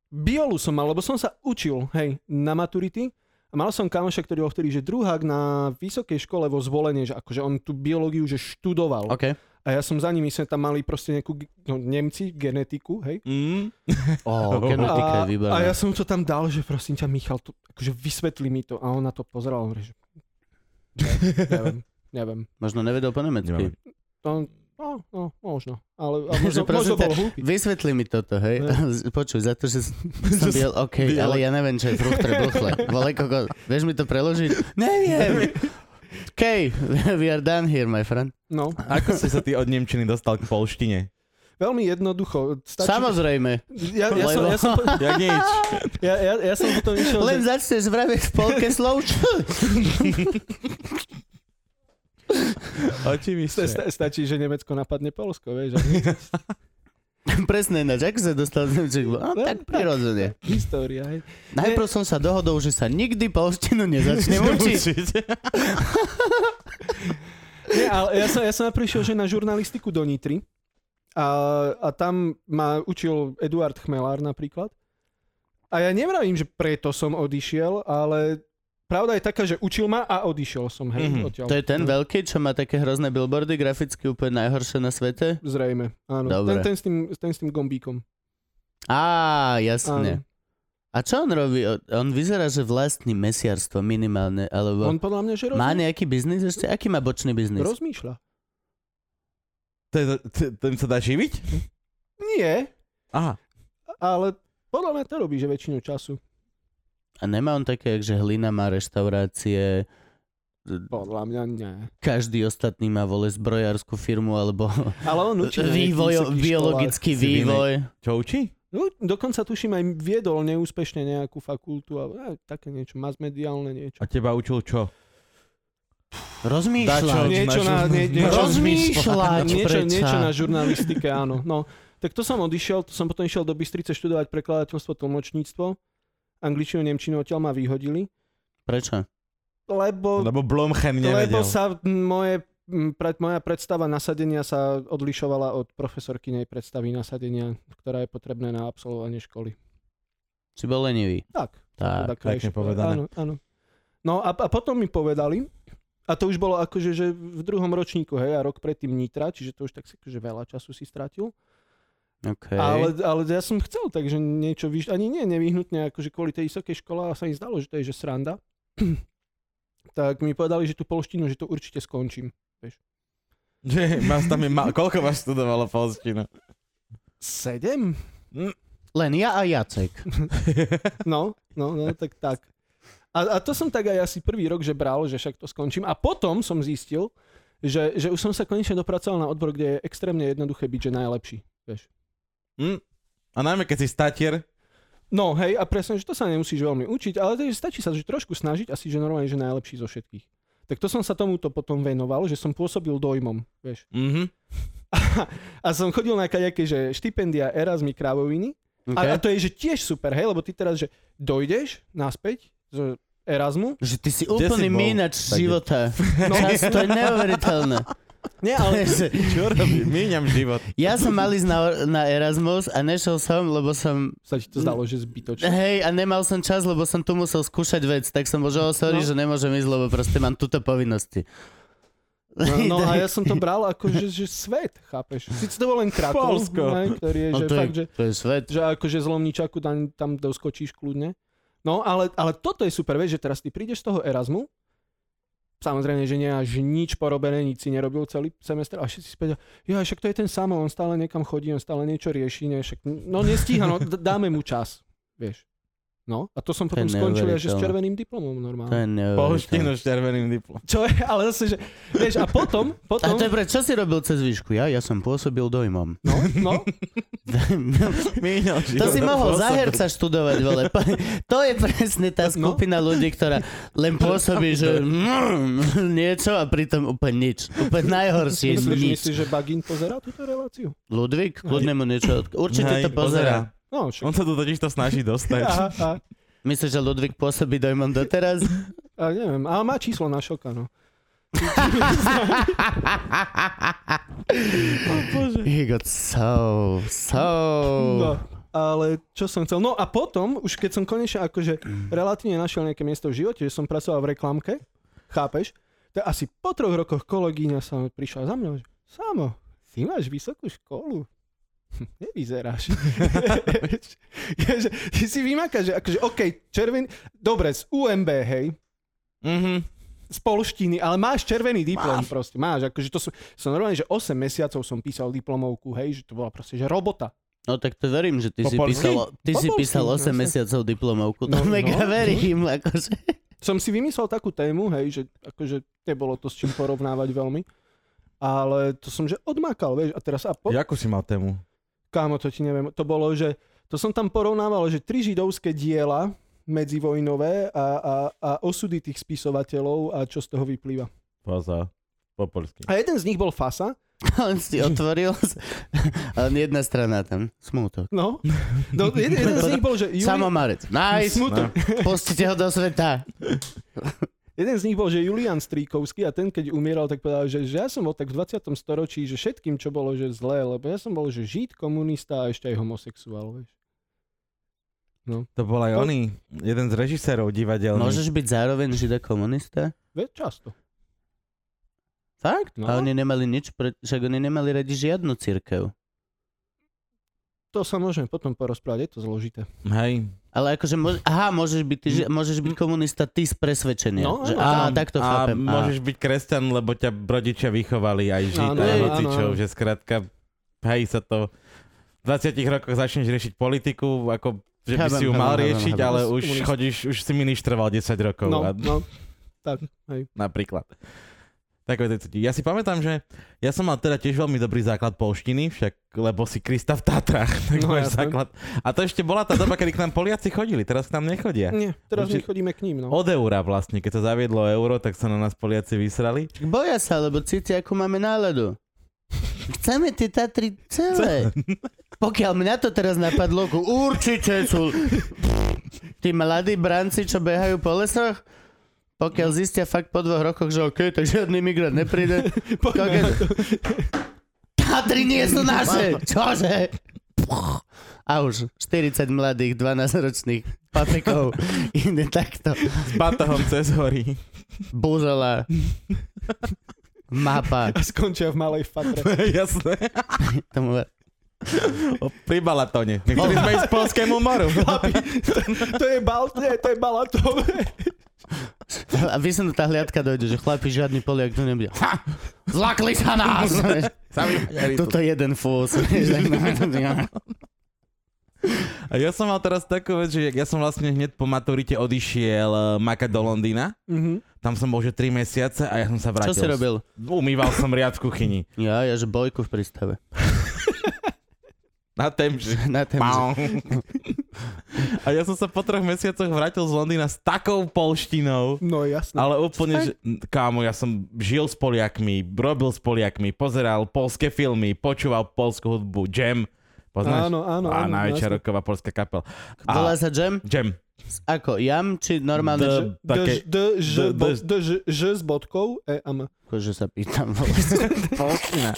[SPEAKER 1] biolu som mal, lebo som sa učil, hej, na maturity. A mal som kamoša, ktorý bol vtedy, že druhák na vysokej škole vo zvolenie, že akože on tú biológiu, že študoval.
[SPEAKER 2] OK.
[SPEAKER 1] A ja som za ním, my sme tam mali proste nejakú, ge- no, Nemci, genetiku, hej.
[SPEAKER 3] Mm.
[SPEAKER 2] Ó, genetika je
[SPEAKER 1] A,
[SPEAKER 2] výborná.
[SPEAKER 1] a ja som to tam dal, že prosím ťa, Michal, to, akože vysvetli mi to. A on na to pozeral, hovorí, že neviem, neviem.
[SPEAKER 2] Možno nevedel po nemecky.
[SPEAKER 3] Nemáme.
[SPEAKER 1] To, no, no, možno. Ale a
[SPEAKER 2] Že
[SPEAKER 1] možno, možno
[SPEAKER 2] prosím ťa,
[SPEAKER 1] bol hlúpy.
[SPEAKER 2] Vysvetli mi toto, hej. Počuj, za to, že som som biel, OK,
[SPEAKER 3] biel.
[SPEAKER 2] ale ja neviem, čo je fruchtre buchle. Vole, koko, vieš mi to preložiť? Neviem. OK, we are done here, my friend.
[SPEAKER 1] No,
[SPEAKER 3] Ako si sa ty od Nemčiny dostal k polštine?
[SPEAKER 1] veľmi jednoducho. Stačí,
[SPEAKER 2] Samozrejme.
[SPEAKER 1] Ja, ja, som, ja, som,
[SPEAKER 3] Jak nič.
[SPEAKER 1] ja, ja, ja som potom išiel,
[SPEAKER 2] Len
[SPEAKER 1] že,
[SPEAKER 2] začneš vraviť v polke slov.
[SPEAKER 1] sta,
[SPEAKER 3] Očividne.
[SPEAKER 1] sta, stačí, že Nemecko napadne Polsko, vieš. a
[SPEAKER 2] Presne ináč. Ako sa dostal z Nemček? A, tak prirodzene.
[SPEAKER 1] História, hej.
[SPEAKER 2] Najprv som sa dohodol, že sa nikdy polštinu nezačnem učiť.
[SPEAKER 1] Nie, ale ja som, ja som prišiel, že na žurnalistiku do Nitry a, a tam ma učil Eduard Chmelár napríklad. A ja nevravím, že preto som odišiel, ale pravda je taká, že učil ma a odišiel som, hej,
[SPEAKER 3] Mhm.
[SPEAKER 1] mm-hmm. odtiaľ.
[SPEAKER 2] To je ten veľký, čo má také hrozné billboardy, graficky úplne najhoršie na svete.
[SPEAKER 1] Zrejme, áno. Ten,
[SPEAKER 2] Dobre.
[SPEAKER 1] ten, s tým, ten s tým gombíkom.
[SPEAKER 2] Á,
[SPEAKER 1] Áno.
[SPEAKER 2] jasne. A čo on robí? On- On vyzerá, že vlastní mesiarstvo minimálne, alebo...
[SPEAKER 1] On podľa mňa, že roz,
[SPEAKER 2] Má nejaký biznis ešte? Aký má bočný biznis?
[SPEAKER 1] rozmýšľa.
[SPEAKER 3] To je to- t- Tým sa dá živiť?
[SPEAKER 1] Nie,
[SPEAKER 3] Aha.
[SPEAKER 1] ale podľa mňa to robí, že väčšinu času.
[SPEAKER 2] A nemá on také, že hlina má reštaurácie,
[SPEAKER 1] Podľa mňa nie.
[SPEAKER 2] každý ostatný má vole zbrojárskú firmu, alebo
[SPEAKER 1] Ale on učil na nejakých
[SPEAKER 2] vývoj,
[SPEAKER 1] vysokých
[SPEAKER 2] biologický
[SPEAKER 3] školách si
[SPEAKER 2] vývoj.
[SPEAKER 3] Čo učí?
[SPEAKER 1] školách. No, dokonca tuším aj viedol neúspešne nejakú fakultu a a také niečo, masmediálne niečo.
[SPEAKER 3] A teba učil čo?
[SPEAKER 2] Rozmýšľa.
[SPEAKER 3] Dačo.
[SPEAKER 1] Niečo na, nie, niečo,
[SPEAKER 2] Rozmýšľať,
[SPEAKER 1] niečo,
[SPEAKER 2] preča.
[SPEAKER 1] niečo na žurnalistike, áno. No, tak to som odišiel, to som potom išiel do Bystrice študovať prekladateľstvo, tlmočníctvo. Angličtinu, nemčinu odtiaľ ma vyhodili,
[SPEAKER 2] Prečo?
[SPEAKER 1] lebo
[SPEAKER 3] Lebo Blomchen
[SPEAKER 1] Lebo
[SPEAKER 3] nevedel.
[SPEAKER 1] sa moje, m, pred, moja predstava nasadenia sa odlišovala od profesorkynej predstavy nasadenia, ktorá je potrebné na absolvovanie školy.
[SPEAKER 2] Si bol lenivý.
[SPEAKER 1] Tak.
[SPEAKER 2] Tak.
[SPEAKER 3] pekne povedané.
[SPEAKER 1] Áno, áno. No a, a potom mi povedali, a to už bolo akože že v druhom ročníku, hej, a rok predtým Nitra, čiže to už tak si akože veľa času si stratil.
[SPEAKER 2] Okay.
[SPEAKER 1] Ale, ale ja som chcel, takže niečo, vyš... ani nie nevyhnutne, akože kvôli tej vysokej škole, ale sa mi zdalo, že to je že sranda. tak mi povedali, že tú polštinu, že to určite skončím.
[SPEAKER 3] Že vás tam je ma- Koľko vás študovalo polštinu?
[SPEAKER 1] Sedem?
[SPEAKER 2] Len ja a Jacek.
[SPEAKER 1] No, no, no, tak tak. A, a to som tak aj asi prvý rok, že bral, že však to skončím. A potom som zistil, že, že už som sa konečne dopracoval na odbor, kde je extrémne jednoduché byť, že najlepší. Vieš.
[SPEAKER 3] Hm? A najmä keď si statier,
[SPEAKER 1] No hej, a presne, že to sa nemusíš veľmi učiť, ale to, je, že stačí sa že trošku snažiť a si že normálne, že najlepší zo všetkých. Tak to som sa tomuto potom venoval, že som pôsobil dojmom, vieš.
[SPEAKER 3] mhm.
[SPEAKER 1] A som chodil na kajaké, že štipendia Erasmy Krávoviny. Okay. A, a
[SPEAKER 2] Okay?
[SPEAKER 1] to je, že tiež super, hej, lebo ty teraz, že dojdeš naspäť z Erasmu.
[SPEAKER 2] Že ty si
[SPEAKER 3] Kde
[SPEAKER 2] úplný
[SPEAKER 3] si bol?
[SPEAKER 2] mínač
[SPEAKER 3] Tak je-
[SPEAKER 2] života.
[SPEAKER 1] No,
[SPEAKER 2] Čas, to je neuveriteľné.
[SPEAKER 1] nie,
[SPEAKER 2] To
[SPEAKER 1] ale
[SPEAKER 2] je, že-
[SPEAKER 3] Čo robím? Míňam život.
[SPEAKER 2] Ja som mal ísť na, na Erasmus a nešiel som, lebo som...
[SPEAKER 1] sa ti to zdalo, že zbytočné.
[SPEAKER 2] Hej, a nemal som čas, lebo som tu musel skúšať vec, tak som bol, že oh, sorry,
[SPEAKER 1] No.
[SPEAKER 2] no. že nemôžem ísť, lebo proste mám túto povinnosti.
[SPEAKER 1] No, no a ja som to bral ako, že, že svet, chápeš? Sice to bol len Krakov,
[SPEAKER 3] Polsko.
[SPEAKER 1] ne, ktorý je,
[SPEAKER 2] no,
[SPEAKER 1] že
[SPEAKER 2] to, je,
[SPEAKER 1] fakt, že,
[SPEAKER 2] to je svet.
[SPEAKER 1] že akože zlomničaku tam, tam doskočíš kľudne. No, ale, ale toto je super, vieš, že teraz ty prídeš z toho Erasmu, samozrejme, že nemáš nič porobené, nič si nerobil celý semester a všetci si povedia, ja, však to je ten samo, on stále niekam chodí, on stále niečo rieši, ne, však, no nestíha, no d- dáme mu čas, vieš. No, a to som potom
[SPEAKER 2] je
[SPEAKER 1] skončil ja, že s
[SPEAKER 2] neuveriteľné.
[SPEAKER 1] červeným diplomom
[SPEAKER 2] To je
[SPEAKER 1] normálne.
[SPEAKER 2] neuveriteľné.
[SPEAKER 3] Polštinu s červeným diplom.
[SPEAKER 1] Čo je, ale zase, že, vieš, a potom,
[SPEAKER 2] A
[SPEAKER 1] potom,
[SPEAKER 2] to je pre, čo si robil cez výšku? Ja, ja som pôsobil dojmom.
[SPEAKER 1] no, no,
[SPEAKER 3] Míňam
[SPEAKER 2] To
[SPEAKER 3] život.
[SPEAKER 2] si mohol
[SPEAKER 3] Pôsobil.
[SPEAKER 2] za herca študovať, vole. Po- To je presne
[SPEAKER 1] No.
[SPEAKER 2] tá skupina ľudí, ktorá len pôsobí, že mm, niečo a pritom úplne nič. Úplne najhoršie je
[SPEAKER 1] myslíš,
[SPEAKER 2] nič.
[SPEAKER 1] myslíš, že Bagín pozerá túto reláciu?
[SPEAKER 2] Ludvík, kľudne mu niečo... od- Určite
[SPEAKER 3] Hej,
[SPEAKER 2] to pozerá.
[SPEAKER 1] No, však.
[SPEAKER 3] On sa to totiž to snaží dostať.
[SPEAKER 1] Aha, aha.
[SPEAKER 2] Myslíš, že Ludvík pôsobí dojmom doteraz?
[SPEAKER 1] A neviem, ale má číslo na šoka, no.
[SPEAKER 2] He got so, so...
[SPEAKER 1] no. Ale čo som chcel? No a potom, už keď som konečne akože relatívne našiel nejaké miesto v živote, že som pracoval v reklamke, chápeš? To asi po troch rokoch kolegyňa sa prišla za mňa, že Samo, ty máš vysokú školu. Hm, Nevyzeráš. Ja, že ty si vymakáš, že akože OK, červený, dobre, z UMB, hej,
[SPEAKER 3] Mhm.
[SPEAKER 1] z polštiny, ale máš červený diplom máš. proste, máš, akože to som, som normálne, že 8 mesiacov som písal diplomovku, hej, že to bola proste, že robota.
[SPEAKER 2] No tak to verím, že ty
[SPEAKER 3] Po
[SPEAKER 2] si
[SPEAKER 3] polsky?
[SPEAKER 2] písal, ty
[SPEAKER 1] Po
[SPEAKER 2] si
[SPEAKER 1] polsky,
[SPEAKER 2] písal 8
[SPEAKER 1] jasne.
[SPEAKER 2] mesiacov diplomovku. To
[SPEAKER 1] No, no.
[SPEAKER 2] mega verím, akože.
[SPEAKER 1] Som si vymyslel takú tému, hej, že akože nebolo to s čím porovnávať veľmi, ale to som, že odmákal, vieš, a teraz, a po,
[SPEAKER 3] Jakú si mal tému?
[SPEAKER 1] kámo, to ti neviem, to bolo, že, to som tam porovnával, že tri židovské diela medzivojnové a, a, a osudy tých spisovateľov a čo z toho vyplýva.
[SPEAKER 3] Faza. Po polsky.
[SPEAKER 1] A jeden z nich bol Fasa,
[SPEAKER 2] On si otvoril, a len jedna strana tam, smútok.
[SPEAKER 1] no, no jeden, jeden z nich bol, že Juli...
[SPEAKER 2] Samo Marec. Nice.
[SPEAKER 1] Smutok.
[SPEAKER 2] Pustite ho do sveta.
[SPEAKER 1] Jeden z nich bol, že Julian Stríkovský a ten, keď umieral, tak povedal, že, že ja som bol tak v 20. storočí, že všetkým, čo bolo, že zlé, lebo ja som bol, že žid, komunista a ešte aj homosexuál, vieš.
[SPEAKER 3] To bol aj
[SPEAKER 1] To-
[SPEAKER 3] oný, jeden z režisérov divadelný.
[SPEAKER 2] Môžeš byť zároveň žida komunista?
[SPEAKER 1] Ve, často.
[SPEAKER 2] Fakt?
[SPEAKER 1] No.
[SPEAKER 2] No. A oni nemali nič, pre... však oni nemali radi žiadnu církev.
[SPEAKER 1] To sa môžeme potom porozprávať, je to zložité.
[SPEAKER 3] Hej.
[SPEAKER 2] Ale akože, mo- aha, môžeš byť, ty, ži- môžeš byť komunista ty z presvedčenia.
[SPEAKER 1] No,
[SPEAKER 2] že,
[SPEAKER 1] áno,
[SPEAKER 2] á,
[SPEAKER 1] áno.
[SPEAKER 2] tak to
[SPEAKER 3] a
[SPEAKER 2] chápem. á.
[SPEAKER 3] môžeš byť kresťan, lebo ťa rodičia vychovali aj žiť
[SPEAKER 1] Áno,
[SPEAKER 3] a
[SPEAKER 2] áno,
[SPEAKER 3] hocičov,
[SPEAKER 1] áno.
[SPEAKER 3] že skrátka, hej, sa to v 20 rokoch začneš riešiť politiku, ako že by
[SPEAKER 2] Chápem,
[SPEAKER 3] si ju
[SPEAKER 2] chápem,
[SPEAKER 3] mal
[SPEAKER 2] chápem,
[SPEAKER 3] riešiť,
[SPEAKER 2] chápem.
[SPEAKER 3] ale
[SPEAKER 1] Si
[SPEAKER 3] už
[SPEAKER 1] komunista.
[SPEAKER 3] chodíš, už si ministroval 10 rokov.
[SPEAKER 1] No,
[SPEAKER 3] a,
[SPEAKER 1] no, tak, hej.
[SPEAKER 3] Napríklad. Takové to cíti. Ja si pamätám, že ja som mal teda tiež veľmi dobrý základ polštiny, však lebo si Krista v Tatrách, tak
[SPEAKER 1] No,
[SPEAKER 3] no, máš
[SPEAKER 1] jasné.
[SPEAKER 3] základ. A to ešte bola tá doba, kedy k nám Poliaci chodili, teraz k nám nechodia.
[SPEAKER 1] Nie, teraz my
[SPEAKER 3] Určite-
[SPEAKER 1] chodíme k ním, no.
[SPEAKER 3] Od eura vlastne, keď sa zaviedlo euro, tak sa na nás Poliaci vysrali.
[SPEAKER 2] Boja sa, lebo cítia, akú máme náladu. Chceme tie Tatry celé. Pokiaľ mňa to teraz napadlo, ku- určite sú tí mladí branci, čo behajú po lesoch, pokiaľ zistia fakt po dvoch rokoch, že OK, tak žiadny migrant nepríde.
[SPEAKER 1] Poďme na to.
[SPEAKER 2] Tatry nie sú naše! Čože? A už 40 mladých, 12-ročných papekov ide takto.
[SPEAKER 3] S batohom cez hory.
[SPEAKER 2] Búžala. Mapa.
[SPEAKER 1] A skončia v malej fatre.
[SPEAKER 3] Jasné.
[SPEAKER 2] Tomu ver-
[SPEAKER 3] O, Pri Balatone. My chceli sme ísť k Polskému moru.
[SPEAKER 1] Chlapi, to, to je bal, nie, to je balatón.
[SPEAKER 2] A vysunutá hliadka dojde, že chlapi žiadny poliak tu nebude. Ha! Zlakli sa nás!
[SPEAKER 3] Sami Maďari tu.
[SPEAKER 2] Toto jeden fús. vieš, tak na-
[SPEAKER 3] A ja som mal teraz takú vec, že ja som vlastne hneď po maturite odišiel eh, makať do Londýna.
[SPEAKER 1] Mhm.
[SPEAKER 3] Tam som bol že 3 mesiace a ja som
[SPEAKER 2] Čo
[SPEAKER 3] sa vrátil.
[SPEAKER 2] si robil?
[SPEAKER 3] Umýval som riad v kuchyni.
[SPEAKER 2] Ja, ja, že bojku v prístave.
[SPEAKER 3] Na temži.
[SPEAKER 2] Na tém,
[SPEAKER 3] Pau. A ja som sa po troch mesiacoch vrátil z Londýna s takou polštinou.
[SPEAKER 1] No jasné.
[SPEAKER 3] Ale úplne, že, kámo, ja som žil s Poliakmi, robil s Poliakmi, pozeral polské filmy, počúval polskú hudbu, Jam, poznáš?
[SPEAKER 1] Áno, áno,
[SPEAKER 3] A
[SPEAKER 1] áno, no,
[SPEAKER 3] najväčšia
[SPEAKER 1] jasne.
[SPEAKER 3] roková polská kapela.
[SPEAKER 2] Volá
[SPEAKER 3] A
[SPEAKER 2] sa Jam?
[SPEAKER 3] Jam.
[SPEAKER 2] Ako, Jam či normálne?
[SPEAKER 3] The- také-
[SPEAKER 1] D, ž,
[SPEAKER 3] d-
[SPEAKER 1] bo-
[SPEAKER 3] d-
[SPEAKER 1] d, ž, ž s bodkou, e a m.
[SPEAKER 2] Akože sa pýtam.
[SPEAKER 3] Polština.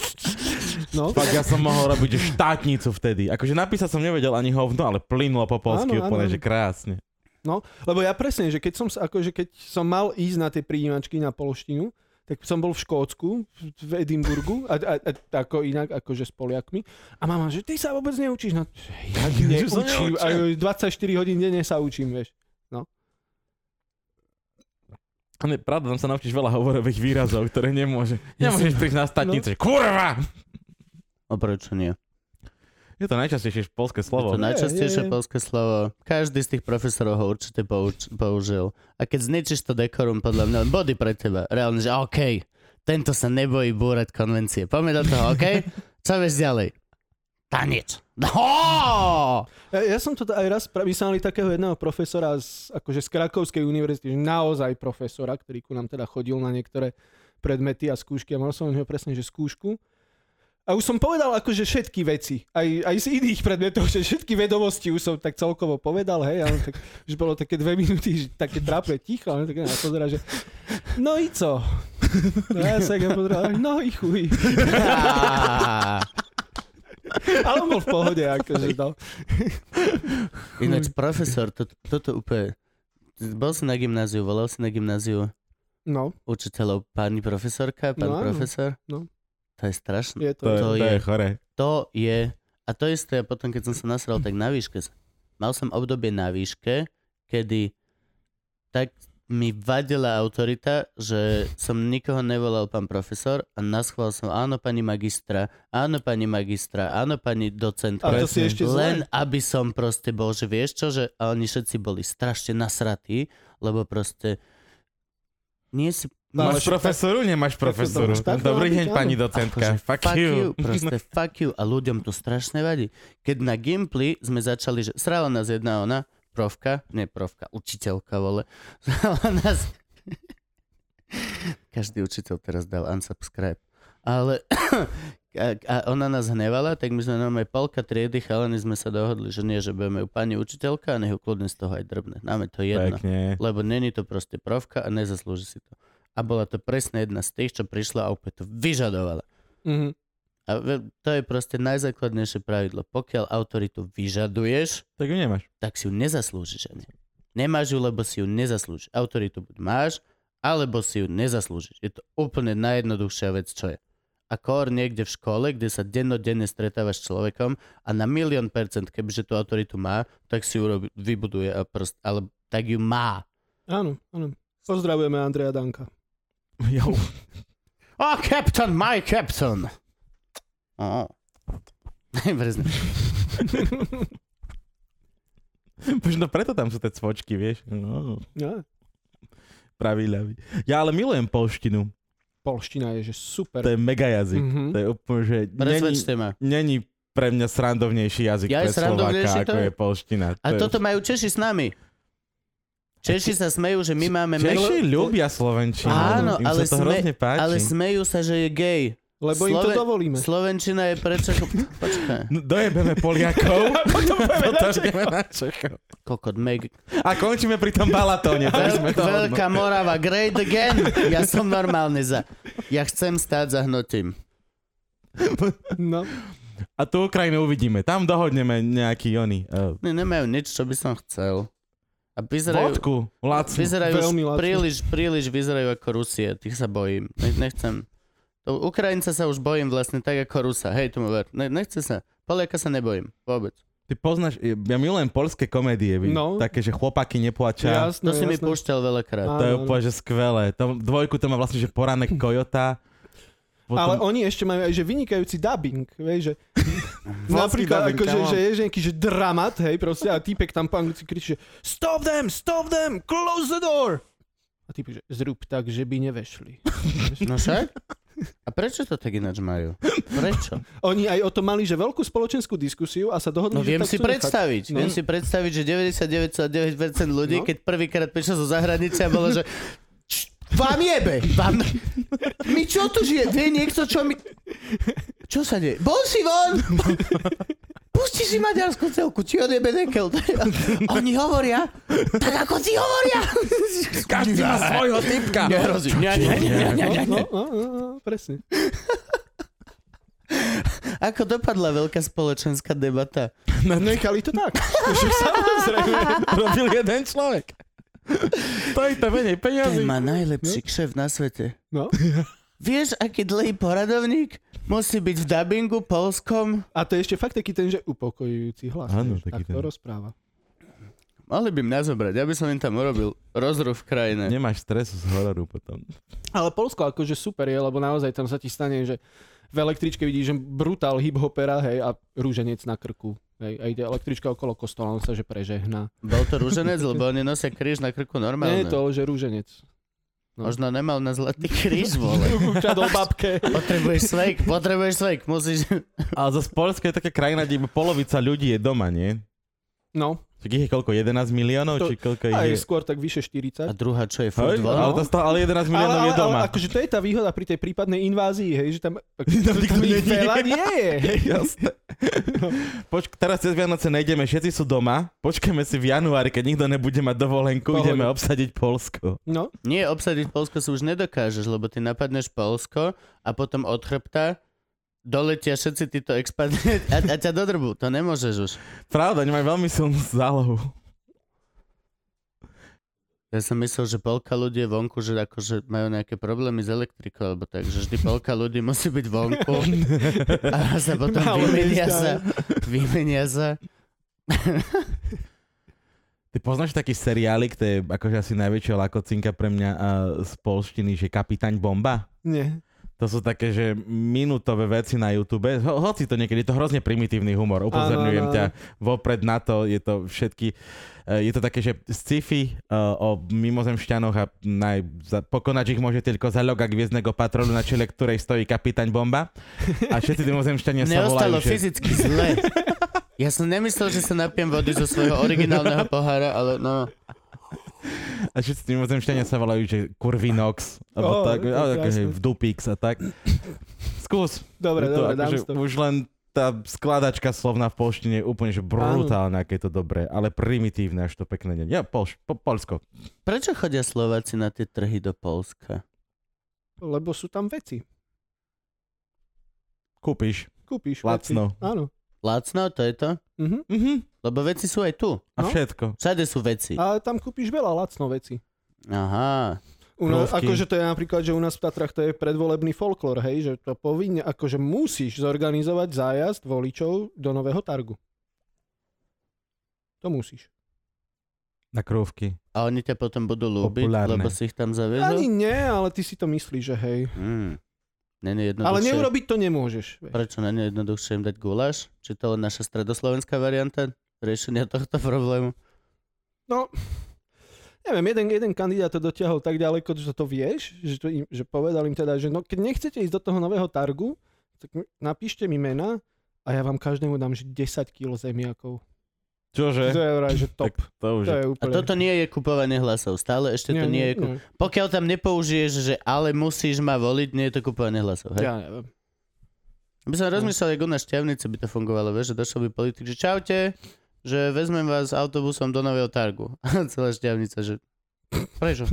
[SPEAKER 1] No,
[SPEAKER 3] Fakt, ja som mohol robiť že štátnicu vtedy. Akože napísať som nevedel ani hovno, ale plynulo po polsky
[SPEAKER 1] Áno,
[SPEAKER 3] úplne,
[SPEAKER 1] áno.
[SPEAKER 3] že krásne.
[SPEAKER 1] no, lebo ja presne, že keď som, sa- akože keď som mal ísť na tie príjimačky na polštinu, tak som bol v Škótsku, v- v Edimburgu, a, a, a ako inak, akože s Poliakmi. A mama, že ty sa vôbec neučíš. No, že ja
[SPEAKER 3] Že sa
[SPEAKER 1] neučím.
[SPEAKER 3] neučím.
[SPEAKER 1] A 24 hodín denne sa učím, vieš.
[SPEAKER 3] Ale pravda, tam sa naučíš veľa hovorových výrazov, ktoré nemôže. Nemôžeš prísť na statnice.
[SPEAKER 1] no.
[SPEAKER 3] Kurva!
[SPEAKER 2] O prečo nie?
[SPEAKER 3] Je to najčastejšie polské
[SPEAKER 2] To
[SPEAKER 3] slovo.
[SPEAKER 1] Je,
[SPEAKER 2] najčastejšie
[SPEAKER 1] je, je.
[SPEAKER 2] polské slovo. Každý z tých profesorov ho určite pouč- použil. A keď zničíš to dekorum, podľa mňa body pre teba. Reálne, že OK, tento sa nebojí búrať konvencie. Poďme do toho, OK? Čo vieš ďalej? Tanec. Ho!
[SPEAKER 1] Ja, ja som to t- aj raz, pra- my sme mali takého jedného profesora z, akože z Krakovskej univerzity, že naozaj profesora, ktorý ku nám teda chodil na niektoré predmety a skúšky a mal som od neho presne, že skúšku. A už som povedal akože všetky veci, aj, aj z iných predmetov, že všetky vedomosti už som tak celkovo povedal, hej, a on tak, už bolo také dve minúty, že také trápne ticho, a on tak na mňa pozera, že no i co? No ja sa tak na mňa pozeral, no i chuj.
[SPEAKER 2] Á.
[SPEAKER 1] Ale on bol v pohode, akože no.
[SPEAKER 2] Ináč profesor, to, toto úplne... Bol si na gymnáziu, volal si na gymnáziu
[SPEAKER 1] No,
[SPEAKER 2] učiteľov pani profesorka, pán
[SPEAKER 1] No áno,
[SPEAKER 2] profesor?
[SPEAKER 1] no.
[SPEAKER 2] To je strašné.
[SPEAKER 1] je to.
[SPEAKER 3] To, je,
[SPEAKER 2] To
[SPEAKER 3] to
[SPEAKER 2] je.
[SPEAKER 3] je chore.
[SPEAKER 2] To je, a to isté, a potom keď som sa nasral, tak na výške. sa- Mal som obdobie na výške, kedy tak mi vadila autorita, že som nikoho nevolal pán profesor a naschval som áno pani magistra, áno pani magistra, áno pani docentka.
[SPEAKER 1] Ale to si
[SPEAKER 3] Presne.
[SPEAKER 1] ešte zle.
[SPEAKER 2] Len aby som proste bol, že vieš čo, že a oni všetci boli strašne nasratí, lebo proste nie si...
[SPEAKER 1] No, ale
[SPEAKER 3] Máš
[SPEAKER 1] však-
[SPEAKER 3] profesoru, nemáš profesoru.
[SPEAKER 1] Tak to máš tak,
[SPEAKER 3] Dobrý
[SPEAKER 1] no,
[SPEAKER 3] deň,
[SPEAKER 1] áno.
[SPEAKER 3] pani docentka.
[SPEAKER 2] Akože
[SPEAKER 3] Fuck you.
[SPEAKER 2] Proste fuck you. A ľuďom to strašne vadí. Keď na Gimply sme začali, že srala nás jedna ona, profka, nie profka, učiteľka, vole. Srala nás... Každý učiteľ teraz dal unsubscribe. Ale a, a ona nás hnevala, tak my sme normálne polka triedy, chalani sme sa dohodli, že nie, že budeme ju pani učiteľka a nech ju kľudne z toho aj drbne. Máme to jedno
[SPEAKER 3] Pekne.
[SPEAKER 2] lebo není to proste provka a nezaslúži si to. A bola to presne jedna z tých, čo prišla a opäť to vyžadovala.
[SPEAKER 1] Mhm.
[SPEAKER 2] A ve- to je proste najzákladnejšie pravidlo. Pokiaľ autoritu vyžaduješ,
[SPEAKER 3] Tak ju nemáš.
[SPEAKER 2] tak si ju nezaslúžiš ani. Nemáš ju, lebo si ju nezaslúžiš. Autoritu buď máš, alebo si ju nezaslúžiš. Je to úplne najjednoduchšia vec, čo je. Ako niekde v škole, kde sa dennodenne stretávaš s človekom a na milión percent, kebyže tú autoritu má, tak si ju robi, vybuduje a prost, ale tak ju má.
[SPEAKER 1] Áno, áno. Pozdravujeme Andreja Danka.
[SPEAKER 3] Jo.
[SPEAKER 2] Oh, Captain, my Captain! Oh. Presne.
[SPEAKER 3] Možno preto tam sú tie cvočky, vieš. No,
[SPEAKER 1] Ja.
[SPEAKER 3] pravý ľavý. Ja ale milujem polštinu.
[SPEAKER 1] Polština je, že super.
[SPEAKER 3] To je mega jazyk.
[SPEAKER 1] Mhm.
[SPEAKER 3] To je úplne, že není,
[SPEAKER 2] Presvedčte ma.
[SPEAKER 3] není pre mňa srandovnejší jazyk
[SPEAKER 2] Ja
[SPEAKER 3] pre
[SPEAKER 2] aj srandovnejší
[SPEAKER 3] Slováka,
[SPEAKER 2] to
[SPEAKER 3] ako
[SPEAKER 2] je.
[SPEAKER 3] je polština.
[SPEAKER 2] A
[SPEAKER 3] To je-
[SPEAKER 2] toto majú Češi s nami. Češi sa smejú, že my máme...
[SPEAKER 3] Češi
[SPEAKER 2] menšiu-
[SPEAKER 3] ľubia Slovenčinu.
[SPEAKER 2] Áno,
[SPEAKER 3] Im
[SPEAKER 2] ale
[SPEAKER 3] sa to
[SPEAKER 2] sme-
[SPEAKER 3] hrozne páči.
[SPEAKER 2] Ale smejú sa, že je gej.
[SPEAKER 1] Lebo im to
[SPEAKER 2] Sloven-
[SPEAKER 1] dovolíme.
[SPEAKER 2] Slovenčina je prečo... Počkaj.
[SPEAKER 3] No, dojebeme Poliakov.
[SPEAKER 1] Potom povieme na
[SPEAKER 3] Potom
[SPEAKER 1] Čech.
[SPEAKER 3] ideme na Čechov.
[SPEAKER 2] Kokot, meg...
[SPEAKER 3] A končíme pri tom Balatóne. to už sme
[SPEAKER 2] Veľk,
[SPEAKER 3] to hodno-
[SPEAKER 2] veľká Morava, great again. Ja som normálne za... Ja chcem stáť za hnutím.
[SPEAKER 1] No.
[SPEAKER 3] A tú Ukrajinu uvidíme. Tam dohodneme nejaký oni. Uh,
[SPEAKER 2] Ne, nemajú nič, čo by som chcel. A vyzerajú...
[SPEAKER 3] vodku, lacnú.
[SPEAKER 2] Vyzerajú
[SPEAKER 1] Veľmi
[SPEAKER 2] už
[SPEAKER 1] lacno.
[SPEAKER 2] príliš, príliš vyzerajú ako Rusie, tých sa bojím. Ne, nechcem. To Ukrajinca sa už bojím vlastne tak ako Rusa. Hej, tomu ver. Ne, nechce sa. Poliaka sa nebojím. Vôbec.
[SPEAKER 3] Ty poznáš, ja milujem polské komédie, vy.
[SPEAKER 1] No.
[SPEAKER 3] také, že chlopaky neplačia.
[SPEAKER 1] Jasné,
[SPEAKER 2] To No si mi
[SPEAKER 1] jasné.
[SPEAKER 2] púšťal veľakrát.
[SPEAKER 1] Áno,
[SPEAKER 3] To je
[SPEAKER 1] áno.
[SPEAKER 3] úplne, že skvelé. Tam dvojku to má vlastne, že poranek Kojota.
[SPEAKER 1] Ale oni ešte majú aj že vynikajúci dubbing, vieš, že napríklad
[SPEAKER 3] dubbing,
[SPEAKER 1] akože,
[SPEAKER 3] come on.
[SPEAKER 1] že je že nejaký že dramat, hej, proste a týpek tam po anglicky kričí, že stop them, stop them, close the door. A A ty píše, zrúb tak, že by nevešli.
[SPEAKER 2] No však? A prečo to tak ináč majú? Prečo?
[SPEAKER 1] Oni aj o tom mali, že veľkú spoločenskú diskusiu a sa dohodli,
[SPEAKER 2] No
[SPEAKER 1] že
[SPEAKER 2] viem
[SPEAKER 1] tak
[SPEAKER 2] si
[SPEAKER 1] chcú nechať.
[SPEAKER 2] predstaviť,
[SPEAKER 1] No.
[SPEAKER 2] viem si predstaviť, že 99,9% ľudí,
[SPEAKER 1] No.
[SPEAKER 2] keď prvýkrát prišlo zo zahraničia, bolo, že "Č- vám jebe, vám... My čo tu žije? Vie niekto, čo mi... Čo sa deje? Bol si von! Pusti si maďarskú celku, ti odjebe nekel. Oni hovoria, tak ako ti hovoria.
[SPEAKER 3] Každý má svojho typka.
[SPEAKER 2] Nehrozí. Nie, nie, nie, nie, nie, nie,
[SPEAKER 1] No,
[SPEAKER 2] nie.
[SPEAKER 1] no, no, no, presne.
[SPEAKER 2] Ako dopadla veľká spoločenská debata?
[SPEAKER 1] Nechali to tak. Že Samozrejme.
[SPEAKER 3] Robil jeden človek. Stojí to menej
[SPEAKER 2] Ten
[SPEAKER 3] peniazy.
[SPEAKER 2] má najlepší kšef na svete.
[SPEAKER 1] No.
[SPEAKER 2] Vieš, aký dlhý poradovník musí byť v dubbingu polskom?
[SPEAKER 1] A to je ešte fakt taký ten, že upokojujúci hlas.
[SPEAKER 3] Áno,
[SPEAKER 1] vieš,
[SPEAKER 3] taký
[SPEAKER 1] tak to
[SPEAKER 3] ten.
[SPEAKER 1] rozpráva.
[SPEAKER 2] Mali by mňa zobrať, ja by som im tam urobil rozruch v krajine.
[SPEAKER 3] Nemáš stresu z hororu potom.
[SPEAKER 1] Ale Polsko akože super je, lebo naozaj tam sa ti stane, že v električke vidíš, že brutál hip-hopera, hej, a rúženec na krku. Hej, a ide električka okolo kostola, on sa že prežehná.
[SPEAKER 2] Bol to rúženec, lebo oni nosia kríž na krku normálne.
[SPEAKER 1] Nie je to, že rúženec. no.
[SPEAKER 2] Možno nemal na zlatý kríž, vole.
[SPEAKER 1] Čadol babke.
[SPEAKER 2] Potrebuješ svejk, potrebuješ svejk, musíš...
[SPEAKER 3] Ale zase Polsko je taká krajina, kde iba polovica ľudí je doma, nie?
[SPEAKER 1] No,
[SPEAKER 3] Čiže ich je koľko? 11 miliónov?
[SPEAKER 1] To-
[SPEAKER 3] Či koľko ich
[SPEAKER 1] aj
[SPEAKER 3] je?
[SPEAKER 1] skôr tak vyše 40.
[SPEAKER 2] A druhá, čo je furt
[SPEAKER 3] Hej, ale,
[SPEAKER 2] dvor?
[SPEAKER 3] to stále, ale 11
[SPEAKER 1] Ale,
[SPEAKER 3] miliónov
[SPEAKER 1] no. ale,
[SPEAKER 3] je doma.
[SPEAKER 1] ale akože to je tá výhoda pri tej prípadnej invázii, hej, že tam, tam
[SPEAKER 3] nikto
[SPEAKER 1] ich
[SPEAKER 3] není.
[SPEAKER 1] veľa nie je.
[SPEAKER 3] Jasné. Poč- teraz cez Vianoce nejdeme, všetci sú doma. Počkáme si v januári, keď nikto nebude mať dovolenku,
[SPEAKER 1] Pohoda.
[SPEAKER 3] ideme obsadiť Polsko.
[SPEAKER 1] No,
[SPEAKER 2] Nie, obsadiť Polsko si už nedokážeš, lebo ty napadneš Polsko a potom od chrbta doletia všetci títo expatriáti a, a ťa dodrbú. To nemôžeš už.
[SPEAKER 3] Pravda, nemajú veľmi silnú zálohu.
[SPEAKER 2] Ja som myslel, že polka ľudí je vonku, že akože majú nejaké problémy s elektrikou, alebo tak, že vždy polka ľudí musí byť vonku a sa potom
[SPEAKER 1] Málo
[SPEAKER 2] vymenia
[SPEAKER 1] miesta.
[SPEAKER 2] sa. Vymenia sa.
[SPEAKER 3] Ty poznáš taký seriálik, to je akože asi najväčšia lakocinka pre mňa a z polštiny, že Kapitaň Bomba?
[SPEAKER 1] nie.
[SPEAKER 3] To sú také, že minútové veci na YouTube. Ho, hoci to niekedy, je to hrozne primitívny humor.
[SPEAKER 1] Áno,
[SPEAKER 3] Upozorňujem
[SPEAKER 1] áno,
[SPEAKER 3] ťa vopred na to. Je to všetky... e, Je to také, že sci-fi e, o mimozemšťanoch a naj, za, pokonať ich môže tylko zaloga hviezdnego patrolu, na čele ktorej stojí kapitáň Bomba. A všetci tí mimozemšťania sa
[SPEAKER 2] Neostalo
[SPEAKER 3] volajú, že...
[SPEAKER 2] fyzicky zle. Ja som nemyslel, že sa napijem vody zo svojho originálneho pohára, ale no.
[SPEAKER 3] A všetci tí mimozemšťania sa volajú, že Kurvinox.
[SPEAKER 1] Ó,
[SPEAKER 3] Alebo tak,
[SPEAKER 1] to je
[SPEAKER 3] ale tak, že
[SPEAKER 1] krásne.
[SPEAKER 3] v Dupix a tak. Skús.
[SPEAKER 1] Dobre,
[SPEAKER 3] Je to
[SPEAKER 1] dobre, dám
[SPEAKER 3] akože
[SPEAKER 1] si to.
[SPEAKER 3] Už len tá skladačka slovná v polštine je úplne že brutálna, aké je to dobré, ale primitívne, až to pekné nie. Ja, Polš, po, Polsko.
[SPEAKER 2] Prečo chodia Slováci na tie trhy do Polska?
[SPEAKER 1] Lebo sú tam veci.
[SPEAKER 3] Kúpiš.
[SPEAKER 1] Kúpiš
[SPEAKER 3] Lacno.
[SPEAKER 1] veci. Áno.
[SPEAKER 2] Lacno, to je to?
[SPEAKER 1] Mhm.
[SPEAKER 3] Mhm.
[SPEAKER 2] Lebo veci sú aj tu.
[SPEAKER 3] A
[SPEAKER 1] No.
[SPEAKER 3] všetko.
[SPEAKER 2] Všade sú veci.
[SPEAKER 1] Ale tam kúpiš veľa lacno veci.
[SPEAKER 2] Aha.
[SPEAKER 1] U nás,
[SPEAKER 3] Krúvky.
[SPEAKER 1] akože to je napríklad, že u nás v Tatrach to je predvolebný folklór, hej, že to povinne, akože musíš zorganizovať zájazd voličov do Nového Targu. To musíš.
[SPEAKER 3] Na krúvky.
[SPEAKER 2] A oni ťa potom budú ľúbiť,
[SPEAKER 3] Populárne.
[SPEAKER 2] lebo si ich tam
[SPEAKER 1] Ani
[SPEAKER 2] zaviezol?
[SPEAKER 1] nie, ale ty si to myslíš, že hej.
[SPEAKER 2] Mm. Není jednoduchšie.
[SPEAKER 1] Ale neurobiť to nemôžeš. vieš.
[SPEAKER 2] Prečo na ne jednoduchšie im dať guláš? Či to len naša stredoslovenská varianta riešenia tohto problému?
[SPEAKER 1] Neviem, jeden, jeden kandidát to dotiahol tak ďaleko, že to vieš, že, to im, že povedal im teda, že no, keď nechcete ísť do toho Nového Targu, tak mi- napíšte mi mena a ja vám každému dám že 10 kg zemiakov. To
[SPEAKER 3] Čože?
[SPEAKER 1] je vraj, že top.
[SPEAKER 3] Tak to už
[SPEAKER 1] To je
[SPEAKER 2] A
[SPEAKER 1] úplne...
[SPEAKER 2] toto nie je kupovanie hlasov. Stále ešte to nie je... Ku... Pokiaľ tam nepoužiješ, že ale musíš ma voliť, nie je to kupovanie hlasov. Hej?
[SPEAKER 1] Ja neviem.
[SPEAKER 2] By som rozmýšľal, ako na šťavnici by to fungovalo, vieš, že došiel by politik, že čaute, že vezmem vás autobusom do Nového Targu. A celá šťavnica, že prečo?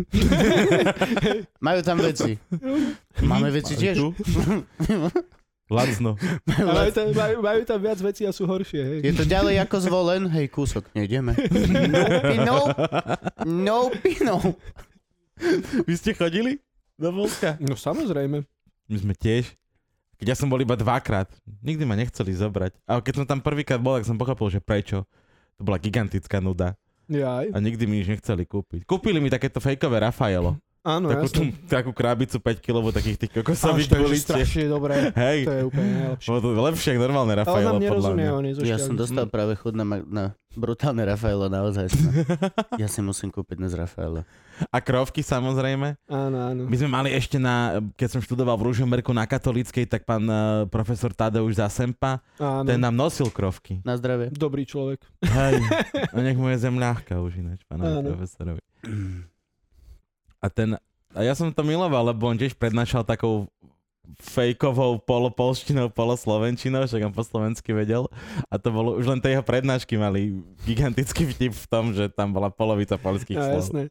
[SPEAKER 2] Majú tam veci. Máme veci tiež.
[SPEAKER 3] Tu? Lacno.
[SPEAKER 2] Majú
[SPEAKER 1] A majú,
[SPEAKER 2] veci.
[SPEAKER 1] tam, majú, majú tam viac vecí a sú horšie, hej.
[SPEAKER 2] Je to ďalej ako zvolen, hej, kúsok, nejdeme. No, no, no, no.
[SPEAKER 3] Vy ste chodili do Polska?
[SPEAKER 1] No samozrejme.
[SPEAKER 3] My sme tiež. Keď ja som bol iba dvakrát, nikdy ma nechceli zobrať. A keď som tam prvýkrát bol, tak som pochopil, že prečo. To bola gigantická nuda.
[SPEAKER 1] Jaj.
[SPEAKER 3] A nikdy mi nič nechceli kúpiť. Kúpili mi takéto fejkové Rafaelo.
[SPEAKER 1] Áno,
[SPEAKER 3] takú, tú,
[SPEAKER 1] No jasne.
[SPEAKER 3] takú krabicu 5 kg takých tých
[SPEAKER 1] Až
[SPEAKER 3] kokosových
[SPEAKER 1] to je že
[SPEAKER 3] guličiek.
[SPEAKER 1] strašne dobré.
[SPEAKER 3] Hej.
[SPEAKER 1] To je úplne najlepšie.
[SPEAKER 3] Bolo to lepšie ako normálne
[SPEAKER 1] Ale
[SPEAKER 3] Rafaela,
[SPEAKER 1] nám
[SPEAKER 3] podľa
[SPEAKER 1] nerozumie
[SPEAKER 3] mňa.
[SPEAKER 1] oni zo
[SPEAKER 2] Ja
[SPEAKER 1] šťavy.
[SPEAKER 2] som dostal práve chod na, ma- na brutálne Rafaela, naozaj. Ja si musím kúpiť dnes Rafaela.
[SPEAKER 3] A krovky samozrejme.
[SPEAKER 1] Áno, áno.
[SPEAKER 3] My sme mali ešte na, keď som študoval v Ružomberku na katolíckej, tak pán eh, profesor Tadeuš Zasempa,
[SPEAKER 1] áno.
[SPEAKER 3] ten nám nosil krovky.
[SPEAKER 2] Na zdravie.
[SPEAKER 1] Dobrý človek.
[SPEAKER 3] Hej, a nech mu je zem ľahká už ináč, pánovi
[SPEAKER 1] Áno.
[SPEAKER 3] profesorovi. A ten, a ja som to miloval, lebo on tiež prednášal takou fejkovou polopolštinou, poloslovenčinou, však on po slovensky vedel. A to bolo, už len tie jeho prednášky mali gigantický vtip v tom, že tam bola polovica polských
[SPEAKER 1] Á,
[SPEAKER 3] slov.
[SPEAKER 1] No, jasné.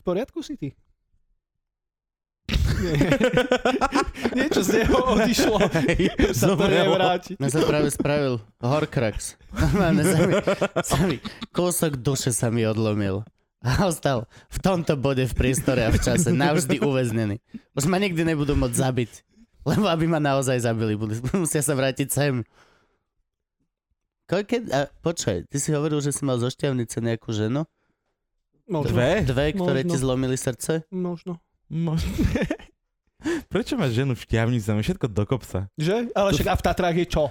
[SPEAKER 1] V poriadku si ty? Nie. Niečo z neho odišlo.
[SPEAKER 3] Hej,
[SPEAKER 1] Sa to
[SPEAKER 3] zomrelo.
[SPEAKER 1] nevráti.
[SPEAKER 2] Mne sa práve spravil horcrux. Normálne sa mi, sa mi, kúsok duše sa mi odlomil. A ostal v tomto bode v priestore a v čase navždy uväznený. Už ma nikdy nebudú môcť zabiť. Lebo aby ma naozaj zabili, budú, musia sa vrátiť sem. Koľke, a počkaj, ty si hovoril, že si mal zo šťavnice nejakú ženu?
[SPEAKER 1] Možno.
[SPEAKER 3] Dve?
[SPEAKER 2] Dve, ktoré
[SPEAKER 1] Možno.
[SPEAKER 2] ti zlomili srdce?
[SPEAKER 1] Možno.
[SPEAKER 3] Možno. Prečo máš ženu v šťavnici? Tam je všetko do kopca.
[SPEAKER 1] Že? Ale však a v Tatrách je čo?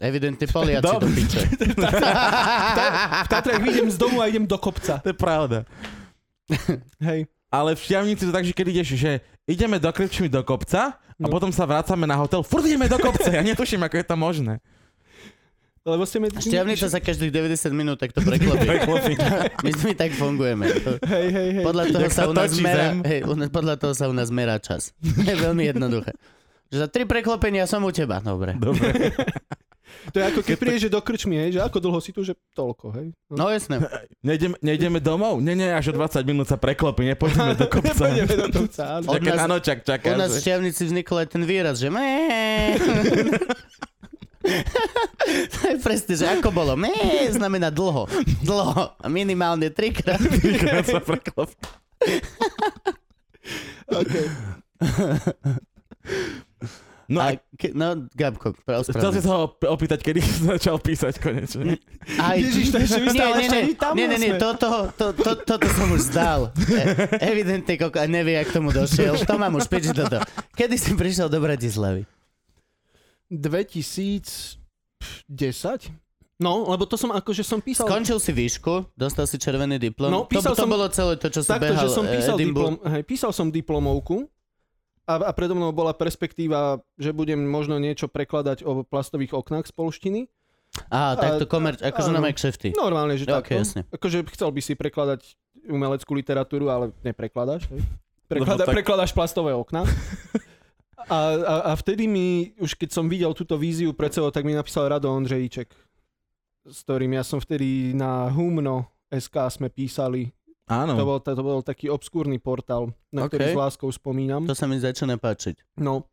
[SPEAKER 2] Evidentne poliaci do
[SPEAKER 3] Dobre.
[SPEAKER 2] piče.
[SPEAKER 1] V Tatrách idem z domu a idem do kopca.
[SPEAKER 3] To je pravda.
[SPEAKER 1] Hej.
[SPEAKER 3] Ale v šťavnici to tak, že keď ideš, že ideme do krčmy do kopca a
[SPEAKER 1] No.
[SPEAKER 3] potom sa vracame na hotel, furt ideme do kopca. Ja netuším, ako je to možné.
[SPEAKER 1] Lebo ste medzi...
[SPEAKER 2] Šťavnica sa každých 90 minút takto preklopí. My, my tak fungujeme. To-
[SPEAKER 1] Hej, hej, hej.
[SPEAKER 2] Podľa toho
[SPEAKER 3] Jak
[SPEAKER 2] sa
[SPEAKER 3] sa
[SPEAKER 2] u nás
[SPEAKER 3] točí
[SPEAKER 2] merá,
[SPEAKER 3] zem.
[SPEAKER 2] hej, u nás, podľa toho sa u nás merá čas. Je veľmi jednoduché. Že za tri preklopenia som u teba. Dobre.
[SPEAKER 3] Dobre.
[SPEAKER 1] To je ako keď prídeš že do krčmy, hej, že ako dlho si tu, že toľko, hej.
[SPEAKER 2] No jasné.
[SPEAKER 3] Nejdeme, nejdeme domov? Nie, nie, až o 20 minút sa preklopí, nepôjdeme do kopca.
[SPEAKER 1] Nepôjdeme do kopca, áno.
[SPEAKER 2] Od
[SPEAKER 3] Čaká,
[SPEAKER 2] nás-
[SPEAKER 3] nás, áno, čak,
[SPEAKER 2] U
[SPEAKER 3] čaká,
[SPEAKER 2] nás v
[SPEAKER 3] že...
[SPEAKER 2] šťavnici vznikol aj ten výraz, že mé. to je presne, že ako bolo. Mé znamená dlho. Dlho. A Minimálne trikrát.
[SPEAKER 3] Krát sa preklopí.
[SPEAKER 1] Okay.
[SPEAKER 3] No a
[SPEAKER 2] A ke, no, Gabko,
[SPEAKER 3] chcel si
[SPEAKER 2] ospravedlňujem.
[SPEAKER 3] sa ho op- opýtať, kedy začal písať
[SPEAKER 1] Mm.
[SPEAKER 3] konečne.
[SPEAKER 2] Aj...
[SPEAKER 1] Ježiš, to ešte my
[SPEAKER 2] Nie,
[SPEAKER 1] stále
[SPEAKER 2] nie,
[SPEAKER 1] ešte
[SPEAKER 2] nie,
[SPEAKER 1] ani tam
[SPEAKER 2] nie, nie, nie,
[SPEAKER 1] sme.
[SPEAKER 2] toto, to, to, toto som už zdal. E, evidentne, koko, a nevie, jak tomu došiel. To mám už peči toto. Kedy si prišiel do Bratislavy?
[SPEAKER 1] 2010? No, lebo to som akože som písal...
[SPEAKER 2] Skončil si výšku, dostal si červený diplom.
[SPEAKER 1] No,
[SPEAKER 2] to,
[SPEAKER 1] písal
[SPEAKER 2] to
[SPEAKER 1] som-
[SPEAKER 2] bolo celé to, čo si
[SPEAKER 1] takto, že
[SPEAKER 2] behal e,
[SPEAKER 1] som písal, diplom,
[SPEAKER 2] Edinburgh.
[SPEAKER 1] hej, písal som diplomovku a, a predo mnou bola perspektíva, že budem možno niečo prekladať o plastových oknách z polštiny.
[SPEAKER 2] Á, takto komerč,
[SPEAKER 1] áno.
[SPEAKER 2] akože
[SPEAKER 1] No.
[SPEAKER 2] normálne kšefty.
[SPEAKER 1] Normálne, že
[SPEAKER 2] Ok,
[SPEAKER 1] okay, takto.
[SPEAKER 2] jasne.
[SPEAKER 1] Akože chcel by si prekladať umeleckú literatúru, ale neprekladáš. Hej? Preklada,
[SPEAKER 2] No,
[SPEAKER 3] Lebo tak-
[SPEAKER 1] Prekladáš plastové okna. A, a, a vtedy mi, už keď som videl túto víziu pred sebou, tak mi napísal Rado Ondřejíček, s ktorým ja som vtedy na Humno SK sme písali. To
[SPEAKER 3] Áno.
[SPEAKER 1] bol, to bol taký obskúrny portál, na
[SPEAKER 2] No. Ok.
[SPEAKER 1] ktorý s láskou spomínam.
[SPEAKER 2] To sa mi začína páčiť.
[SPEAKER 1] No,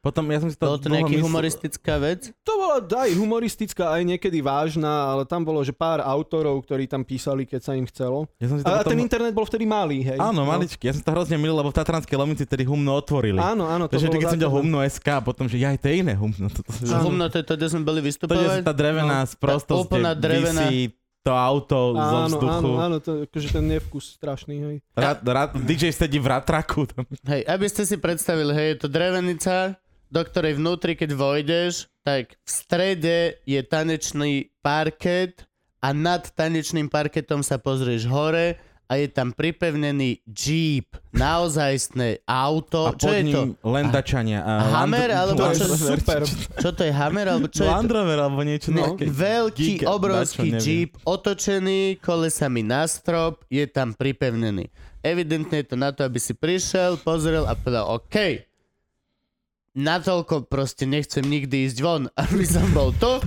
[SPEAKER 3] Potom ja som si to...
[SPEAKER 2] Bolo to
[SPEAKER 3] dlho
[SPEAKER 2] nejaký
[SPEAKER 3] myslel-
[SPEAKER 2] humoristická vec?
[SPEAKER 1] to bola aj humoristická, aj niekedy vážna, ale tam bolo, že pár autorov, ktorí tam písali, keď sa im chcelo.
[SPEAKER 3] Ja som si to
[SPEAKER 1] A, a
[SPEAKER 3] potom...
[SPEAKER 1] ten internet bol vtedy malý, hej? No.
[SPEAKER 3] Áno, maličký. Ja som to hrozne milil, lebo v Tatranskej Lomnici tedy humno otvorili.
[SPEAKER 1] Áno, áno. To
[SPEAKER 3] Takže vždy,
[SPEAKER 1] bolo
[SPEAKER 3] keď som ďal
[SPEAKER 1] základné.
[SPEAKER 3] humno SK a potom, že ja aj to je iné humno. To, to,
[SPEAKER 2] Že
[SPEAKER 1] Áno.
[SPEAKER 2] humno, to je to, kde sme boli
[SPEAKER 3] to je
[SPEAKER 2] vystupovať?
[SPEAKER 3] tá drevená sprostosť,
[SPEAKER 2] no, úplná
[SPEAKER 3] kde
[SPEAKER 2] drevená.
[SPEAKER 3] visí to auto zo
[SPEAKER 1] Áno, áno,
[SPEAKER 3] vzduchu.
[SPEAKER 1] áno, to, je akože ten nevkus strašný, hej.
[SPEAKER 3] Rad, rad, DJ sedí v ratraku. Tam.
[SPEAKER 2] Hej, aby ste si predstavili, hej, je to drevenica, do ktorej vnútri, keď vojdeš, tak v strede je tanečný parket a nad tanečným parketom sa pozrieš hore a je tam pripevnený jeep, naozajstné auto.
[SPEAKER 3] A
[SPEAKER 2] No, čo
[SPEAKER 3] pod
[SPEAKER 2] je to?
[SPEAKER 3] ním len dačania. A
[SPEAKER 2] Hammer, alebo
[SPEAKER 1] To je
[SPEAKER 2] Čo- čo-
[SPEAKER 1] super.
[SPEAKER 2] Čo to je Hammer, alebo čo je
[SPEAKER 3] Land
[SPEAKER 2] to?
[SPEAKER 3] Rover alebo niečo
[SPEAKER 1] No.
[SPEAKER 3] také.
[SPEAKER 2] Veľký,
[SPEAKER 3] Giga,
[SPEAKER 2] obrovský
[SPEAKER 3] dačo, neviem.
[SPEAKER 2] jeep, otočený kolesami na strop, je tam pripevnený. Evidentne je to na to, aby si prišiel, pozrel a povedal, OK, natoľko proste nechcem nikdy ísť von, aby som bol tu.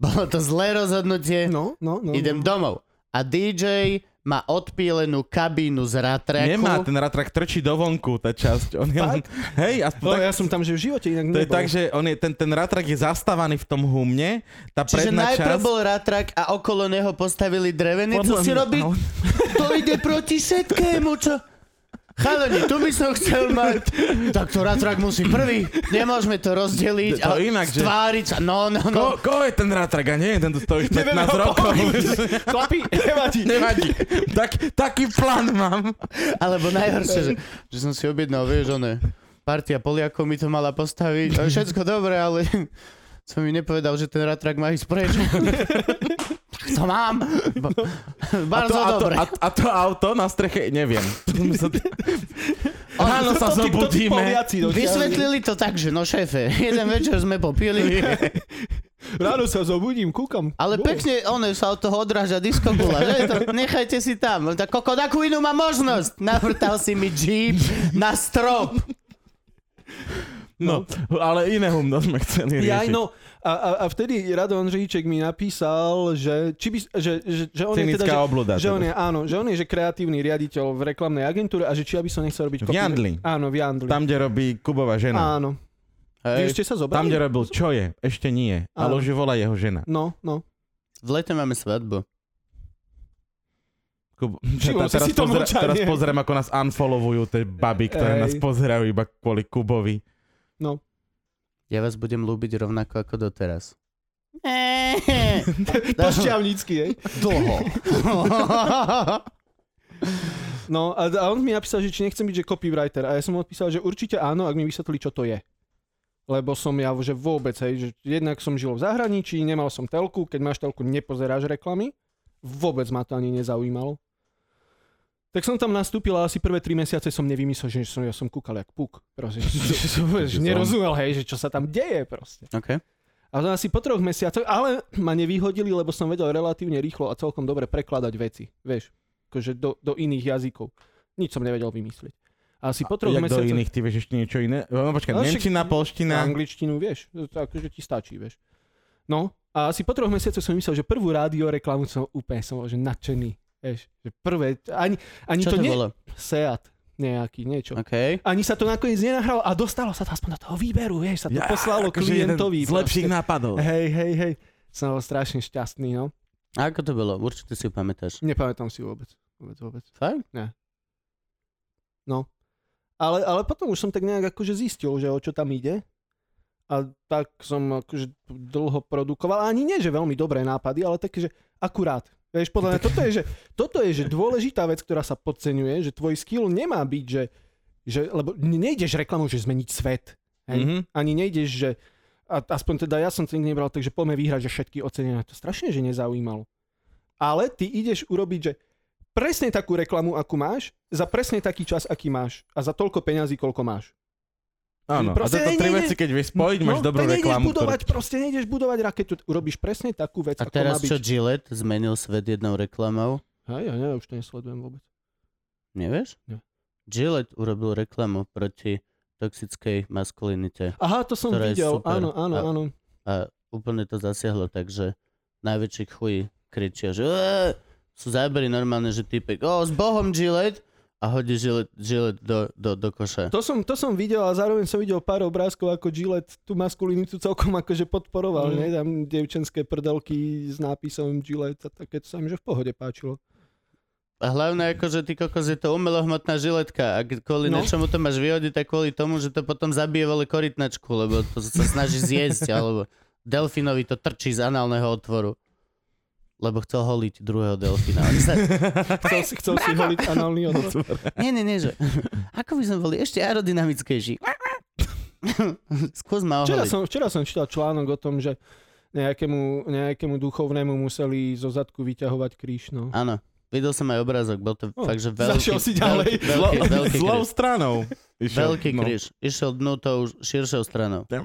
[SPEAKER 2] Bolo to zlé rozhodnutie,
[SPEAKER 1] No, no, no.
[SPEAKER 2] idem domov. A DJ má odpílenú kabínu z ratraku.
[SPEAKER 3] Nemá, ten ratrak trčí do vonku, tá časť. On je len, hej, aspoň
[SPEAKER 1] No,
[SPEAKER 3] tak,
[SPEAKER 1] ja som tam, že v živote inak
[SPEAKER 3] to je
[SPEAKER 1] nebol.
[SPEAKER 3] tak, že on je, ten, ten ratrak je zastávaný v tom humne, tá
[SPEAKER 2] Čiže
[SPEAKER 3] predná
[SPEAKER 2] najprv
[SPEAKER 3] časť...
[SPEAKER 2] bol ratrak a okolo neho postavili drevenicu.
[SPEAKER 3] Podľa
[SPEAKER 2] si
[SPEAKER 3] mňa- No,
[SPEAKER 2] robí?
[SPEAKER 3] ale-
[SPEAKER 2] To ide proti všetkému, čo... Chalani, tu by som chcel mať. Tak to ratrak musí prvý. Nemôžeme to rozdeliť.
[SPEAKER 3] To inak, že-
[SPEAKER 2] stváriť sa. No, no, no.
[SPEAKER 3] Ko, ko je ten rátrak? A nie, ten tu stojí 15
[SPEAKER 1] Nevieme ho
[SPEAKER 3] rokov.
[SPEAKER 1] Chlapi, nevadí.
[SPEAKER 3] Nevadí. Tak, taký plán mám.
[SPEAKER 2] Alebo najhoršie, že, že som si objednal, vieš, one, partia Poliakov mi to mala postaviť. A Všetko dobre, ale som mi nepovedal, že ten ratrak má ísť preč. Tak to mám. Ba-
[SPEAKER 3] A to,
[SPEAKER 2] Bardzo
[SPEAKER 3] a, to,
[SPEAKER 2] dobre.
[SPEAKER 3] a, a to auto na streche, neviem. Ráno
[SPEAKER 1] Toto
[SPEAKER 3] sa
[SPEAKER 1] ti- toto ti
[SPEAKER 3] zobudíme.
[SPEAKER 1] poliaci dotiahli.
[SPEAKER 2] Vysvetlili to tak, že no šéfe, jeden večer sme popili,
[SPEAKER 1] Ráno sa zobudím, kúkam.
[SPEAKER 2] ale
[SPEAKER 1] Wow.
[SPEAKER 2] pekne ono sa od toho odráža diskogula, že? To, nechajte si tam, tak koko, takú inú má možnosť. Navrtal si mi jeep na strop.
[SPEAKER 3] No, ale iné humno sme chceli
[SPEAKER 1] Jaj,
[SPEAKER 3] riešiť.
[SPEAKER 1] no. A, a, a vtedy Rado Ondřejíček mi napísal, že, či by, že, že, že on je teda,
[SPEAKER 3] Cynická
[SPEAKER 1] že,
[SPEAKER 3] obluda.
[SPEAKER 1] že on
[SPEAKER 3] teda.
[SPEAKER 1] je, áno, že on je že kreatívny riaditeľ v reklamnej agentúre a že či ja by som nechcel robiť
[SPEAKER 3] V
[SPEAKER 1] copy-
[SPEAKER 3] Jandli.
[SPEAKER 1] Áno, v Jandli.
[SPEAKER 3] Tam, kde robí Kubova žena.
[SPEAKER 1] Áno. Vy už
[SPEAKER 2] Hej.
[SPEAKER 1] ste sa
[SPEAKER 3] Tam,
[SPEAKER 1] zobrali?
[SPEAKER 3] kde robil čo je, ešte nie. Ale
[SPEAKER 1] Áno.
[SPEAKER 3] už ju volá jeho žena.
[SPEAKER 1] No, no.
[SPEAKER 2] V lete máme svadbu.
[SPEAKER 3] Kubo,
[SPEAKER 1] Šimon, si
[SPEAKER 3] teraz,
[SPEAKER 1] si to
[SPEAKER 3] pozera,
[SPEAKER 1] mlčanie.
[SPEAKER 3] teraz pozriem, ako nás unfollowujú tie baby, ktoré
[SPEAKER 1] Ej.
[SPEAKER 3] nás pozerajú iba kvôli Kubovi.
[SPEAKER 2] Ja vás budem ľúbiť rovnako ako doteraz.
[SPEAKER 1] Pošťavnícky, hej.
[SPEAKER 2] Dlho.
[SPEAKER 1] No a, a on mi napísal, že či nechcem byť, že copywriter. A ja som mu odpísal, že určite áno, ak mi vysvetlí, čo to je. Lebo som ja, že vôbec, hej, že jednak som žil v zahraničí, nemal som telku, keď máš telku, nepozeráš reklamy. Vôbec ma to ani nezaujímalo. Tak som tam nastúpil a asi prvé tri mesiace som nevymyslel, že som, ja som kúkal jak puk. Proste, že, že, som, že nerozumel, hej, že čo sa tam deje proste.
[SPEAKER 2] okay.
[SPEAKER 1] A to asi po troch mesiacoch, ale ma nevyhodili, lebo som vedel relatívne rýchlo a celkom dobre prekladať veci, vieš, akože do, do iných jazykov. Nič som nevedel vymyslieť. A asi po troch
[SPEAKER 3] Jak do
[SPEAKER 1] mesiacoch...
[SPEAKER 3] iných, ty vieš ešte niečo iné? No počkaj,
[SPEAKER 1] No, však-
[SPEAKER 3] Nemčina, polština.
[SPEAKER 1] Angličtinu, vieš, to akože ti stačí, vieš. No, a asi po troch mesiacoch som myslel, že prvú rádio reklamu som úplne som bol, že nadšený, vieš, že prvé, ani, ani
[SPEAKER 2] Čo
[SPEAKER 1] to,
[SPEAKER 2] to,
[SPEAKER 1] ne...
[SPEAKER 2] bolo?
[SPEAKER 1] Seat nejaký, niečo.
[SPEAKER 2] OK.
[SPEAKER 1] Ani sa to nakoniec nenahralo a dostalo sa to aspoň do toho výberu, vieš, sa to
[SPEAKER 3] Ja,
[SPEAKER 1] poslalo
[SPEAKER 3] akože
[SPEAKER 1] klientovi.
[SPEAKER 3] jeden Z lepších nápadov.
[SPEAKER 1] Hej, hej, hej. Som bol strašne šťastný, no.
[SPEAKER 2] A ako to bolo? Určite si ju pamätáš.
[SPEAKER 1] Nepamätám si vôbec. Vôbec, vôbec.
[SPEAKER 2] Fakt?
[SPEAKER 1] Ale, ale potom už som tak nejak akože zistil, že o čo tam ide. A tak som akože dlho produkoval. A Ani nie, že veľmi dobré nápady, ale také, že akurát. Vieš, podľa mňa, toto je, že, toto je, že dôležitá vec, ktorá sa podceňuje, že tvoj skill nemá byť, že, že lebo nejdeš reklamu, že zmeniť svet. Hej?
[SPEAKER 3] Mhm.
[SPEAKER 1] Ani nejdeš, že a, aspoň teda ja som to nikdy nebral, takže poďme vyhrať, že všetky ocenenia. To strašne, že nezaujímalo. Ale ty ideš urobiť, že presne takú reklamu, akú máš, za presne taký čas, aký máš a za toľko peňazí, koľko máš.
[SPEAKER 3] Áno, a
[SPEAKER 1] Proste
[SPEAKER 3] tieto
[SPEAKER 1] ne,
[SPEAKER 3] tri
[SPEAKER 1] ne, ne.
[SPEAKER 3] veci, keď vieš spojiť, máš
[SPEAKER 1] no, to
[SPEAKER 3] dobrú
[SPEAKER 1] nejdeš
[SPEAKER 3] reklamu.
[SPEAKER 1] budovať, proste nejdeš budovať raketu, urobíš presne takú vec,
[SPEAKER 2] A
[SPEAKER 1] ako má
[SPEAKER 2] teraz
[SPEAKER 1] byť.
[SPEAKER 2] čo Gillette zmenil svet jednou reklamou?
[SPEAKER 1] Hej, ja neviem, už to nesledujem vôbec.
[SPEAKER 2] Nevieš?
[SPEAKER 1] Nie.
[SPEAKER 2] Gillette urobil reklamu proti toxickej maskulinite.
[SPEAKER 1] Aha, to som
[SPEAKER 2] Ktorá je
[SPEAKER 1] videl,
[SPEAKER 2] super.
[SPEAKER 1] áno, áno,
[SPEAKER 2] A-
[SPEAKER 1] áno.
[SPEAKER 2] A úplne to zasiahlo, takže najväčší chuj kričia, že "Eee!" sú zábery normálne, že typek, o, s bohom Gillette a hodí Gillette, Gillette do, do, do koša.
[SPEAKER 1] To som, to som videl a zároveň som videl pár obrázkov, ako Gillette tú maskulinitu celkom akože podporoval,
[SPEAKER 2] Mm.
[SPEAKER 1] mm. ne? Tam devčenské prdelky s nápisom Gillette a také, to sa mi že v pohode páčilo.
[SPEAKER 2] A hlavne ako, že ty kokos je to umelohmotná žiletka a k- kvôli
[SPEAKER 1] No.
[SPEAKER 2] no. niečomu to máš vyhodiť tak kvôli tomu, že to potom zabije vole korytnačku, lebo to sa snaží zjesť, alebo delfinovi to trčí z análneho otvoru. Lebo chcel holiť druhého delfína. On Sa...
[SPEAKER 1] Chcel si, chcel si holiť análny odor.
[SPEAKER 2] Nie, nie, nie, že... Ako by sme boli ešte aerodynamickejší. Skús ma
[SPEAKER 1] Včera
[SPEAKER 2] oholiť.
[SPEAKER 1] som, včera som čítal článok o tom, že nejakému, nejakému duchovnému museli zo zadku vyťahovať kríž, no.
[SPEAKER 2] Áno. Videl som aj obrázok, bol to
[SPEAKER 1] O,
[SPEAKER 2] fakt, že veľký...
[SPEAKER 1] zašiel si ďalej.
[SPEAKER 2] Veľký, veľký,
[SPEAKER 3] Zlo-
[SPEAKER 2] veľký
[SPEAKER 3] Zlou
[SPEAKER 2] kríž.
[SPEAKER 3] stranou. Išiel,
[SPEAKER 2] Veľký
[SPEAKER 3] no.
[SPEAKER 2] kríž. Išiel dnu tou širšou stranou.
[SPEAKER 3] Tam.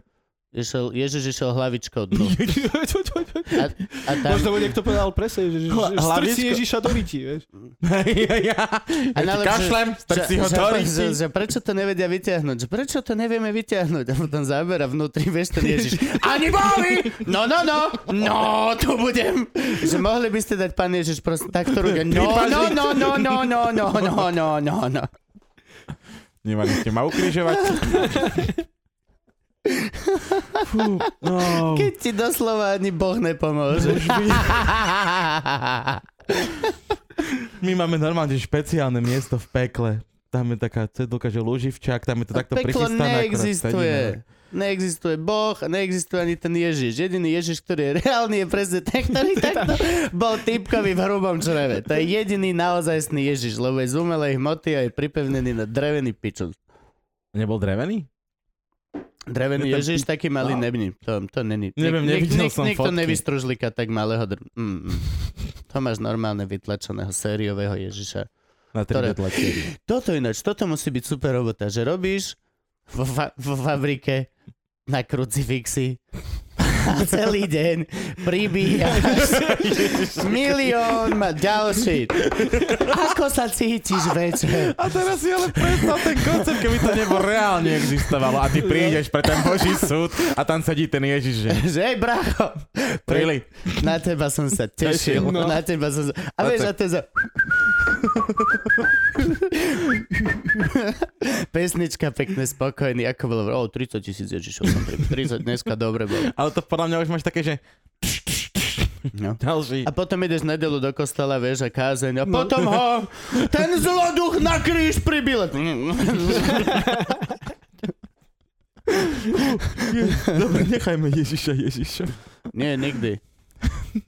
[SPEAKER 2] Išiel, Ježiš išiel hlavičkou dnu. A, a tam,
[SPEAKER 1] Možno mu niekto povedal presne, že, že, že
[SPEAKER 3] Hla-
[SPEAKER 1] strč si
[SPEAKER 3] hlavičko.
[SPEAKER 1] Ježiša do ryti, vieš.
[SPEAKER 3] ja, ja.
[SPEAKER 2] a
[SPEAKER 3] ja ti
[SPEAKER 2] najlepšie,
[SPEAKER 3] kašlem, tak
[SPEAKER 2] že-
[SPEAKER 3] si ho
[SPEAKER 2] že-
[SPEAKER 3] dorí.
[SPEAKER 2] že, že, prečo to nevedia vyťahnuť? Že prečo to nevieme vyťahnuť? A potom zábera vnútri, vieš, ten Ježiš. Ani boli! No, no, no! No, tu budem! Že mohli by ste dať, pán Ježiš, proste takto ruke. No, no, no, no, no, no, no, no, no, no, no.
[SPEAKER 3] Nemali ste ma ukrižovať. Fú, no.
[SPEAKER 2] Keď ti doslova ani Boh nepomôže.
[SPEAKER 3] My máme normálne špeciálne miesto v pekle. tam je taká cedulka, že Luživčák, tam je to takto
[SPEAKER 2] peklo
[SPEAKER 3] prichystané. akorát
[SPEAKER 2] neexistuje.
[SPEAKER 3] sedíme.
[SPEAKER 2] Neexistuje Boh a neexistuje ani ten Ježiš. Jediný Ježiš, ktorý je reálny, je presne ten, ktorý takto bol typkový v hrubom čreve. To je jediný naozajstný Ježiš, lebo je z umelej hmoty a je pripevnený na drevený pičun.
[SPEAKER 3] Nebol drevený?
[SPEAKER 2] Drevený
[SPEAKER 3] Je ten
[SPEAKER 2] Ježiš, taký malý
[SPEAKER 3] Wow.
[SPEAKER 2] nebni. To, to není.
[SPEAKER 3] Neviem, nevidel som
[SPEAKER 2] Nikto
[SPEAKER 3] fotky.
[SPEAKER 2] nevystružlika tak malého dr... Mm, mm. To máš normálne vytlačeného sériového Ježiša.
[SPEAKER 3] Na tri
[SPEAKER 2] Ktoré?
[SPEAKER 3] detlačky.
[SPEAKER 2] Toto ináč, toto musí byť super robota, že robíš vo, fa- vo fabrike na krucifixy a celý deň pribíjaš milión ma ďalší. Ako sa cítiš večer?
[SPEAKER 3] A teraz si ale predstav ten koncept, keby to nebo reálne existovalo a ty prídeš pre ten Boží súd a tam sedí ten Ježiš, že
[SPEAKER 2] Že hej, bracho,
[SPEAKER 3] príli.
[SPEAKER 2] na teba som sa tešil.
[SPEAKER 1] No.
[SPEAKER 2] Na teba som sa... A vieš, a to je za... Pesnička pekne spokojný, ako bolo, o, 30 tisíc Ježišov som pri... 30 dneska, dobre bolo.
[SPEAKER 3] Ale to podľa mňa už máš také, že
[SPEAKER 2] No.
[SPEAKER 3] ďalší.
[SPEAKER 2] A potom ideš nedelu do kostola, vieš, a kázeň. A potom ho ten zloduch na kríž pribil.
[SPEAKER 3] Dobre, nechajme Ježiša, Ježiša.
[SPEAKER 2] Nie, nikdy.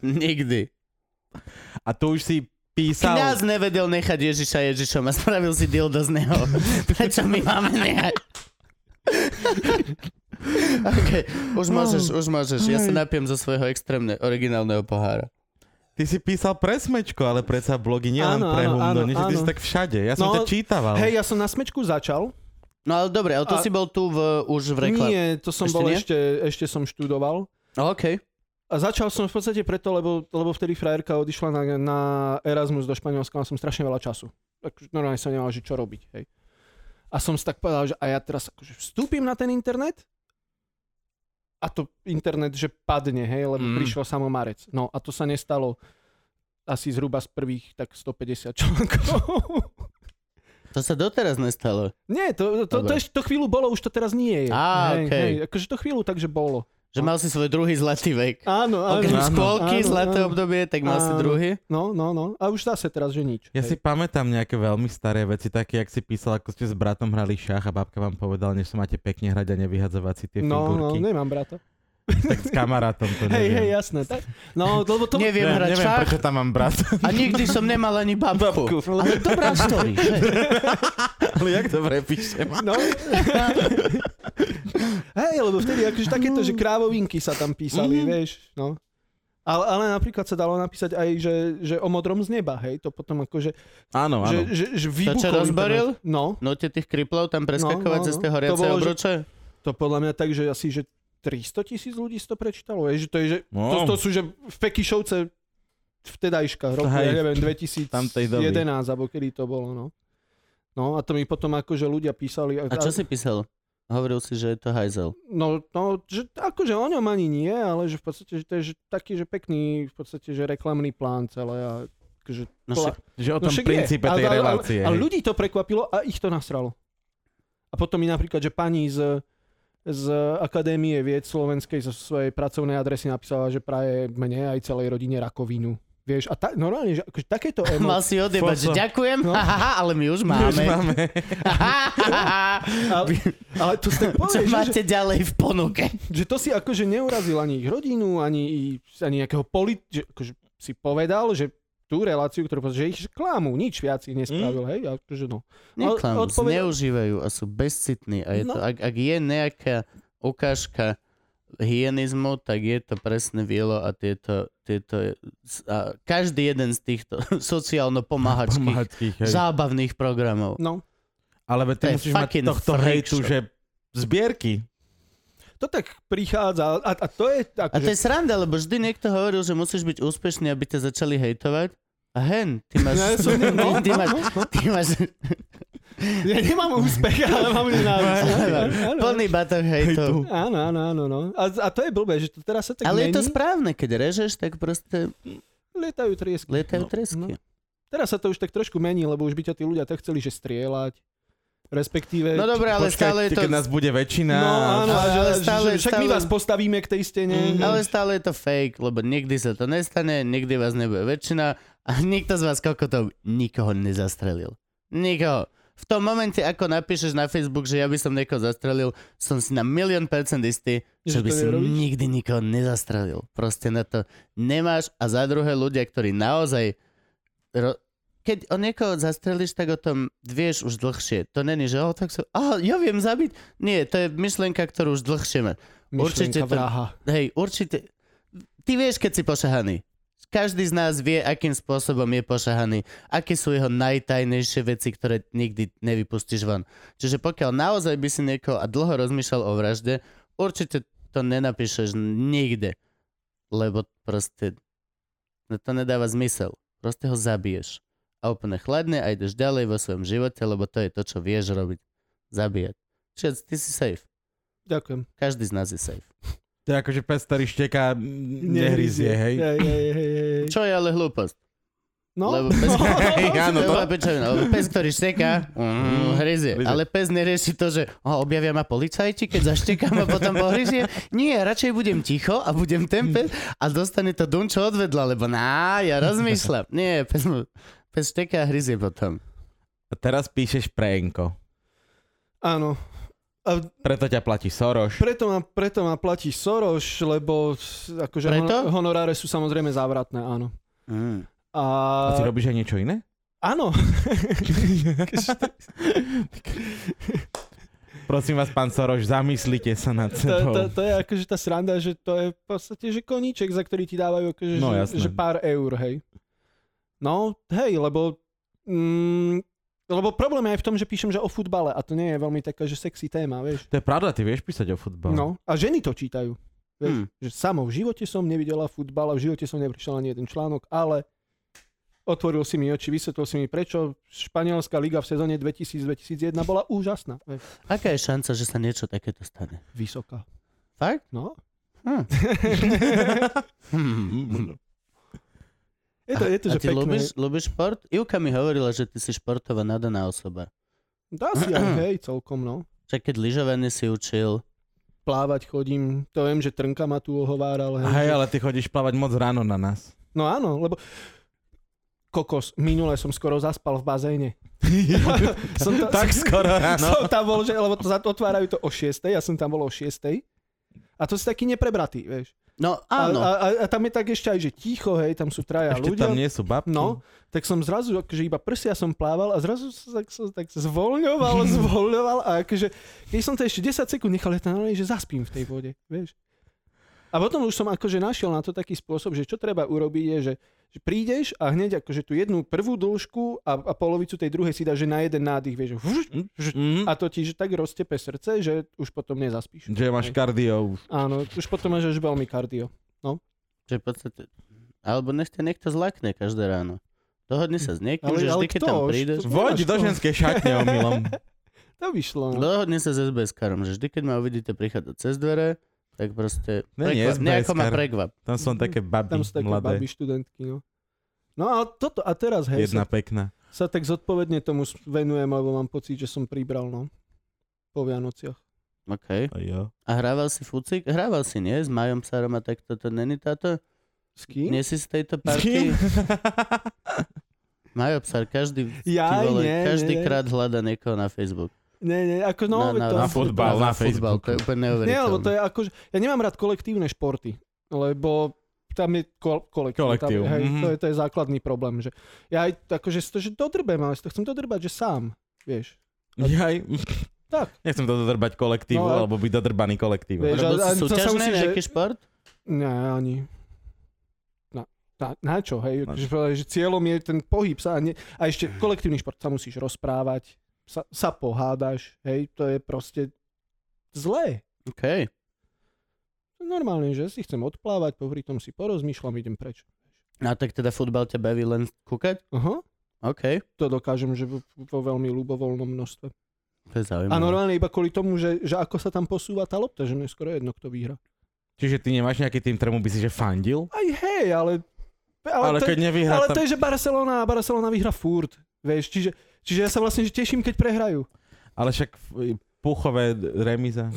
[SPEAKER 2] Nikdy.
[SPEAKER 3] A tu už si písal...
[SPEAKER 2] Kňaz nevedel nechať Ježiša Ježišom a spravil si dildo z neho. Prečo my máme nehať? OK, už môžeš, už môžeš. Ja sa napijem zo svojho extrémne originálneho pohára.
[SPEAKER 3] Ty si písal pre smečko, ale predsa blogy nie len
[SPEAKER 1] Áno,
[SPEAKER 3] pre
[SPEAKER 1] áno,
[SPEAKER 3] humno,
[SPEAKER 1] áno,
[SPEAKER 3] nie, že
[SPEAKER 1] áno.
[SPEAKER 3] ty si tak všade. Ja som
[SPEAKER 1] No,
[SPEAKER 3] ťa čítaval.
[SPEAKER 1] Hej, ja som na smečku začal.
[SPEAKER 2] No ale dobre, ale to
[SPEAKER 1] A-
[SPEAKER 2] si bol tu v, už v reklame.
[SPEAKER 1] Nie, to som
[SPEAKER 2] Ešte
[SPEAKER 1] bol
[SPEAKER 2] nie?
[SPEAKER 1] ešte, ešte som študoval.
[SPEAKER 2] OK.
[SPEAKER 1] A začal som v podstate preto, lebo, lebo vtedy frajerka odišla na, na Erasmus do Španielska, mal som strašne veľa času. Tak normálne som nemal, že čo robiť, hej. A som si tak povedal, že a ja teraz akože vstúpim na ten internet a to internet, že padne, hej, lebo
[SPEAKER 2] Mm.
[SPEAKER 1] mm. prišiel samo Marec. No a to sa nestalo asi zhruba z prvých tak 150 článkov.
[SPEAKER 2] To sa doteraz nestalo.
[SPEAKER 1] Nie, to, to, to,
[SPEAKER 2] Dobre.
[SPEAKER 1] ešte to chvíľu bolo, už to teraz nie je.
[SPEAKER 2] Á,
[SPEAKER 1] hej,
[SPEAKER 2] okej.
[SPEAKER 1] hej, akože to chvíľu takže bolo.
[SPEAKER 2] Že mal si svoj druhý zlatý vek.
[SPEAKER 1] Áno, áno.
[SPEAKER 2] Okrem
[SPEAKER 3] áno,
[SPEAKER 2] školky,
[SPEAKER 1] áno,
[SPEAKER 2] zlaté
[SPEAKER 1] áno.
[SPEAKER 2] obdobie, tak mal si
[SPEAKER 1] Áno.
[SPEAKER 2] druhý.
[SPEAKER 1] No, no, no. A už zase teraz, že nič.
[SPEAKER 3] Ja
[SPEAKER 1] hej.
[SPEAKER 3] si pamätám nejaké veľmi staré veci, také, jak si písal, ako ste s bratom hrali šach a babka vám povedala, než sa máte pekne hrať a nevyhadzovať si tie
[SPEAKER 1] No, no,
[SPEAKER 3] figurky.
[SPEAKER 1] nemám brata.
[SPEAKER 3] Tak s kamarátom
[SPEAKER 1] Hej,
[SPEAKER 3] to neviem.
[SPEAKER 1] hej, jasné. Tak, no, lebo to...
[SPEAKER 2] Neviem
[SPEAKER 3] Ja
[SPEAKER 2] hrať
[SPEAKER 3] neviem,
[SPEAKER 2] šach
[SPEAKER 3] prečo tam mám brata.
[SPEAKER 2] a nikdy som nemal ani babku. Ale dobrá story. že?
[SPEAKER 3] Ale jak to prepíšem?
[SPEAKER 1] No. hej, lebo vtedy akože takéto, že krávovinky sa tam
[SPEAKER 3] Mhm.
[SPEAKER 1] písali, vieš, no. Ale, ale napríklad sa dalo napísať aj, že, že o modrom z neba, hej, to potom akože,
[SPEAKER 3] No, Áno,
[SPEAKER 1] že,
[SPEAKER 3] áno.
[SPEAKER 1] že, že vybuchol internet.
[SPEAKER 2] rozbaril?
[SPEAKER 1] No,
[SPEAKER 2] Note tých kriplov tam preskakovať
[SPEAKER 1] No, no,
[SPEAKER 2] cez tie
[SPEAKER 1] no.
[SPEAKER 2] horiace
[SPEAKER 1] To bolo, že-
[SPEAKER 2] obruče?
[SPEAKER 1] to podľa mňa tak, že asi, že 300 tisíc ľudí si to prečítalo, vieš, že to je, že, to,
[SPEAKER 3] No.
[SPEAKER 1] to sú, že v Pekišovce vtedajška, roku, ja
[SPEAKER 3] Hej,
[SPEAKER 1] neviem, 2011,
[SPEAKER 3] tamtej doby.
[SPEAKER 1] alebo kedy to bolo, no. No a to mi potom akože ľudia písali.
[SPEAKER 2] A čo si písal? Hovoril si, že je to hajzel.
[SPEAKER 1] No, no že, akože o ňom ani nie, ale že v podstate, že to je že, taký, že pekný, v podstate, že reklamný plán celé a akože,
[SPEAKER 2] No
[SPEAKER 1] Bola-
[SPEAKER 2] však,
[SPEAKER 3] Že o
[SPEAKER 1] no
[SPEAKER 3] tom
[SPEAKER 1] však je.
[SPEAKER 3] princípe tej
[SPEAKER 1] ale,
[SPEAKER 3] relácie.
[SPEAKER 1] Ale, ale
[SPEAKER 3] hej.
[SPEAKER 1] ľudí to prekvapilo a ich to nasralo. A potom mi napríklad, že pani z, z Akadémie vied slovenskej zo svojej pracovnej adresy napísala, že praje mne aj celej rodine rakovinu. Vieš, a ta, normálne, že akože takéto
[SPEAKER 2] mal
[SPEAKER 1] emócie.
[SPEAKER 2] si odjebať, že
[SPEAKER 3] Foso.
[SPEAKER 2] ďakujem,
[SPEAKER 1] No.
[SPEAKER 2] ha, ha, ha, ale my už
[SPEAKER 3] Už
[SPEAKER 2] máme.
[SPEAKER 3] máme.
[SPEAKER 1] Ale, ale to si tak
[SPEAKER 2] Čo
[SPEAKER 1] povieš, že,
[SPEAKER 2] máte ďalej v ponuke?
[SPEAKER 1] že to si akože neurazil ani ich rodinu, ani, ani nejakého polit... Že, akože si povedal, že tú reláciu, ktorú povedal, že ich
[SPEAKER 2] Hm?
[SPEAKER 1] klamu, nič viac ich nespravil, hej? Akože no. Ale
[SPEAKER 2] Neklamú,
[SPEAKER 1] odpoved-
[SPEAKER 2] zneužívajú a sú bezcitní. A je
[SPEAKER 1] No.
[SPEAKER 2] to, ak, ak je nejaká ukážka hyenizmu, tak je to presne vielo a tieto, tieto a každý jeden z týchto sociálno-pomáhačkých
[SPEAKER 3] Pomáhačkých, hej.
[SPEAKER 2] zábavných programov.
[SPEAKER 1] No,
[SPEAKER 3] Ale veď ty
[SPEAKER 2] To je
[SPEAKER 3] musíš mať
[SPEAKER 2] fucking
[SPEAKER 3] tohto
[SPEAKER 2] freak
[SPEAKER 3] hejtu,
[SPEAKER 2] show.
[SPEAKER 3] že zbierky.
[SPEAKER 1] to tak prichádza a, a to je...
[SPEAKER 2] A to
[SPEAKER 1] Akože,
[SPEAKER 2] je sranda, lebo vždy niekto hovoril, že musíš byť úspešný, aby ťa začali hejtovať. A hen, ty máš...
[SPEAKER 1] No, ja som-
[SPEAKER 2] ty,
[SPEAKER 1] no,
[SPEAKER 2] ty máš, ty máš
[SPEAKER 1] Ja nemám úspech, ale mám nenávisť.
[SPEAKER 2] plný batoh hejtov.
[SPEAKER 1] Áno, áno, áno. No. A, a to je blbé, že to teraz sa tak
[SPEAKER 2] Ale je
[SPEAKER 1] mení.
[SPEAKER 2] to správne, keď režeš, tak proste
[SPEAKER 1] Lietajú triesky.
[SPEAKER 2] lietajú
[SPEAKER 1] No,
[SPEAKER 2] tresky.
[SPEAKER 1] Teraz sa to už tak trošku mení, lebo už by ťa tí ľudia tak chceli, že strieľať. Respektíve...
[SPEAKER 2] No dobré, ale
[SPEAKER 3] Počkaj,
[SPEAKER 2] stále je
[SPEAKER 3] ty,
[SPEAKER 2] to...
[SPEAKER 3] keď nás bude väčšina.
[SPEAKER 1] No áno, ale,
[SPEAKER 2] Ale- ale
[SPEAKER 1] že,
[SPEAKER 2] stále-
[SPEAKER 1] že, však my
[SPEAKER 2] stále-
[SPEAKER 1] vás postavíme k tej stene.
[SPEAKER 2] Mm, ale stále je to fake, lebo nikdy sa to nestane, nikdy vás nebude väčšina a nikto z vás kokotom nikoho nezastrelil. Nikoho. v tom momente, ako napíšeš na Facebook, že ja by som niekoho zastrelil, som si na milión percent istý,
[SPEAKER 1] Že
[SPEAKER 2] že,
[SPEAKER 1] to
[SPEAKER 2] by si
[SPEAKER 1] nerobíš?
[SPEAKER 2] nikdy nikoho nezastrelil. Proste na to nemáš. A za druhé ľudia, ktorí naozaj... Ro- keď o niekoho zastrelíš, tak o tom vieš už dlhšie. To není, že o, tak som... Aha, ja viem zabiť. Nie, to je myšlienka, ktorú už dlhšie máš.
[SPEAKER 1] Myšlienka
[SPEAKER 2] Určite to-
[SPEAKER 1] vraha.
[SPEAKER 2] Hej, určite. Ty vieš, keď si pošahaný. Každý z nás vie, akým spôsobom je pošahaný. Aké sú jeho najtajnejšie veci, ktoré nikdy nevypustíš von. Čiže pokiaľ naozaj by si niekoho a dlho rozmýšľal o vražde, určite to nenapíšeš nikde. Lebo proste no to nedáva zmysel. Proste ho zabiješ. A úplne chladne a ideš ďalej vo svojom živote, lebo to je to, čo vieš robiť. Zabíjať. Čiže ty si safe.
[SPEAKER 1] Ďakujem.
[SPEAKER 2] Každý z nás je safe.
[SPEAKER 3] To je akože pes, ktorý šteká, nehryzie, hej.
[SPEAKER 1] Hej, hej, hej, hej.
[SPEAKER 2] Čo je ale hlúposť.
[SPEAKER 1] No,
[SPEAKER 2] Lebo pes,
[SPEAKER 3] Hej, áno,
[SPEAKER 2] to
[SPEAKER 3] to.
[SPEAKER 2] je pečovina, lebo pes, ktorý šteká, mm, hryzie.
[SPEAKER 3] hryzie.
[SPEAKER 2] Ale pes nerieši to, že oh, objavia ma policajti, keď zaštekám a potom pohryzie. Nie, radšej budem ticho a budem ten pes a dostane to dum, čo odvedla, lebo na, ja rozmýšľam. Nie, pes, mu- pes šteká a hryzie potom.
[SPEAKER 3] A teraz píšeš pre Enko.
[SPEAKER 1] áno. A
[SPEAKER 3] Preto ťa platí Soros.
[SPEAKER 1] preto ma, preto ma platí Soros, lebo s- akože hon-
[SPEAKER 2] Preto?
[SPEAKER 1] honoráre sú samozrejme závratné, áno.
[SPEAKER 2] Mm.
[SPEAKER 1] A...
[SPEAKER 3] A ty robíš aj niečo iné?
[SPEAKER 1] Áno.
[SPEAKER 3] Prosím vás, pán Soroš, zamyslite sa nad
[SPEAKER 1] to, to,
[SPEAKER 3] sebou.
[SPEAKER 1] to je akože tá sranda, že to je v podstate, že koníček, za ktorý ti dávajú akože,
[SPEAKER 3] No, jasné.
[SPEAKER 1] že, že pár eur, hej. No, hej, lebo mm, lebo problém je aj v tom, že píšem, že o futbale a to nie je veľmi taká, že sexy téma, vieš.
[SPEAKER 3] To je pravda, ty vieš písať o futbale.
[SPEAKER 1] No, a ženy to čítajú. Vieš,
[SPEAKER 2] Hmm.
[SPEAKER 1] že samo v živote som nevidela futbal a v živote som neprišiel ani jeden článok, ale otvoril si mi oči, vysvetlil si mi, prečo španielská liga v sezóne 2000-2001 bola úžasná. Vieš,
[SPEAKER 2] Aká je šanca, že sa niečo takéto stane?
[SPEAKER 1] vysoká.
[SPEAKER 2] Fakt?
[SPEAKER 1] No,
[SPEAKER 2] Hm. Hm.
[SPEAKER 3] Mm.
[SPEAKER 1] je to, je to
[SPEAKER 2] a
[SPEAKER 1] že
[SPEAKER 2] ty
[SPEAKER 1] pekné.
[SPEAKER 2] ľubíš, ľubíš šport? Ivka mi hovorila, že ty si športová nadaná osoba.
[SPEAKER 1] Dá si aj, hej, celkom, no.
[SPEAKER 2] Čak keď lyžovanie si učil,
[SPEAKER 1] Plávať chodím, to viem, že Trnka ma tu ohováral. Hej,
[SPEAKER 3] Hej,
[SPEAKER 1] že-
[SPEAKER 3] ale ty chodíš plávať moc ráno na nás.
[SPEAKER 1] No áno, lebo kokos, minule som skoro zaspal v bazéne. som to,
[SPEAKER 3] tak skoro No. ráno.
[SPEAKER 1] Som tam bol, že, lebo to zat- otvárajú to o 6, ja som tam bol o 6. A to si taký neprebratý, vieš.
[SPEAKER 2] No
[SPEAKER 1] A,
[SPEAKER 2] áno.
[SPEAKER 1] a, a, a tam je tak ešte aj, že ticho, hej, tam sú traja
[SPEAKER 3] Ešte
[SPEAKER 1] ľudia.
[SPEAKER 3] tam nie sú babky.
[SPEAKER 1] No, tak som zrazu, akože iba prsia som plával a zrazu sa tak, som tak zvoľňoval, zvoľňoval a akože, keď som to ešte 10 sekúnd nechal, ja tam normálne, že zaspím v tej vode, vieš. A potom už som akože našiel na to taký spôsob, že čo treba urobiť je, že, že prídeš a hneď akože tú jednu prvú dĺžku a, a polovicu tej druhej si dáš, že na jeden nádych, vieš, že vžuš, vžuš,
[SPEAKER 3] Mm.
[SPEAKER 1] a to ti že tak roztepe srdce, že už potom nezaspíš.
[SPEAKER 3] Že máš kardio už.
[SPEAKER 1] Áno, už potom máš až veľmi kardio.
[SPEAKER 2] Že v podstate... Alebo nech ťa niekto zlakne každé ráno. Dohodni sa s niekým,
[SPEAKER 1] Ale-
[SPEAKER 2] že
[SPEAKER 1] ale
[SPEAKER 2] vždy, keď
[SPEAKER 1] kto?
[SPEAKER 2] tam
[SPEAKER 1] Už
[SPEAKER 2] prídeš...
[SPEAKER 1] to-
[SPEAKER 3] Voď
[SPEAKER 1] Nemáš
[SPEAKER 3] do
[SPEAKER 1] to.
[SPEAKER 3] ženskej šatne omylom.
[SPEAKER 1] To vyšlo. No.
[SPEAKER 2] Dohodni sa s SBS-karom, že vždy, keď ma uvidíte prichádzať cez dvere, tak proste...
[SPEAKER 3] Ne, nie, SBS-kar.
[SPEAKER 2] nejako ma prekvap.
[SPEAKER 3] Tam som také baby
[SPEAKER 1] Tam sú také
[SPEAKER 3] mladé.
[SPEAKER 1] baby študentky, no. No a toto, a teraz, hej,
[SPEAKER 3] Jedna
[SPEAKER 1] sa,
[SPEAKER 3] pekná.
[SPEAKER 1] sa tak zodpovedne tomu s- venujem, lebo mám pocit, že som pribral, no. Po Vianociach.
[SPEAKER 2] OK.
[SPEAKER 3] A jo.
[SPEAKER 2] A hrával si fucik? Hrával si, nie? S Majom Sarom a takto to není táto?
[SPEAKER 1] S kým?
[SPEAKER 2] Nie si z tejto
[SPEAKER 3] S kým?
[SPEAKER 2] party?
[SPEAKER 1] Hm?
[SPEAKER 2] Majo Psar, každý...
[SPEAKER 1] Jaj,
[SPEAKER 2] ty vole,
[SPEAKER 1] nie,
[SPEAKER 2] každý
[SPEAKER 1] nie.
[SPEAKER 2] krát hľada niekoho na Facebook.
[SPEAKER 1] Nie, nie, ako no,
[SPEAKER 2] na, na,
[SPEAKER 1] to,
[SPEAKER 3] na futbal, na
[SPEAKER 2] futbal, to je
[SPEAKER 3] Facebooku.
[SPEAKER 2] úplne neuveriteľné.
[SPEAKER 1] Nie, lebo to je ako, že- ja nemám rád kolektívne športy, lebo tam je kol, kolektív.
[SPEAKER 3] Kolektív,
[SPEAKER 1] Tam, hej,
[SPEAKER 3] mhm.
[SPEAKER 1] to, je, to je základný problém, že ja aj akože si to, že dodrbem, ale si to chcem dodrbať, že sám, vieš.
[SPEAKER 3] Jaj.
[SPEAKER 1] Tak.
[SPEAKER 3] Nechcem to dodrbať kolektívu,
[SPEAKER 1] No, ale-
[SPEAKER 3] alebo byť dodrbaný kolektívom.
[SPEAKER 1] Vieš,
[SPEAKER 2] Robil
[SPEAKER 1] ale- ale
[SPEAKER 2] si
[SPEAKER 1] to sa
[SPEAKER 2] súťažný
[SPEAKER 1] musíš, že-
[SPEAKER 2] nejaký šport?
[SPEAKER 1] Ne, ani. Na, na, na čo, hej?
[SPEAKER 3] Na
[SPEAKER 1] Že, povedali, že cieľom je ten pohyb sa a, ne, a ešte kolektívny šport sa musíš rozprávať, sa, sa pohádaš, hej? To je proste zlé.
[SPEAKER 2] OK.
[SPEAKER 1] Normálne, že si chcem odplávať, popri tom si porozmýšľam, idem preč.
[SPEAKER 2] A tak teda futbal ťa baví len kúkať?
[SPEAKER 1] Aha,
[SPEAKER 2] OK.
[SPEAKER 1] to dokážem, že vo, vo veľmi ľubovoľnom množstve.
[SPEAKER 2] To je zaujímavé.
[SPEAKER 1] A normálne iba kvôli tomu, že, že ako sa tam posúva tá lopta, že mi je skoro jedno, kto vyhra.
[SPEAKER 3] Čiže ty nemáš nejaký tým, ktorému by si že fandil?
[SPEAKER 1] Aj hej, ale...
[SPEAKER 3] Ale,
[SPEAKER 1] to-
[SPEAKER 3] keď nevyhrá
[SPEAKER 1] Ale to
[SPEAKER 3] tam...
[SPEAKER 1] je, že Barcelona a Barcelona vyhra furt. Vieš, čiže, čiže ja sa vlastne že teším, keď prehrajú.
[SPEAKER 3] Ale však e, puchové remiza.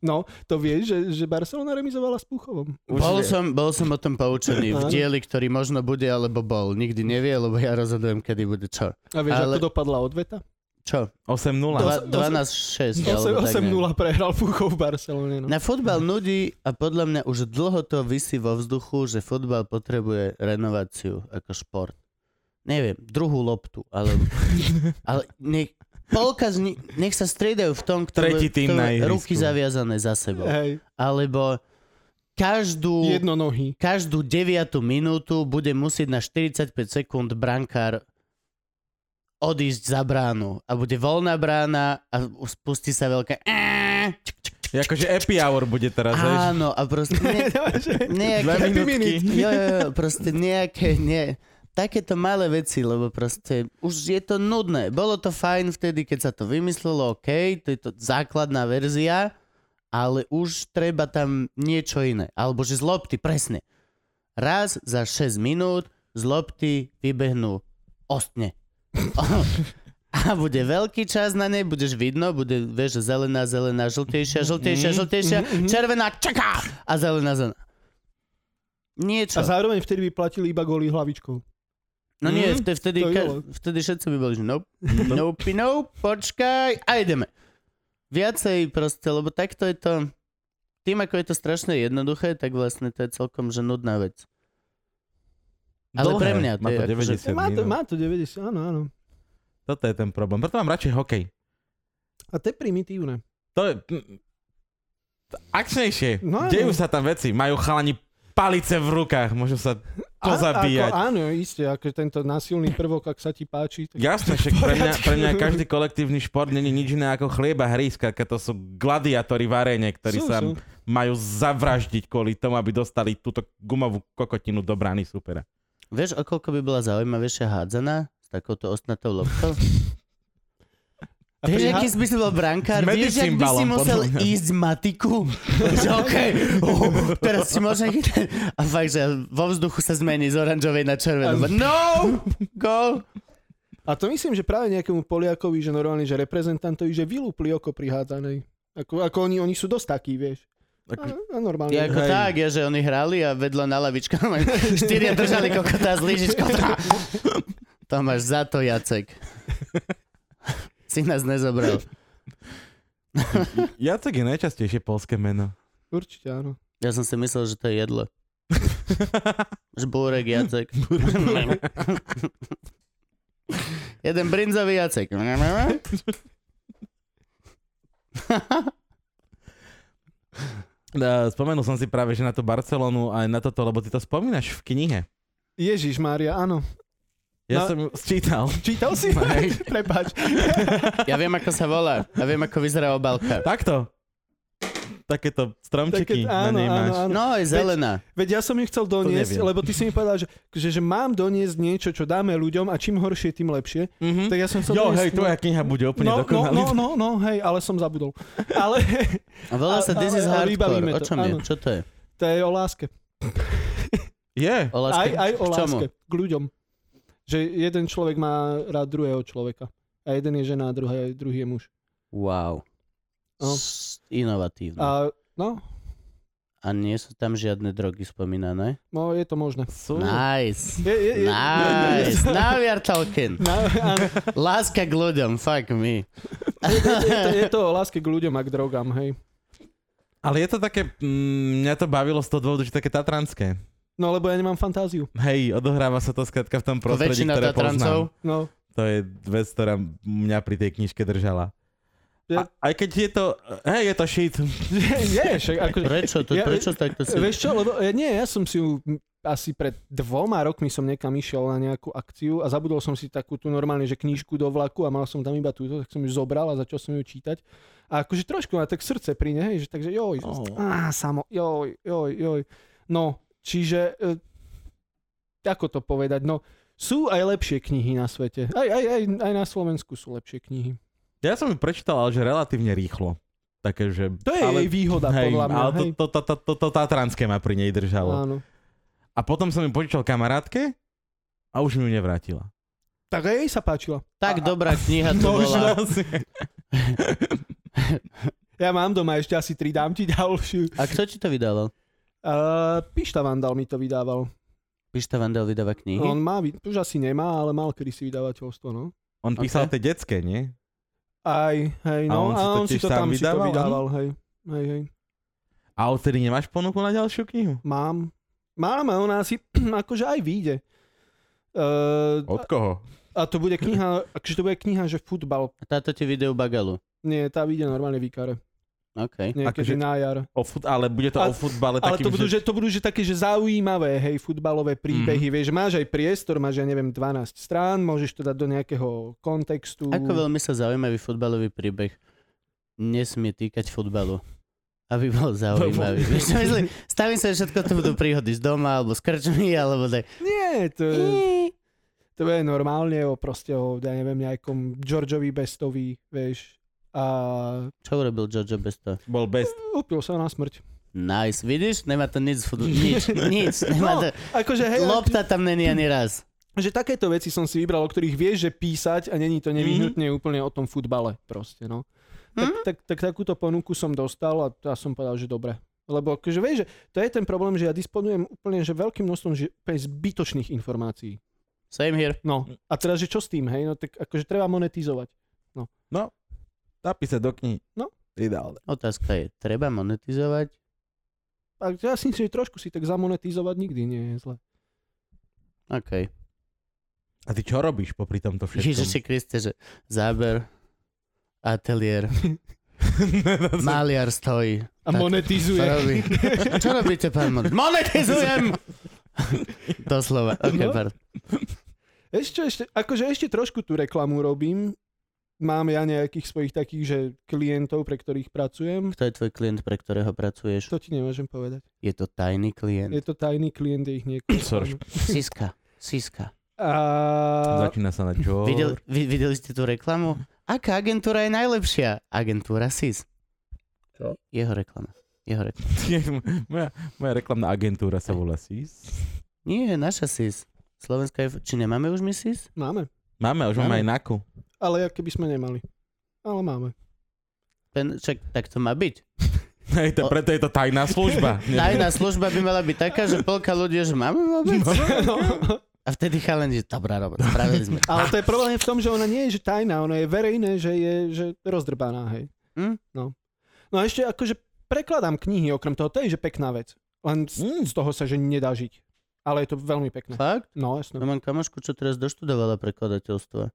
[SPEAKER 1] No, to vieš, že, že Barcelona remizovala s Púchovom.
[SPEAKER 2] Bol som, bol som o tom poučený v
[SPEAKER 1] Áno.
[SPEAKER 2] dieli, ktorý možno bude alebo bol. Nikdy nevie, lebo ja rozhodujem, kedy bude čo.
[SPEAKER 1] A vieš, Ale...
[SPEAKER 2] Ale-
[SPEAKER 1] ako dopadla odveta?
[SPEAKER 2] Čo?
[SPEAKER 3] 8-0.
[SPEAKER 2] Dva- 12-6. alebo tak
[SPEAKER 1] 8-0
[SPEAKER 2] nejak.
[SPEAKER 1] prehral Púchov v Barcelone. No.
[SPEAKER 2] Na futbal nudí a podľa mňa už dlho to vysí vo vzduchu, že futbal potrebuje renováciu ako šport. Neviem, druhú loptu, ale, ale nech, polka z ni- nech sa striedajú v tom, kto
[SPEAKER 3] Tretí tým
[SPEAKER 2] kto
[SPEAKER 3] na ihrisku.
[SPEAKER 2] ruky zaviazané za sebou.
[SPEAKER 1] Hej,
[SPEAKER 2] Alebo každú,
[SPEAKER 1] jedno nohy.
[SPEAKER 2] každú deviatú minútu bude musieť na 45 sekúnd brankár odísť za bránu a bude voľná brána a spustí sa veľká...
[SPEAKER 3] Je akože happy hour bude teraz, vieš.
[SPEAKER 2] Áno, a proste... Ne,
[SPEAKER 3] Dve
[SPEAKER 2] nejaké,
[SPEAKER 3] minútky.
[SPEAKER 2] jo, jo, jo, proste nejaké, nie, takéto malé veci, lebo proste už je to nudné. Bolo to fajn vtedy, keď sa to vymyslelo, OK, to je to základná verzia, ale už treba tam niečo iné. Alebo že z lopty, presne. Raz za 6 minút z lopty vybehnú ostne. A bude veľký čas na nej, budeš vidno, bude, vieš, zelená, zelená, žltejšia,
[SPEAKER 1] Mhm.
[SPEAKER 2] žltejšia, žltejšia,
[SPEAKER 1] Hm?
[SPEAKER 2] červená, čaká! A zelená, zelená.
[SPEAKER 1] A
[SPEAKER 2] Niečo.
[SPEAKER 1] zároveň vtedy by platili iba góly hlavičkou.
[SPEAKER 2] No nie,
[SPEAKER 1] Mm,
[SPEAKER 2] vtedy, vtedy,
[SPEAKER 1] to je
[SPEAKER 2] ka-
[SPEAKER 1] ono.
[SPEAKER 2] vtedy všetci by boli, že nope, nope, nope, počkaj a ideme. Viacej proste, lebo takto je to, tým ako je to strašne jednoduché, tak vlastne to je celkom že nudná vec. Ale
[SPEAKER 3] Dlhé.
[SPEAKER 2] pre mňa to
[SPEAKER 3] Má
[SPEAKER 2] je
[SPEAKER 3] to
[SPEAKER 2] akože-
[SPEAKER 3] 90
[SPEAKER 1] Má to,
[SPEAKER 3] minút.
[SPEAKER 1] má to 90, áno, áno.
[SPEAKER 3] Toto je ten problém. Preto mám radšej hokej.
[SPEAKER 1] A to je primitívne.
[SPEAKER 3] To je... m, Akčnejšie.
[SPEAKER 1] No, áno.
[SPEAKER 3] Dejú sa tam veci. Majú chalani palice v rukách. Môžu sa pozabíjať.
[SPEAKER 1] Ako, áno, isté, ako tento násilný prvok, ak sa ti páči. Tak...
[SPEAKER 3] Jasné, však pre mňa, pre mňa každý kolektívny šport není nič iné ako chlieba hríska, keď to sú gladiátori v aréne, ktorí
[SPEAKER 1] Sú,
[SPEAKER 3] sa
[SPEAKER 1] sú.
[SPEAKER 3] majú zavraždiť kvôli tomu, aby dostali túto gumovú kokotinu do brány supera.
[SPEAKER 2] Vieš, o koľko by bola zaujímavejšia hádzaná s takouto ostnatou loptou?
[SPEAKER 1] A pri-
[SPEAKER 2] Vieš, aký by si bol brankár? Vieš,
[SPEAKER 3] S
[SPEAKER 2] ak by si
[SPEAKER 3] medicínbalom,
[SPEAKER 2] musel
[SPEAKER 3] podľa mňa.
[SPEAKER 2] ísť matiku? že okej, uh, teraz si môže chytať. A fakt, že vo vzduchu sa zmení z oranžovej na červenú. No! Go!
[SPEAKER 1] A to myslím, že práve nejakému Poliakovi, že normálne, že reprezentantovi, že vylúpli oko prihádzanej. Ako, ako oni, oni sú dosť takí, vieš.
[SPEAKER 3] Ako,
[SPEAKER 1] A, a normálne.
[SPEAKER 2] Ja ako
[SPEAKER 3] Hej.
[SPEAKER 2] tak, ja, že oni hrali a vedľa na lavička. len Štyria držali kokota z lyžičkou. To máš za to, Jacek. Si nás nezobral.
[SPEAKER 3] Jacek je najčastejšie polské meno.
[SPEAKER 1] Určite áno.
[SPEAKER 2] Ja som si myslel, že to je jedlo. Žbúrek, Jacek. Jeden brinzový Jacek.
[SPEAKER 3] Eh, Spomenul som si práve, že na tú Barcelonu aj na toto, lebo ty to spomínaš v knihe.
[SPEAKER 1] Ježiš Mária, áno.
[SPEAKER 3] Ja
[SPEAKER 1] No.
[SPEAKER 3] som ju sčítal.
[SPEAKER 1] Čítal si? Prepač.
[SPEAKER 2] Ja viem, ako sa volá. Ja viem, ako vyzerá obálka.
[SPEAKER 3] Takto. Takéto
[SPEAKER 1] Také-
[SPEAKER 3] stromčeky na
[SPEAKER 1] áno,
[SPEAKER 3] nej máš.
[SPEAKER 1] áno, áno.
[SPEAKER 2] No, je zelená.
[SPEAKER 1] Veď ja som ju chcel doniesť,
[SPEAKER 3] neviem.
[SPEAKER 1] lebo ty si mi povedal, že, že, že mám doniesť niečo, čo dáme ľuďom a čím horšie, tým lepšie.
[SPEAKER 3] Mhm.
[SPEAKER 1] Tak ja som chcel
[SPEAKER 3] Jo,
[SPEAKER 1] doniesť...
[SPEAKER 3] hej, tvoja kniha bude
[SPEAKER 1] no,
[SPEAKER 3] úplne
[SPEAKER 1] no,
[SPEAKER 3] dokonalá.
[SPEAKER 1] no, no, no, hej, ale som zabudol. Ale
[SPEAKER 2] A volá sa
[SPEAKER 1] Ale-
[SPEAKER 2] This
[SPEAKER 1] ale-
[SPEAKER 2] is
[SPEAKER 1] ale
[SPEAKER 2] Hardcore.
[SPEAKER 1] vybavíme
[SPEAKER 2] O
[SPEAKER 1] to,
[SPEAKER 2] čom je?
[SPEAKER 1] áno.
[SPEAKER 2] Čo to je?
[SPEAKER 1] to je o láske.
[SPEAKER 3] Je.
[SPEAKER 2] O láske?
[SPEAKER 1] Aj, aj o
[SPEAKER 2] K čomu?
[SPEAKER 1] láske. K ľuďom. Že jeden človek má rád druhého človeka. A jeden je žena, a druhý, druhý je muž.
[SPEAKER 2] Wow.
[SPEAKER 1] No.
[SPEAKER 2] S- Inovatívne.
[SPEAKER 1] A no,
[SPEAKER 2] A nie sú tam žiadne drogy spomínané?
[SPEAKER 1] no je to možné.
[SPEAKER 3] Sú.
[SPEAKER 2] Nice.
[SPEAKER 1] Je, je, je,
[SPEAKER 2] Nice. Now we are talking.
[SPEAKER 1] No, áno.
[SPEAKER 2] Láska k ľuďom, fuck me.
[SPEAKER 1] je, to, je to o láske k ľuďom a k drogám, hej.
[SPEAKER 3] Ale je to také, mm, mňa to bavilo z toho dôvodu, že také tatranské.
[SPEAKER 1] No lebo ja nemám fantáziu.
[SPEAKER 3] Hej, odohráva sa to skratka v
[SPEAKER 2] To
[SPEAKER 3] tom prostredí,
[SPEAKER 2] väčšina
[SPEAKER 3] ktoré poznám.
[SPEAKER 2] tatrancov.
[SPEAKER 1] No,
[SPEAKER 3] To je vec, ktorá mňa pri tej knižke držala.
[SPEAKER 1] Ja-
[SPEAKER 3] A, aj keď je to... Hej, je to shit.
[SPEAKER 1] nie, však akože- ako...
[SPEAKER 2] Prečo? To,
[SPEAKER 1] Ja-
[SPEAKER 2] prečo takto si...
[SPEAKER 1] Vieš čo, lebo ja, nie, ja som si ju m, asi pred dvoma rokmi som niekam išiel na nejakú akciu a zabudol som si takú tú normálne, že knížku do vlaku a mal som tam iba túto, tak som ju zobral a začal som ju čítať. A akože trošku ma tak srdce pri nej, že takže joj,
[SPEAKER 3] Oh.
[SPEAKER 1] oh. á, samo, joj, joj, joj. No, čiže, e, ako to povedať, no, sú aj lepšie knihy na svete. Aj, aj, aj, aj na Slovensku sú lepšie knihy.
[SPEAKER 3] Ja som ju prečítal, ale že relatívne rýchlo. Také, že...
[SPEAKER 1] To je
[SPEAKER 3] ale,
[SPEAKER 1] jej výhoda,
[SPEAKER 3] hej,
[SPEAKER 1] podľa mňa.
[SPEAKER 3] Ale
[SPEAKER 1] hej. No.
[SPEAKER 3] to, to, to, to, to, to tatranské ma pri nej držalo.
[SPEAKER 1] Áno.
[SPEAKER 3] A potom som ju požičal kamarátke a už mi ju nevrátila.
[SPEAKER 1] Tak aj jej sa páčila.
[SPEAKER 2] Tak dobrá kniha to
[SPEAKER 3] už
[SPEAKER 2] bola.
[SPEAKER 3] asi-
[SPEAKER 1] Ja mám doma ešte asi tri, dám ti ďalšiu.
[SPEAKER 2] A kto ti to vydával?
[SPEAKER 1] Uh, Pišta Vandal mi to vydával.
[SPEAKER 2] Pišta Vandal vydáva
[SPEAKER 3] Mhm.
[SPEAKER 2] knihy?
[SPEAKER 1] On má, vy- už asi nemá, ale mal kedysi vydavateľstvo, no.
[SPEAKER 3] On písal
[SPEAKER 2] Ok.
[SPEAKER 3] tie detské, nie?
[SPEAKER 1] Aj, hej, no.
[SPEAKER 3] on si to
[SPEAKER 1] A on si
[SPEAKER 3] tiež
[SPEAKER 1] to,
[SPEAKER 3] sám
[SPEAKER 1] tam si to
[SPEAKER 3] vydával,
[SPEAKER 1] vydával, hej. Hej, hej.
[SPEAKER 3] A odtedy nemáš ponuku na ďalšiu knihu?
[SPEAKER 1] Mám. Mám a ona asi akože aj vyjde. Uh,
[SPEAKER 3] Od koho?
[SPEAKER 1] a to bude kniha, akože to bude kniha, že futbal.
[SPEAKER 2] A táto ti videu bagalu.
[SPEAKER 1] Nie, tá vyjde normálne výkare.
[SPEAKER 2] OK.
[SPEAKER 1] Niekedy
[SPEAKER 3] Akože-
[SPEAKER 1] na jar.
[SPEAKER 3] O fut, ale bude to
[SPEAKER 1] A-
[SPEAKER 3] o futbale
[SPEAKER 1] Ale to
[SPEAKER 3] takým,
[SPEAKER 1] budú, že...
[SPEAKER 3] že...
[SPEAKER 1] to budú že také, že zaujímavé, hej, futbalové
[SPEAKER 3] Mhm.
[SPEAKER 1] príbehy, mm. vieš, máš aj priestor, máš, ja neviem, 12 strán, môžeš to dať do nejakého kontextu.
[SPEAKER 2] Ako veľmi sa zaujímavý futbalový príbeh nesmie týkať futbalu? Aby bol zaujímavý.
[SPEAKER 1] Lebo-
[SPEAKER 2] Vieš, čo myslím? Stavím sa, že všetko to budú príhody z doma, alebo s krčmi, alebo tak.
[SPEAKER 1] Nie, to, E. to je normálne o proste o, ja neviem, nejakom Georgeovi Bestovi, vieš, a
[SPEAKER 2] Čo urobil Jojo bez toho?
[SPEAKER 3] Bol best.
[SPEAKER 1] upil sa na smrť.
[SPEAKER 2] Nice. Vidíš? Nemá to nič z futbalu. Nič, nič.
[SPEAKER 1] No,
[SPEAKER 2] Nemá to...
[SPEAKER 1] Akože, hej, Lop...
[SPEAKER 2] Lopta tam není ani raz.
[SPEAKER 1] že takéto veci som si vybral, o ktorých vieš, že písať a není to nevyhnutne mm-hmm. úplne o tom futbale, proste, no. Tak, tak, tak takúto ponuku som dostal a ja som povedal, že dobre. Lebo akože vieš, že to je ten problém, že ja disponujem úplne že veľkým množstvom že, úplne zbytočných informácií.
[SPEAKER 2] Same here.
[SPEAKER 1] No a teraz, že čo s tým, hej? No tak akože treba monetizovať.
[SPEAKER 3] Napísať do knihy.
[SPEAKER 1] No.
[SPEAKER 3] Ideálne.
[SPEAKER 2] Otázka je, treba monetizovať?
[SPEAKER 1] A ja si myslím, že trošku si tak zamonetizovať nikdy nie je zle.
[SPEAKER 2] OK.
[SPEAKER 3] A ty čo robíš popri tomto všetkom?
[SPEAKER 2] Ježiši Kriste, že záber, ateliér, maliar stojí.
[SPEAKER 1] A
[SPEAKER 2] Tak,
[SPEAKER 1] monetizuje.
[SPEAKER 2] Čo, robí? čo robíte, pán Mon? Monetizujem! Doslova. OK,
[SPEAKER 1] No.
[SPEAKER 2] pardon.
[SPEAKER 1] Ešte, ešte, akože ešte trošku tú reklamu robím. Mám ja nejakých svojich takých, že klientov, pre ktorých pracujem.
[SPEAKER 2] Kto je tvoj klient, pre ktorého pracuješ?
[SPEAKER 1] To ti nemôžem povedať.
[SPEAKER 2] Je to tajný
[SPEAKER 1] Je
[SPEAKER 2] klient.
[SPEAKER 1] to tajný klient, je ich niekoľko.
[SPEAKER 3] Sorry.
[SPEAKER 2] Siska. Siska.
[SPEAKER 1] A...
[SPEAKER 3] Začína sa na čo?
[SPEAKER 2] Videl, vi, videli ste tú reklamu? Aká agentúra je najlepšia? Agentúra SIS.
[SPEAKER 3] Čo?
[SPEAKER 2] Jeho reklama. Jeho reklama.
[SPEAKER 3] moja, moja reklamná agentúra sa volá SIS.
[SPEAKER 2] Nie, naša SIS. Slovenská je... Či nemáme už my SIS?
[SPEAKER 1] Máme.
[SPEAKER 3] Máme, už máme aj NAKU.
[SPEAKER 1] Ale ako keby sme nemali. Ale máme.
[SPEAKER 2] Ten, čak, tak to má byť.
[SPEAKER 3] Hej, to, preto je to tajná služba.
[SPEAKER 2] Tajná služba by mala byť taká, že polka ľudí, že máme vôbec?
[SPEAKER 1] No.
[SPEAKER 2] A vtedy chalani, že dobrá robota, spravili sme.
[SPEAKER 1] Ale to je problém v tom, že ona nie je že tajná, ona je verejné, že je že rozdrbaná, hej.
[SPEAKER 2] Hm?
[SPEAKER 1] No. no a ešte akože prekladám knihy, okrem toho, to je že pekná vec. Len z,
[SPEAKER 3] Mm.
[SPEAKER 1] z toho sa, že nedá žiť. Ale je to veľmi pekné.
[SPEAKER 2] Fakt?
[SPEAKER 1] No,
[SPEAKER 2] Ja
[SPEAKER 1] jasné. No,
[SPEAKER 2] mám kamošku, čo teraz doštudovala prekladateľstvo.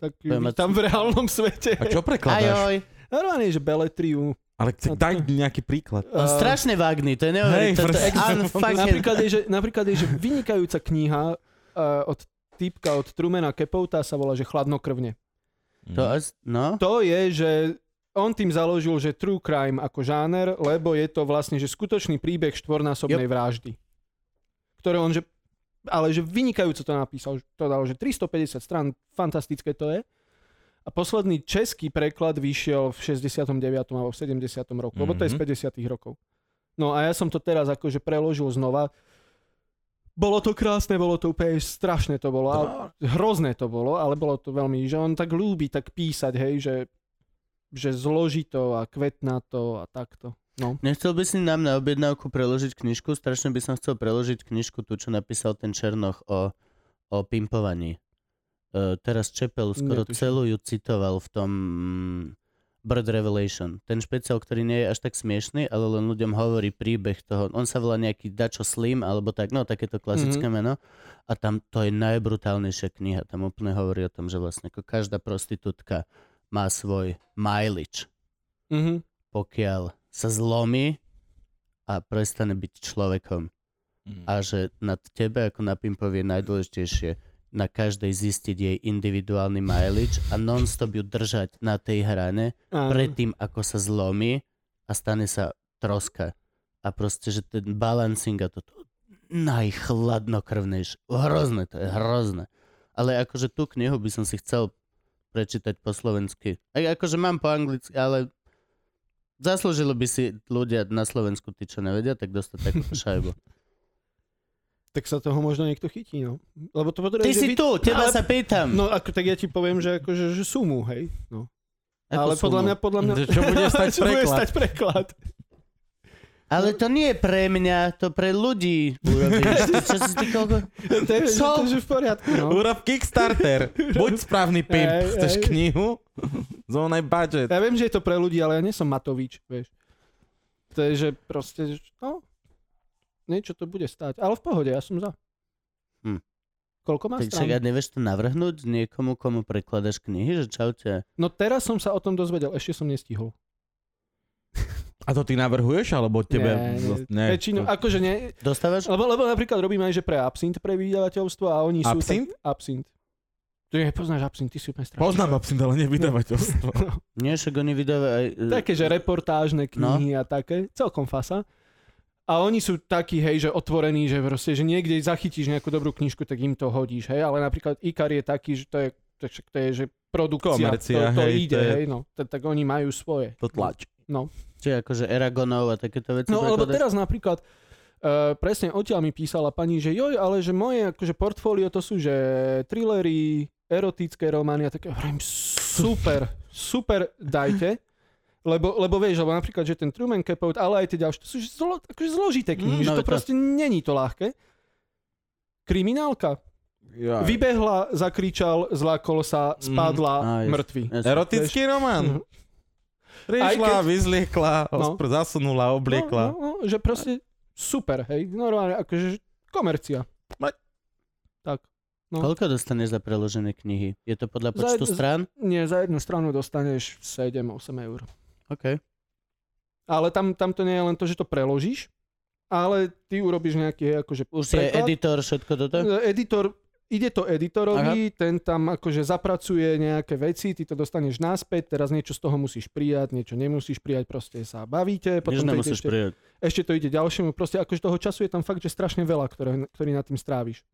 [SPEAKER 1] Tak
[SPEAKER 2] To je mať-
[SPEAKER 1] tam v reálnom svete.
[SPEAKER 3] A čo prekladáš?
[SPEAKER 2] Ajoj,
[SPEAKER 1] Normálne, že beletriu.
[SPEAKER 3] Ale
[SPEAKER 1] No
[SPEAKER 3] chce, daj nejaký príklad.
[SPEAKER 2] on
[SPEAKER 1] Eh,
[SPEAKER 2] strašne vágný, to je neuveriteľné.
[SPEAKER 3] Hej,
[SPEAKER 2] Toto je
[SPEAKER 3] presne.
[SPEAKER 2] unfucking...
[SPEAKER 1] Napríklad je, že, napríklad je, že vynikajúca kniha uh, od typka od Trumena Kepouta sa volá, že Chladnokrvne.
[SPEAKER 2] To až, no,
[SPEAKER 1] To je, že on tým založil, že true crime ako žáner, lebo je to vlastne, že skutočný príbeh štvornásobnej yep. vraždy. Ktoré on, že ale že vynikajúco to napísal, že to dal, že 350 strán, fantastické to je. A posledný český preklad vyšiel v 69. alebo v 70. roku, lebo to je z
[SPEAKER 3] Mhm.
[SPEAKER 1] 50. rokov. No a ja som to teraz akože preložil znova. Bolo to krásne, bolo to úplne strašné to bolo. A hrozné to bolo, ale bolo to veľmi, že on tak ľúbi tak písať, hej, že, že zložito a kvetnato a takto. No.
[SPEAKER 2] nechcel by si nám na objednávku preložiť knižku? Strašne by som chcel preložiť knižku, tú, čo napísal ten Černoch o, o pimpovaní. Eh, teraz Čepel skoro
[SPEAKER 1] Netuším.
[SPEAKER 2] celú ju citoval v tom mm, Bird Revelation. Ten špeciál, ktorý nie je až tak smiešný, ale len ľuďom hovorí príbeh toho. On sa volá nejaký Dačo Slim, alebo tak, no takéto klasické
[SPEAKER 1] Mhm.
[SPEAKER 2] meno. A tam to je najbrutálnejšia kniha. Tam úplne hovorí o tom, že vlastne ako každá prostitútka má svoj mileage
[SPEAKER 1] Mhm.
[SPEAKER 2] pokiaľ sa zlomí a prestane byť človekom.
[SPEAKER 1] Mm.
[SPEAKER 2] A že nad tebe ako na pimpovi je najdôležitejšie na každej zistiť jej individuálny mileage a non-stop ju držať na tej hrane
[SPEAKER 1] Áno.
[SPEAKER 2] predtým, ako sa zlomí a stane sa troska. A proste, že ten balancing a toto najchladnokrvnejšie. Hrozné to je, hrozné. Ale akože tú knihu by som si chcel prečítať po slovensky. Aj akože mám po anglicky, ale zaslúžilo by si ľudia na Slovensku, tí čo nevedia, tak dostať takúto šajbu.
[SPEAKER 1] Tak sa toho možno niekto chytí, no. Lebo to potrebuje,
[SPEAKER 2] Ty
[SPEAKER 1] že vy-
[SPEAKER 2] si tu,
[SPEAKER 1] ale-
[SPEAKER 2] teba sa pýtam.
[SPEAKER 1] No ako, tak ja ti poviem, že, akože, že sú mu, hej. No. Ale
[SPEAKER 2] sú
[SPEAKER 1] podľa
[SPEAKER 2] mu.
[SPEAKER 1] mňa, podľa mňa...
[SPEAKER 3] Čo bude stať
[SPEAKER 1] Čo bude
[SPEAKER 3] preklad?
[SPEAKER 1] stať preklad?
[SPEAKER 2] Ale to nie je pre mňa, to pre ľudí urobíš. Ty Čo si ty koľko?
[SPEAKER 1] To je,
[SPEAKER 3] Čo?
[SPEAKER 1] to je v poriadku, no.
[SPEAKER 3] Urob Kickstarter. Buď správny pimp.
[SPEAKER 1] Hej,
[SPEAKER 3] Chceš
[SPEAKER 1] hej.
[SPEAKER 3] knihu? Zónaj budget.
[SPEAKER 1] Ja viem, že je to pre ľudí, ale ja nie som Matovič, vieš. To je, že proste, že- no, niečo to bude stať. Ale v pohode, ja som za.
[SPEAKER 2] Hm.
[SPEAKER 1] Koľko má
[SPEAKER 2] Tak však
[SPEAKER 1] strán?
[SPEAKER 2] a nevieš to navrhnúť niekomu, komu prekladaš knihy, že čaute.
[SPEAKER 1] No teraz som sa o tom dozvedel, ešte som nestihol.
[SPEAKER 3] A to ty navrhuješ, alebo tebe...
[SPEAKER 1] nie, väčšinu,
[SPEAKER 3] to-
[SPEAKER 1] akože nie,
[SPEAKER 2] Dostávaš?
[SPEAKER 1] lebo, lebo napríklad robím aj, že pre Absint pre vydavateľstvo a oni sú...
[SPEAKER 3] Absint?
[SPEAKER 1] Tak, absint. Ty nepoznáš Absint, ty si úplne strašný.
[SPEAKER 3] Poznám Absint, ale nevydavateľstvo.
[SPEAKER 2] Nie, však oni vydávajú aj... e,
[SPEAKER 1] Také, že reportážne knihy no. a také, celkom fasa. A oni sú takí, hej, že otvorení, že proste, že niekde zachytíš nejakú dobrú knižku, tak im to hodíš, hej, ale napríklad Ikar je taký, že to je, to, však to je že produkcia,
[SPEAKER 3] Komercia,
[SPEAKER 1] to, to
[SPEAKER 3] hej,
[SPEAKER 1] ide,
[SPEAKER 3] to je-
[SPEAKER 1] hej, no, T- tak oni majú svoje.
[SPEAKER 3] To tlač.
[SPEAKER 2] Čiže akože Eragonov a takéto veci
[SPEAKER 1] No, lebo
[SPEAKER 2] prekladaš?
[SPEAKER 1] teraz napríklad, Uh, presne odtiaľ mi písala pani, že joj, ale že moje akože portfólio to sú, že thrillery, erotické romány a také, hovorím, super, super, dajte. Lebo, lebo vieš, lebo napríklad, že ten Truman Capote, ale aj tie ďalšie, to sú že zlo, akože zložité knihy, že
[SPEAKER 2] Mm, no
[SPEAKER 1] to
[SPEAKER 2] veď to-
[SPEAKER 1] proste není to ľahké. Kriminálka.
[SPEAKER 3] Ja.
[SPEAKER 1] Vybehla, zakričal, zlákol sa, spadla,
[SPEAKER 2] Mm, Aj.
[SPEAKER 1] mŕtvy.
[SPEAKER 2] Jasne.
[SPEAKER 3] Erotický román.
[SPEAKER 1] Mhm. Aj
[SPEAKER 3] Prišla,
[SPEAKER 1] keď-
[SPEAKER 3] vyzliekla,
[SPEAKER 1] No.
[SPEAKER 3] ospr- zasunula,
[SPEAKER 1] No,
[SPEAKER 3] obliekla.
[SPEAKER 1] no, no, že proste super, hej, normálne, akože že komercia.
[SPEAKER 3] Ma-
[SPEAKER 1] Tak. No.
[SPEAKER 2] Koľko dostaneš za preložené knihy? Je to podľa
[SPEAKER 1] Za
[SPEAKER 2] počtu
[SPEAKER 1] jednu-
[SPEAKER 2] strán?
[SPEAKER 1] Nie, za jednu stranu dostaneš 7-8 eur.
[SPEAKER 2] OK.
[SPEAKER 1] Ale tam, tam to nie je len to, že to preložíš, ale ty urobíš nejaký hej, akože
[SPEAKER 2] Už si aj
[SPEAKER 1] preklad.
[SPEAKER 2] editor, všetko toto?
[SPEAKER 1] Editor, ide to editorovi, Aha. ten tam akože zapracuje nejaké veci, ty to dostaneš naspäť, teraz niečo z toho musíš prijať, niečo nemusíš prijať, proste sa bavíte,
[SPEAKER 2] Nič
[SPEAKER 1] potom to ide
[SPEAKER 2] nemusíš
[SPEAKER 1] ešte,
[SPEAKER 2] prijať.
[SPEAKER 1] ešte to ide ďalšiemu, proste akože toho času je tam fakt, že strašne veľa, ktoré, ktorý nad tým stráviš.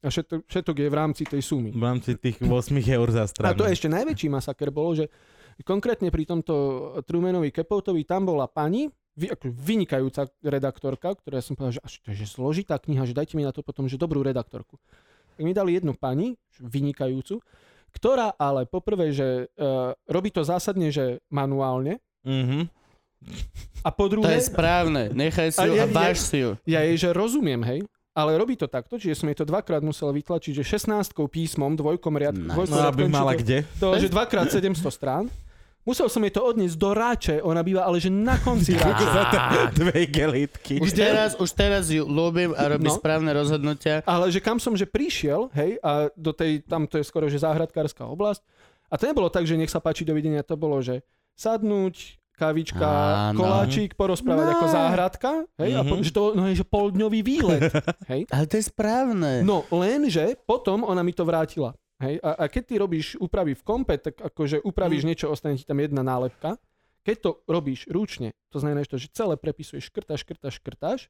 [SPEAKER 1] A všetok, všetok je v rámci tej sumy.
[SPEAKER 3] V rámci tých 8 eur za
[SPEAKER 1] no.
[SPEAKER 3] stranu.
[SPEAKER 1] A to ešte najväčší masaker bolo, že konkrétne pri tomto Trumanovi Capoutovi tam bola pani, vy- ako vynikajúca redaktorka, ktorá som povedal, že až to je že zložitá kniha, že dajte mi na to potom, že dobrú redaktorku. Tak mi dali jednu pani, že vynikajúcu, ktorá ale poprvé, že uh, robí to zásadne, že manuálne,
[SPEAKER 3] Mhm.
[SPEAKER 1] a po
[SPEAKER 2] To je
[SPEAKER 1] druhé,
[SPEAKER 2] správne, nechaj si
[SPEAKER 1] A
[SPEAKER 2] ju
[SPEAKER 1] je-
[SPEAKER 2] a
[SPEAKER 1] je-
[SPEAKER 2] váž si ju.
[SPEAKER 1] ja jej, že rozumiem, hej, ale robí to takto, čiže som jej to dvakrát musel vytlačiť, že 16 písmom, dvojkom riadku,
[SPEAKER 2] Nice.
[SPEAKER 1] dvojkom
[SPEAKER 3] No aby mala kde.
[SPEAKER 1] To, že dvakrát 700 strán. Musel som jej to odniesť do ráče, ona býva ale že na konci ráče.
[SPEAKER 3] Za t- dve gelitky.
[SPEAKER 2] Už teraz, už teraz ju ľúbim a robí
[SPEAKER 1] No.
[SPEAKER 2] správne rozhodnutia.
[SPEAKER 1] Ale že kam som, že prišiel, hej, a do tej, tam to je skoro, že záhradkárska oblasť. A to nebolo tak, že nech sa páči, dovidenia, to bolo, že sadnúť, kavička,
[SPEAKER 2] Áno.
[SPEAKER 1] koláčik, porozprávať
[SPEAKER 2] No.
[SPEAKER 1] ako záhradka, hej, a po,
[SPEAKER 3] Mhm.
[SPEAKER 1] že to no, je, že poldňový výlet, hej.
[SPEAKER 2] Ale to je správne.
[SPEAKER 1] No lenže potom ona mi to vrátila. Hej? A, a keď ty robíš úpravy v kompe, tak akože upravíš niečo, ostane ti tam jedna nálepka. Keď to robíš ručne, to znamená že to, že celé prepisuješ, škrtáš, škrtáš, škrtáš,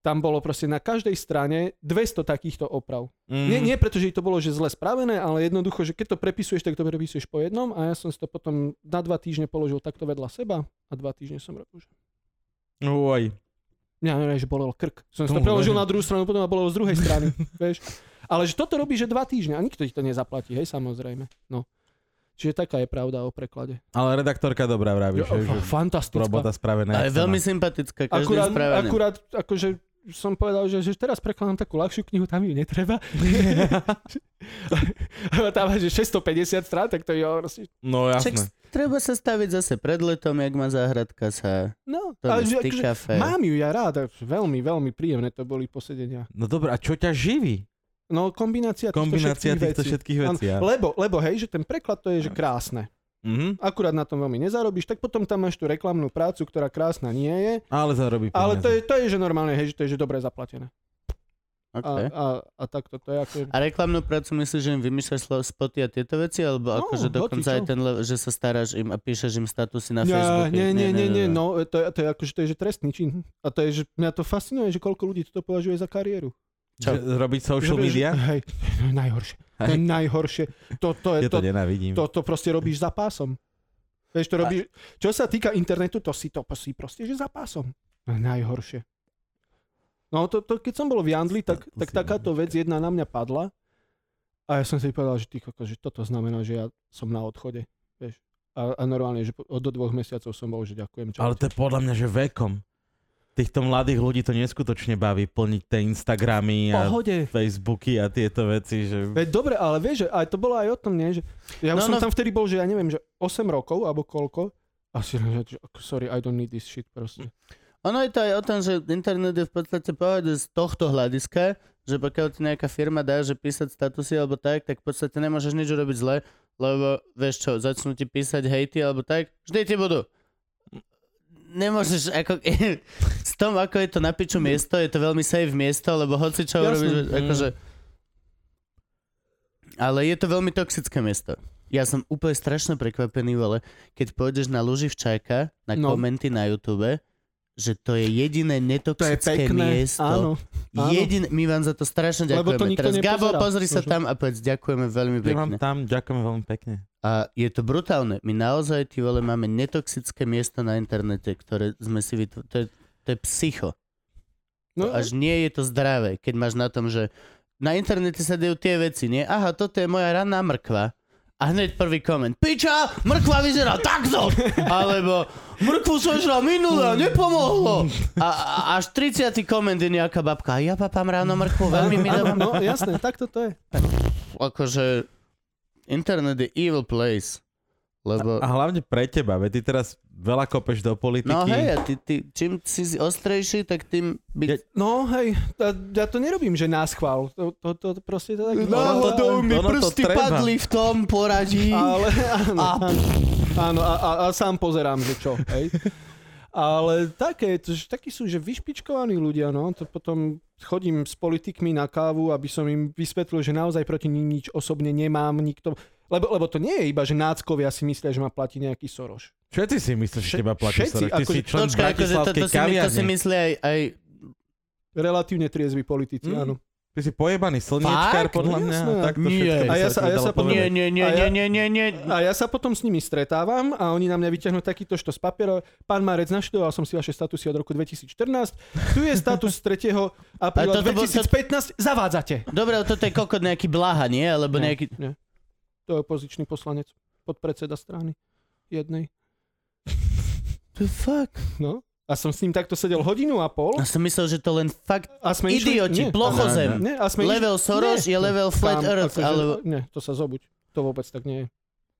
[SPEAKER 1] tam bolo proste na každej strane 200 takýchto oprav.
[SPEAKER 3] Mhm.
[SPEAKER 1] Nie, nie preto, že jej to bolo že zle spravené, ale jednoducho, že keď to prepisuješ, tak to prepisuješ po jednom a ja som si to potom na dva týždne položil takto vedľa seba a dva týždne som robil. že-
[SPEAKER 3] Uj.
[SPEAKER 1] Mňa neviem, že bolel krk. Som si
[SPEAKER 3] To
[SPEAKER 1] to preložil
[SPEAKER 3] hovorím.
[SPEAKER 1] na druhú stranu, potom ma bolelo z druhej strany. vieš. Ale že toto robí, že dva týždne a nikto ti to nezaplatí, hej, samozrejme. No. Čiže taká je pravda o preklade.
[SPEAKER 3] Ale redaktorka dobrá vravíš,
[SPEAKER 1] Jo,
[SPEAKER 3] že, že
[SPEAKER 1] fantastická.
[SPEAKER 3] robota spravená.
[SPEAKER 2] A je
[SPEAKER 3] jak
[SPEAKER 2] veľmi sympatická, každým
[SPEAKER 1] Akurát,
[SPEAKER 2] správne.
[SPEAKER 1] akurát, akože som povedal, že, že teraz prekladám takú ľahšiu knihu, tam ju netreba. Lebo tam máš, že 650 strán, tak to je proste,
[SPEAKER 3] má. No
[SPEAKER 2] Však s-
[SPEAKER 3] jasné.
[SPEAKER 2] treba sa staviť zase pred letom, jak má záhradka sa.
[SPEAKER 1] No,
[SPEAKER 2] To
[SPEAKER 1] ale že,
[SPEAKER 2] je
[SPEAKER 1] akože,
[SPEAKER 2] styka fér.
[SPEAKER 1] mám ju ja rád, a veľmi, veľmi príjemné to boli posedenia.
[SPEAKER 3] No dobré, a čo ťa živí?
[SPEAKER 1] No kombinácia týchto
[SPEAKER 3] Kombinácia
[SPEAKER 1] všetkých
[SPEAKER 3] týchto
[SPEAKER 1] vecí.
[SPEAKER 3] všetkých
[SPEAKER 1] Áno,
[SPEAKER 3] vecí. áno.
[SPEAKER 1] Lebo, lebo hej, že ten preklad to je, že krásne.
[SPEAKER 3] Mhm.
[SPEAKER 1] Akurát na tom veľmi nezarobíš, tak potom tam máš tú reklamnú prácu, ktorá krásna nie je.
[SPEAKER 3] Ale zarobí peniaze.
[SPEAKER 1] Ale to je, to je že normálne, hej, že to je, že dobre zaplatené. A,
[SPEAKER 2] Okay.
[SPEAKER 1] a, a takto to je ako...
[SPEAKER 2] A reklamnú prácu myslíš, že im vymýšľaš slo- spoty a tieto veci? Alebo
[SPEAKER 1] No,
[SPEAKER 2] akože
[SPEAKER 1] hoci
[SPEAKER 2] dokonca
[SPEAKER 1] čo.
[SPEAKER 2] aj ten, le- že sa staráš im a píšeš im statusy na
[SPEAKER 1] Ja,
[SPEAKER 2] Facebooku?
[SPEAKER 1] nie, nie, nie, nie, no, to je, to je akože, to je, že trestný čin. A to je, že mňa to fascinuje, že koľko ľudí toto považuje za kariéru.
[SPEAKER 3] Čo? Robiť social
[SPEAKER 1] Že- že-
[SPEAKER 3] media?
[SPEAKER 1] Hej, to je najhoršie. To je najhoršie. To, to je,
[SPEAKER 3] Ja
[SPEAKER 1] to,
[SPEAKER 3] to nenávidím.
[SPEAKER 1] to, to proste robíš za pásom. Vieš, to robíš, čo sa týka internetu, to si to si proste, že za pásom. Najhoršie. No to, to keď som bol v Jandli, tak,
[SPEAKER 3] Statusy,
[SPEAKER 1] tak takáto vec jedna na mňa padla a ja som si povedal, že, ty, kokos, že toto znamená, že ja som na odchode. Vieš. A, a normálne, že po- od do dvoch mesiacov som bol, že ďakujem. Čau.
[SPEAKER 3] Ale to je podľa mňa, že vekom. Týchto mladých ľudí to neskutočne baví plniť tie Instagramy a
[SPEAKER 1] pohode.
[SPEAKER 3] Facebooky a tieto veci, že...
[SPEAKER 1] Veď dobre, ale vieš, že aj to bolo aj o tom, nie? Že ja
[SPEAKER 2] No,
[SPEAKER 1] no, som
[SPEAKER 2] no.
[SPEAKER 1] tam vtedy bol, že ja neviem, že 8 rokov alebo koľko. A si len, že ako, sorry, I don't need this shit proste.
[SPEAKER 2] Ono je to aj o tom, že internet je v podstate pohode z tohto hľadiska, že pokiaľ ti nejaká firma dá, že písať statusy alebo tak, tak v podstate nemôžeš nič urobiť zle, lebo vieš čo, začnú ti písať hejty alebo tak, vždy ti budú. Nemôžeš, ako, s tom, ako je to na piču miesto, je to veľmi safe miesto, lebo hoci čo
[SPEAKER 1] Jasné.
[SPEAKER 2] urobíš,
[SPEAKER 1] Mm.
[SPEAKER 2] akože... Ale je to veľmi toxické miesto. Ja som úplne strašne prekvapený, ale keď pôjdeš na Luživčáka, na
[SPEAKER 1] No.
[SPEAKER 2] no. komenty na YouTube, že to je jediné netoxické miesto.
[SPEAKER 1] Áno. áno.
[SPEAKER 2] Jedin, my vám za to strašne ďakujeme.
[SPEAKER 1] Lebo to nikto
[SPEAKER 2] Teraz, Gabo,
[SPEAKER 1] nepozerá.
[SPEAKER 2] pozri sa
[SPEAKER 1] Možno.
[SPEAKER 2] tam a povedz, ďakujeme veľmi
[SPEAKER 3] Ja vám
[SPEAKER 2] pekne.
[SPEAKER 3] tam, ďakujem veľmi pekne.
[SPEAKER 2] A je to brutálne. My naozaj, ty vole, máme netoxické miesto na internete, ktoré sme si vytvorili. To, je, to je psycho.
[SPEAKER 1] No,
[SPEAKER 2] To až nie je to zdravé, keď máš na tom, že na internete sa dejú tie veci, nie? Aha, toto je moja ranná mrkva. A hneď prvý koment. Piča, mrkva vyzerá takto! Alebo mrkvu som žral minule a nepomohlo. A, a až 30. koment je nejaká babka. Ja papám ráno mrkvu, veľmi mi
[SPEAKER 1] áno,
[SPEAKER 2] dávam.
[SPEAKER 1] no jasné, tak toto je.
[SPEAKER 2] Akože internet je evil place. Lebo...
[SPEAKER 3] A hlavne pre teba, veď ty teraz veľa kopeš do politiky.
[SPEAKER 2] No hej, a ty, ty, čím si ostrejší, tak tým byť
[SPEAKER 3] Ja-
[SPEAKER 1] No hej, ja, ja to nerobím, že nás chvál. To, to, to proste to tak...
[SPEAKER 2] Náhodou
[SPEAKER 3] Ono to-
[SPEAKER 2] mi
[SPEAKER 3] ono to
[SPEAKER 2] prsty
[SPEAKER 3] treba.
[SPEAKER 2] padli v tom poradí.
[SPEAKER 1] Ale áno,
[SPEAKER 2] A-
[SPEAKER 1] áno, áno a, a, a sám pozerám, že čo, hej. Ale také, to, že takí sú, že vyšpičkovaní ľudia, no, to potom chodím s politikmi na kávu, aby som im vysvetlil, že naozaj proti nim nič osobne nemám, nikto... Lebo, lebo to nie je iba, že náckovia si myslia, že ma platí nejaký Soroš.
[SPEAKER 3] Všetci si myslíš, že
[SPEAKER 1] Vše-
[SPEAKER 3] teba platí
[SPEAKER 1] všetci,
[SPEAKER 3] Soroš. Ty si
[SPEAKER 1] akože-
[SPEAKER 3] člen
[SPEAKER 2] Počkaj, akože to, to, si,
[SPEAKER 3] Bratislavskej
[SPEAKER 2] my- to si
[SPEAKER 3] kaviarne.
[SPEAKER 2] myslí aj, aj
[SPEAKER 1] Relatívne triezvi politici,
[SPEAKER 3] Mm.
[SPEAKER 1] áno.
[SPEAKER 3] Ty si pojebaný slniečkár,
[SPEAKER 2] Fakt?
[SPEAKER 3] podľa
[SPEAKER 1] No
[SPEAKER 3] mňa.
[SPEAKER 1] jasné.
[SPEAKER 3] Tak to
[SPEAKER 2] Nie.
[SPEAKER 3] všetko by
[SPEAKER 1] A ja sa- a ja
[SPEAKER 3] dalo
[SPEAKER 1] sa potom-
[SPEAKER 3] povedať.
[SPEAKER 2] nie, nie, nie,
[SPEAKER 1] A ja-
[SPEAKER 2] nie, nie, nie, nie.
[SPEAKER 1] A ja sa potom s nimi stretávam a oni na mňa vyťahnú takýto što z papiera. Pán Marec, naštudoval som si vaše statusy od roku 2014. Tu je status z 3. apríla
[SPEAKER 2] Ale toto bol-
[SPEAKER 1] 2015. Zavádzate.
[SPEAKER 2] Dobre, ale toto je kokot nejaký blaha, nie?
[SPEAKER 1] No.
[SPEAKER 2] Alebo nejaký...
[SPEAKER 1] Nie. To je opozičný poslanec, podpredseda strany jednej.
[SPEAKER 2] The fuck?
[SPEAKER 1] No. A som s ním takto sedel hodinu a pol.
[SPEAKER 2] Ja som myslel, že to len fakt
[SPEAKER 1] A sme išli- nie.
[SPEAKER 2] idioti, plochozem.
[SPEAKER 1] Nie, a sme
[SPEAKER 2] Level
[SPEAKER 1] išli-
[SPEAKER 2] Soros
[SPEAKER 1] nie.
[SPEAKER 2] je level flat
[SPEAKER 1] Tam,
[SPEAKER 2] earth,
[SPEAKER 1] akože-
[SPEAKER 2] alebo...
[SPEAKER 1] Nie, to sa zobuď. To vôbec tak nie je.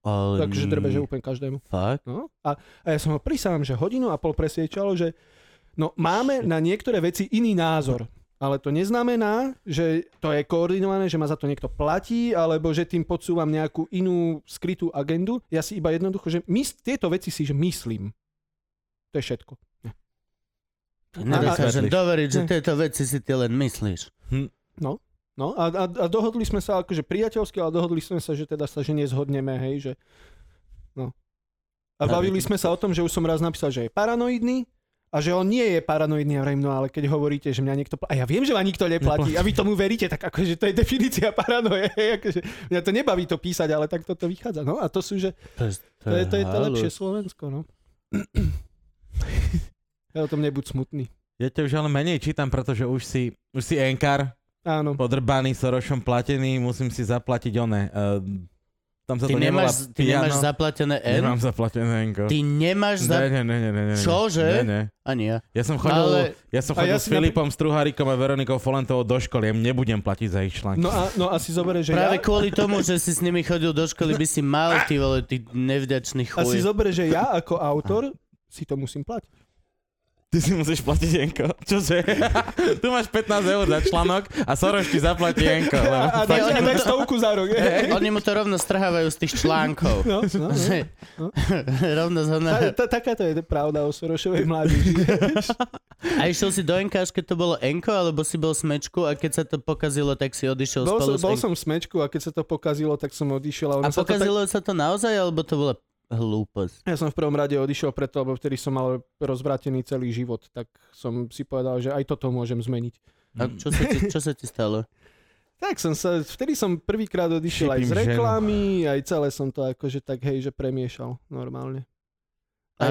[SPEAKER 2] Ale...
[SPEAKER 1] Takže drbe, že úplne každému.
[SPEAKER 2] Fuck?
[SPEAKER 1] No, a, a ja som ho prisám, že hodinu a pol presviečalo, že no máme na niektoré veci iný názor. Ale to neznamená, že to je koordinované, že ma za to niekto platí, alebo že tým podsúvam nejakú inú skrytú agendu. Ja si iba jednoducho, že mys- tieto veci si že myslím. To je všetko.
[SPEAKER 2] Nedokážem
[SPEAKER 3] Nevysvetlíš.
[SPEAKER 2] doveriť, že
[SPEAKER 1] Nie.
[SPEAKER 2] tieto veci si ty len myslíš.
[SPEAKER 1] No a, a, a dohodli sme sa akože priateľsky, ale dohodli sme sa, že teda sa že nezhodneme, hej, že no. A
[SPEAKER 2] Ale-
[SPEAKER 1] bavili sme sa o tom, že už som raz napísal, že je paranoidný a že on nie je paranoidný. Ja vrajím, no ale keď hovoríte, že mňa niekto platí, a ja viem, že ma nikto
[SPEAKER 2] No.
[SPEAKER 1] neplatí a vy tomu veríte, tak akože to je definícia paranoje, hej, akože mňa to nebaví to písať, ale tak toto vychádza. No a to sú, že
[SPEAKER 2] To je,
[SPEAKER 1] to je to, je to
[SPEAKER 2] halus.
[SPEAKER 1] lepšie Slovensko, no. Ja o tom nebuď smutný.
[SPEAKER 3] Ja ťa už ale menej čítam, pretože už si, už si enkar,
[SPEAKER 1] Áno.
[SPEAKER 3] podrbaný, Sorošom platený, musím si zaplatiť one. Uh, tam sa
[SPEAKER 2] Ty
[SPEAKER 3] to
[SPEAKER 2] nemáš,
[SPEAKER 3] nevolá
[SPEAKER 2] ty nemáš
[SPEAKER 3] piano.
[SPEAKER 2] zaplatené N?
[SPEAKER 3] Nemám zaplatené enko.
[SPEAKER 2] Ty nemáš
[SPEAKER 3] Ne,
[SPEAKER 2] zaplatené...
[SPEAKER 3] ne, ne, ne, ne, ne.
[SPEAKER 2] Čože?
[SPEAKER 3] Ne, ne.
[SPEAKER 2] Ani ja.
[SPEAKER 3] Ja som chodil, ale...
[SPEAKER 2] Ale-
[SPEAKER 3] ja som
[SPEAKER 1] A
[SPEAKER 3] chodil
[SPEAKER 1] ja
[SPEAKER 3] ja s
[SPEAKER 1] si napr-
[SPEAKER 3] Filipom Struhárikom a Veronikou Folentovou do školy. Ja im nebudem platiť za ich články.
[SPEAKER 1] No a, no a si zoberieš, že
[SPEAKER 2] Práve
[SPEAKER 1] ja...
[SPEAKER 2] kvôli tomu, že si s nimi chodil do školy, by si mal, ty vole, ty nevďačný
[SPEAKER 1] A si
[SPEAKER 2] chuj.
[SPEAKER 1] zober, že ja ako autor si to musím platiť.
[SPEAKER 3] Ty si musíš platiť enko. Čože? tu máš 15 eur za článok a Soroš ti zaplatí enko. Lebo...
[SPEAKER 1] A, a daj, a daj stovku za rok. je.
[SPEAKER 2] Oni mu to rovno strhávajú z tých článkov.
[SPEAKER 1] No, no, no.
[SPEAKER 2] Že-
[SPEAKER 1] Hm?
[SPEAKER 2] rovno z
[SPEAKER 1] Tá,
[SPEAKER 2] hona.
[SPEAKER 1] tá, takáto je pravda o Sorošovej mládeži.
[SPEAKER 2] A išiel si do NK, až keď to bolo Enko, alebo si bol smečku a keď sa to pokazilo, tak si odišiel
[SPEAKER 1] Bol,
[SPEAKER 2] spolu
[SPEAKER 1] som,
[SPEAKER 2] s
[SPEAKER 1] bol
[SPEAKER 2] Enko.
[SPEAKER 1] som v smečku a keď sa to pokazilo, tak som odišiel. A
[SPEAKER 2] A
[SPEAKER 1] ono sa to tak...
[SPEAKER 2] pokazilo sa to naozaj, alebo to bola hlúposť?
[SPEAKER 1] Ja som v prvom rade odišiel preto, lebo vtedy som mal rozvrátený celý život, tak som si povedal, že aj toto môžem zmeniť.
[SPEAKER 2] A čo sa ti, čo sa ti stalo?
[SPEAKER 1] Tak som sa, vtedy som prvýkrát odišiel aj z
[SPEAKER 3] Šípim ženu.
[SPEAKER 1] reklamy, aj celé som to akože tak hej, že premiešal normálne.
[SPEAKER 2] A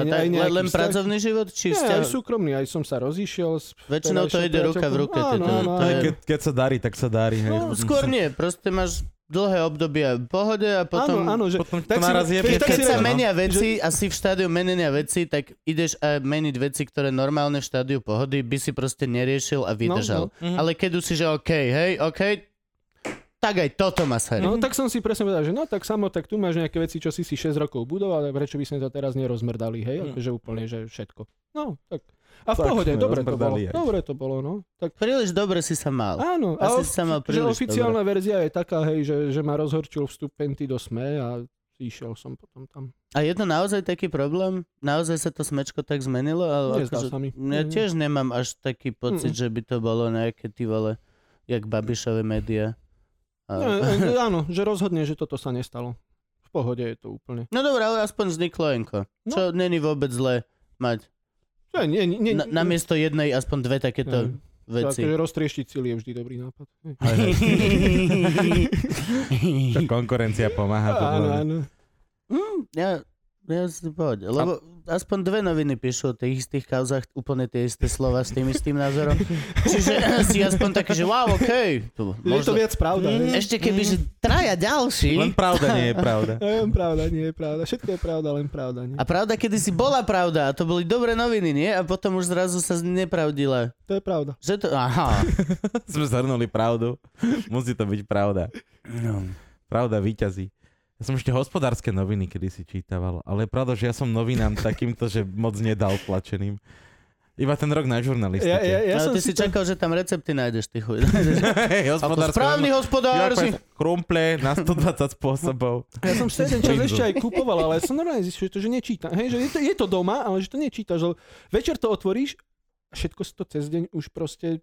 [SPEAKER 1] Aj-
[SPEAKER 2] tak,
[SPEAKER 1] aj
[SPEAKER 2] len,
[SPEAKER 1] nejaký
[SPEAKER 2] len
[SPEAKER 1] vzťah?
[SPEAKER 2] pracovný život? Či
[SPEAKER 1] Nie,
[SPEAKER 2] vzťah?
[SPEAKER 1] aj súkromný, aj som sa rozišiel. s
[SPEAKER 2] Väčšinou to
[SPEAKER 1] vtedajšou
[SPEAKER 2] ide ruka v
[SPEAKER 1] priateľkou.
[SPEAKER 2] ruke, to-
[SPEAKER 1] Áno,
[SPEAKER 2] to-
[SPEAKER 1] áno, áno.
[SPEAKER 2] to je-
[SPEAKER 3] Keď, keď sa darí, tak sa darí. hej.
[SPEAKER 2] No, skôr nie, proste máš dlhé obdobie v pohode a potom...
[SPEAKER 1] áno, áno, že...
[SPEAKER 3] Potom
[SPEAKER 1] tak si-
[SPEAKER 3] to naraz no. je
[SPEAKER 1] keď-
[SPEAKER 2] Keď,
[SPEAKER 1] tak
[SPEAKER 2] keď
[SPEAKER 1] si
[SPEAKER 2] sa
[SPEAKER 1] len-
[SPEAKER 2] menia veci a si v štádiu menenia veci, tak ideš a meniť veci, ktoré normálne v štádiu pohody by si proste neriešil a vydržal.
[SPEAKER 1] no.
[SPEAKER 2] Mm.
[SPEAKER 3] Mhm.
[SPEAKER 2] Ale keď už si, že OK, hej, OK, tak aj toto ma sere.
[SPEAKER 1] No tak som si presne povedal, že no tak samo, tak tu máš nejaké veci, čo si si 6 rokov budoval, tak prečo by sme to teraz nerozmrdali, hej,
[SPEAKER 2] Hm.
[SPEAKER 3] Mm.
[SPEAKER 1] akože úplne, že všetko. No, tak. A v
[SPEAKER 3] Tak
[SPEAKER 1] pohode,
[SPEAKER 3] sme
[SPEAKER 1] dobre to bolo.
[SPEAKER 3] rozmrdali aj.
[SPEAKER 1] Dobre to bolo, no. Tak
[SPEAKER 2] Príliš dobre si sa mal.
[SPEAKER 1] áno, a
[SPEAKER 2] Asi
[SPEAKER 1] o-
[SPEAKER 2] si sa mal
[SPEAKER 1] že
[SPEAKER 2] príliš
[SPEAKER 1] oficiálna verzia je taká, hej, že, že ma rozhorčil vstup Penty do SME a išiel som potom tam.
[SPEAKER 2] A je to naozaj taký problém? Naozaj sa to smečko tak zmenilo? Ale
[SPEAKER 1] Nezdá
[SPEAKER 2] akože
[SPEAKER 1] sa mi.
[SPEAKER 2] Ja
[SPEAKER 1] Nie.
[SPEAKER 2] tiež nemám až taký pocit, že by to bolo nejaké ty vole, jak Babišové média. A...
[SPEAKER 1] No, e, e, áno, že rozhodne, že toto sa nestalo. V pohode je to úplne.
[SPEAKER 2] No dobré, ale aspoň vzniklo enko.
[SPEAKER 1] No.
[SPEAKER 2] Čo není vôbec zle mať.
[SPEAKER 1] Ne, nie, nie, nie,
[SPEAKER 2] Na, namiesto jednej aspoň dve takéto
[SPEAKER 1] Hej.
[SPEAKER 2] veci.
[SPEAKER 1] Takže roztrieštiť cíl je vždy dobrý nápad. Hej.
[SPEAKER 3] Tá konkurencia pomáha. to
[SPEAKER 1] Áno,
[SPEAKER 3] bolo-
[SPEAKER 1] áno.
[SPEAKER 2] ja, ja si pohode. Lebo aspoň dve noviny píšu o tých istých kauzach úplne tie isté slova s tým istým názorom. Čiže si aspoň taký, že wow, okej. Okay.
[SPEAKER 1] Je to viac pravda. hej.
[SPEAKER 2] Ešte keby, že traja ďalší.
[SPEAKER 3] Len pravda nie je pravda.
[SPEAKER 1] Len pravda, nie je pravda. Všetko je pravda, len pravda, nie.
[SPEAKER 2] A pravda kedy si bola pravda a to boli dobré noviny, nie? A potom už zrazu sa nepravdila.
[SPEAKER 1] To je pravda.
[SPEAKER 2] Že to... Aha.
[SPEAKER 3] Sme zhrnuli pravdu. Musí to byť pravda.
[SPEAKER 2] No.
[SPEAKER 3] Pravda výťazí. Ja som ešte hospodárske noviny kedy si čítaval, ale je pravda, že ja som novinám takýmto, že moc nedal tlačeným. Iba ten rok na žurnalistike.
[SPEAKER 1] Ja, ja, ja
[SPEAKER 2] Ale
[SPEAKER 1] som
[SPEAKER 2] ty si
[SPEAKER 1] to-
[SPEAKER 2] čakal, že tam recepty nájdeš, ty chuj.
[SPEAKER 3] Hej,
[SPEAKER 2] Ako
[SPEAKER 3] hospodárske
[SPEAKER 2] správny
[SPEAKER 3] noviny.
[SPEAKER 2] hospodár si...
[SPEAKER 3] Iba krumple na 120 spôsobov.
[SPEAKER 1] Ja som ešte jeden čas
[SPEAKER 3] Prídu.
[SPEAKER 1] ešte aj kupoval, ale som normálne zistil, že to že nečítam. Hej, že je to, je to doma, ale že to nečítaš. Lebo večer to otvoríš a všetko si to cez deň už proste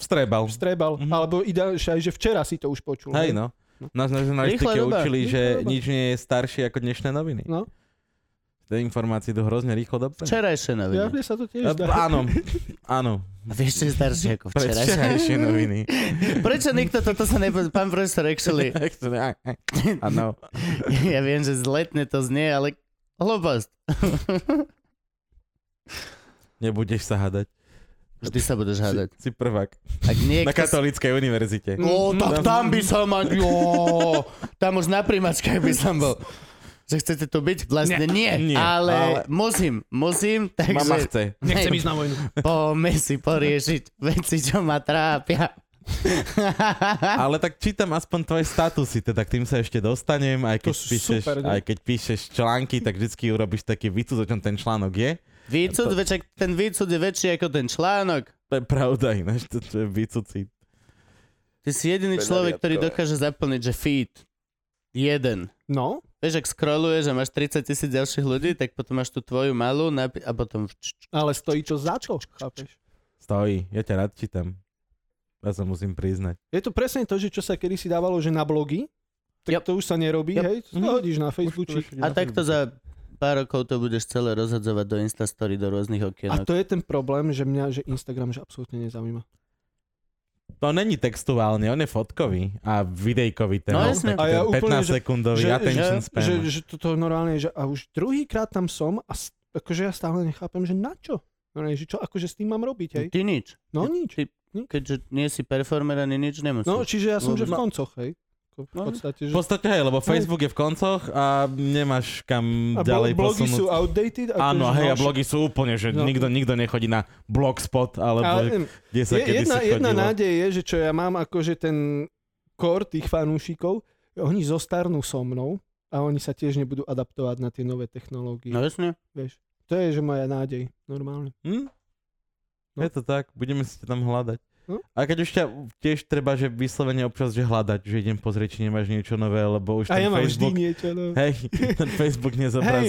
[SPEAKER 3] Vstrebal.
[SPEAKER 1] vstrebal.
[SPEAKER 3] Mhm.
[SPEAKER 1] Alebo ideálne aj, že včera si to už počul.
[SPEAKER 3] Hej no. Nás na žurnalistike
[SPEAKER 2] Rýchla doba.
[SPEAKER 3] učili,
[SPEAKER 1] Rýchla
[SPEAKER 3] že
[SPEAKER 1] doba.
[SPEAKER 3] nič nie je staršie ako dnešné noviny.
[SPEAKER 1] No.
[SPEAKER 3] Tie informácie idú hrozne rýchlo do psa.
[SPEAKER 2] Včerajšie
[SPEAKER 1] Ja,
[SPEAKER 2] noviny.
[SPEAKER 1] mne sa to
[SPEAKER 3] E,
[SPEAKER 1] tiež zdá.
[SPEAKER 3] Áno, áno.
[SPEAKER 2] A vieš, čo je staršie ako včerajšie?
[SPEAKER 3] Predvčerajšie noviny.
[SPEAKER 2] Prečo nikto toto sa nepo... Pán profesor, actually,
[SPEAKER 3] Áno.
[SPEAKER 2] ja viem, že zletne to znie, ale hlúposť.
[SPEAKER 3] Nebudeš sa hadať.
[SPEAKER 2] Vždy sa budeš hádať.
[SPEAKER 3] Si, si prvák.
[SPEAKER 2] Ak niekto...
[SPEAKER 3] Na Mm, katolíckej univerzite.
[SPEAKER 2] No, tak tam by som ma... Jo, tam už na príjmačkách by som bol. Že chcete tu byť? Vlastne nie,
[SPEAKER 3] nie, ale-
[SPEAKER 2] ale, musím, musím, takže...
[SPEAKER 3] Mama chce.
[SPEAKER 1] Nechcem ísť na vojnu.
[SPEAKER 2] Poďme si poriešiť veci, čo ma trápia.
[SPEAKER 3] Ale tak čítam aspoň tvoje statusy, teda k tým sa ešte dostanem, aj
[SPEAKER 1] To
[SPEAKER 3] keď,
[SPEAKER 1] sú
[SPEAKER 3] píšeš,
[SPEAKER 1] super, ne?
[SPEAKER 3] aj keď píšeš články, tak vždycky urobíš taký výcud, o čom ten článok je.
[SPEAKER 2] Výcud, večak, ten výcud je väčší ako ten článok.
[SPEAKER 3] To je pravda ináč, to, to je výcucit.
[SPEAKER 2] Ty si jediný človek, ktorý dokáže zaplniť, že feed. Jeden.
[SPEAKER 1] No,
[SPEAKER 2] Vieš, ak scrolluješ a máš 30 tisíc ďalších ľudí, tak potom máš tú tvoju malú napi- a potom... vč- vč-
[SPEAKER 1] ale stojí to za to, chápeš?
[SPEAKER 3] Stojí, ja ťa rád čítam. Ja sa musím priznať.
[SPEAKER 1] Je to presne to, že čo sa kedysi dávalo, že na blogy, tak
[SPEAKER 2] Yep.
[SPEAKER 1] to už sa nerobí,
[SPEAKER 2] Yep.
[SPEAKER 1] hej? To
[SPEAKER 3] Mhm.
[SPEAKER 1] hodíš na Facebooku.
[SPEAKER 2] A takto za pár rokov to budeš celé rozhadzovať do Instastory, do rôznych
[SPEAKER 1] A
[SPEAKER 2] okienok.
[SPEAKER 1] to je ten problém, že mňa, že Instagram, že absolútne nezaujíma.
[SPEAKER 3] To není textuálne, on je fotkový a videjkový ten,
[SPEAKER 2] No
[SPEAKER 3] no,
[SPEAKER 2] jasne.
[SPEAKER 3] ten,
[SPEAKER 1] A ja úplne,
[SPEAKER 3] 15
[SPEAKER 1] že-
[SPEAKER 3] sekundový attention
[SPEAKER 1] že,
[SPEAKER 3] span.
[SPEAKER 1] že, že toto normálne je, že a už druhýkrát tam som a s- akože ja stále nechápem, že na čo? Normálne, že čo, akože s tým mám robiť, hej?
[SPEAKER 2] Ty nič.
[SPEAKER 1] No nič.
[SPEAKER 2] Keďže nie si performer ani nič nemusíš.
[SPEAKER 1] No, čiže ja som, že v
[SPEAKER 3] No.
[SPEAKER 1] koncoch, hej? Ako V
[SPEAKER 2] No.
[SPEAKER 1] podstate, že...
[SPEAKER 3] V podstate hej, lebo Facebook je v koncoch a nemáš kam
[SPEAKER 1] No. A blo-
[SPEAKER 3] ďalej
[SPEAKER 1] blogy
[SPEAKER 3] posunúť.
[SPEAKER 1] sú outdated. ako
[SPEAKER 3] Áno,
[SPEAKER 1] že
[SPEAKER 3] hej, a
[SPEAKER 1] no,
[SPEAKER 3] blogy sú úplne, že
[SPEAKER 1] No.
[SPEAKER 3] nikto, nikto nechodí na blogspot,
[SPEAKER 1] však- Ale,
[SPEAKER 3] alebo
[SPEAKER 1] em,
[SPEAKER 3] kde sa
[SPEAKER 1] je,
[SPEAKER 3] kedy
[SPEAKER 1] jedna,
[SPEAKER 3] si
[SPEAKER 1] jedna
[SPEAKER 3] chodilo.
[SPEAKER 1] nádej je, že čo ja mám akože ten kor tých fanúšikov, oni zostarnú so mnou a oni sa tiež nebudú adaptovať na tie nové technológie.
[SPEAKER 2] No jasne.
[SPEAKER 1] Vieš, to je, že moja nádej, normálne.
[SPEAKER 3] Hm?
[SPEAKER 1] No.
[SPEAKER 3] Je to tak, budeme si ťa tam hľadať.
[SPEAKER 1] No.
[SPEAKER 3] A keď už ťa tiež treba, že vyslovene občas, že hľadať, že idem pozrieť, či nemáš niečo nové, lebo už
[SPEAKER 1] A ja
[SPEAKER 3] ten
[SPEAKER 1] mám vždy
[SPEAKER 3] Facebook...
[SPEAKER 1] niečo. No.
[SPEAKER 3] Hej, ten Facebook nezobrazuje.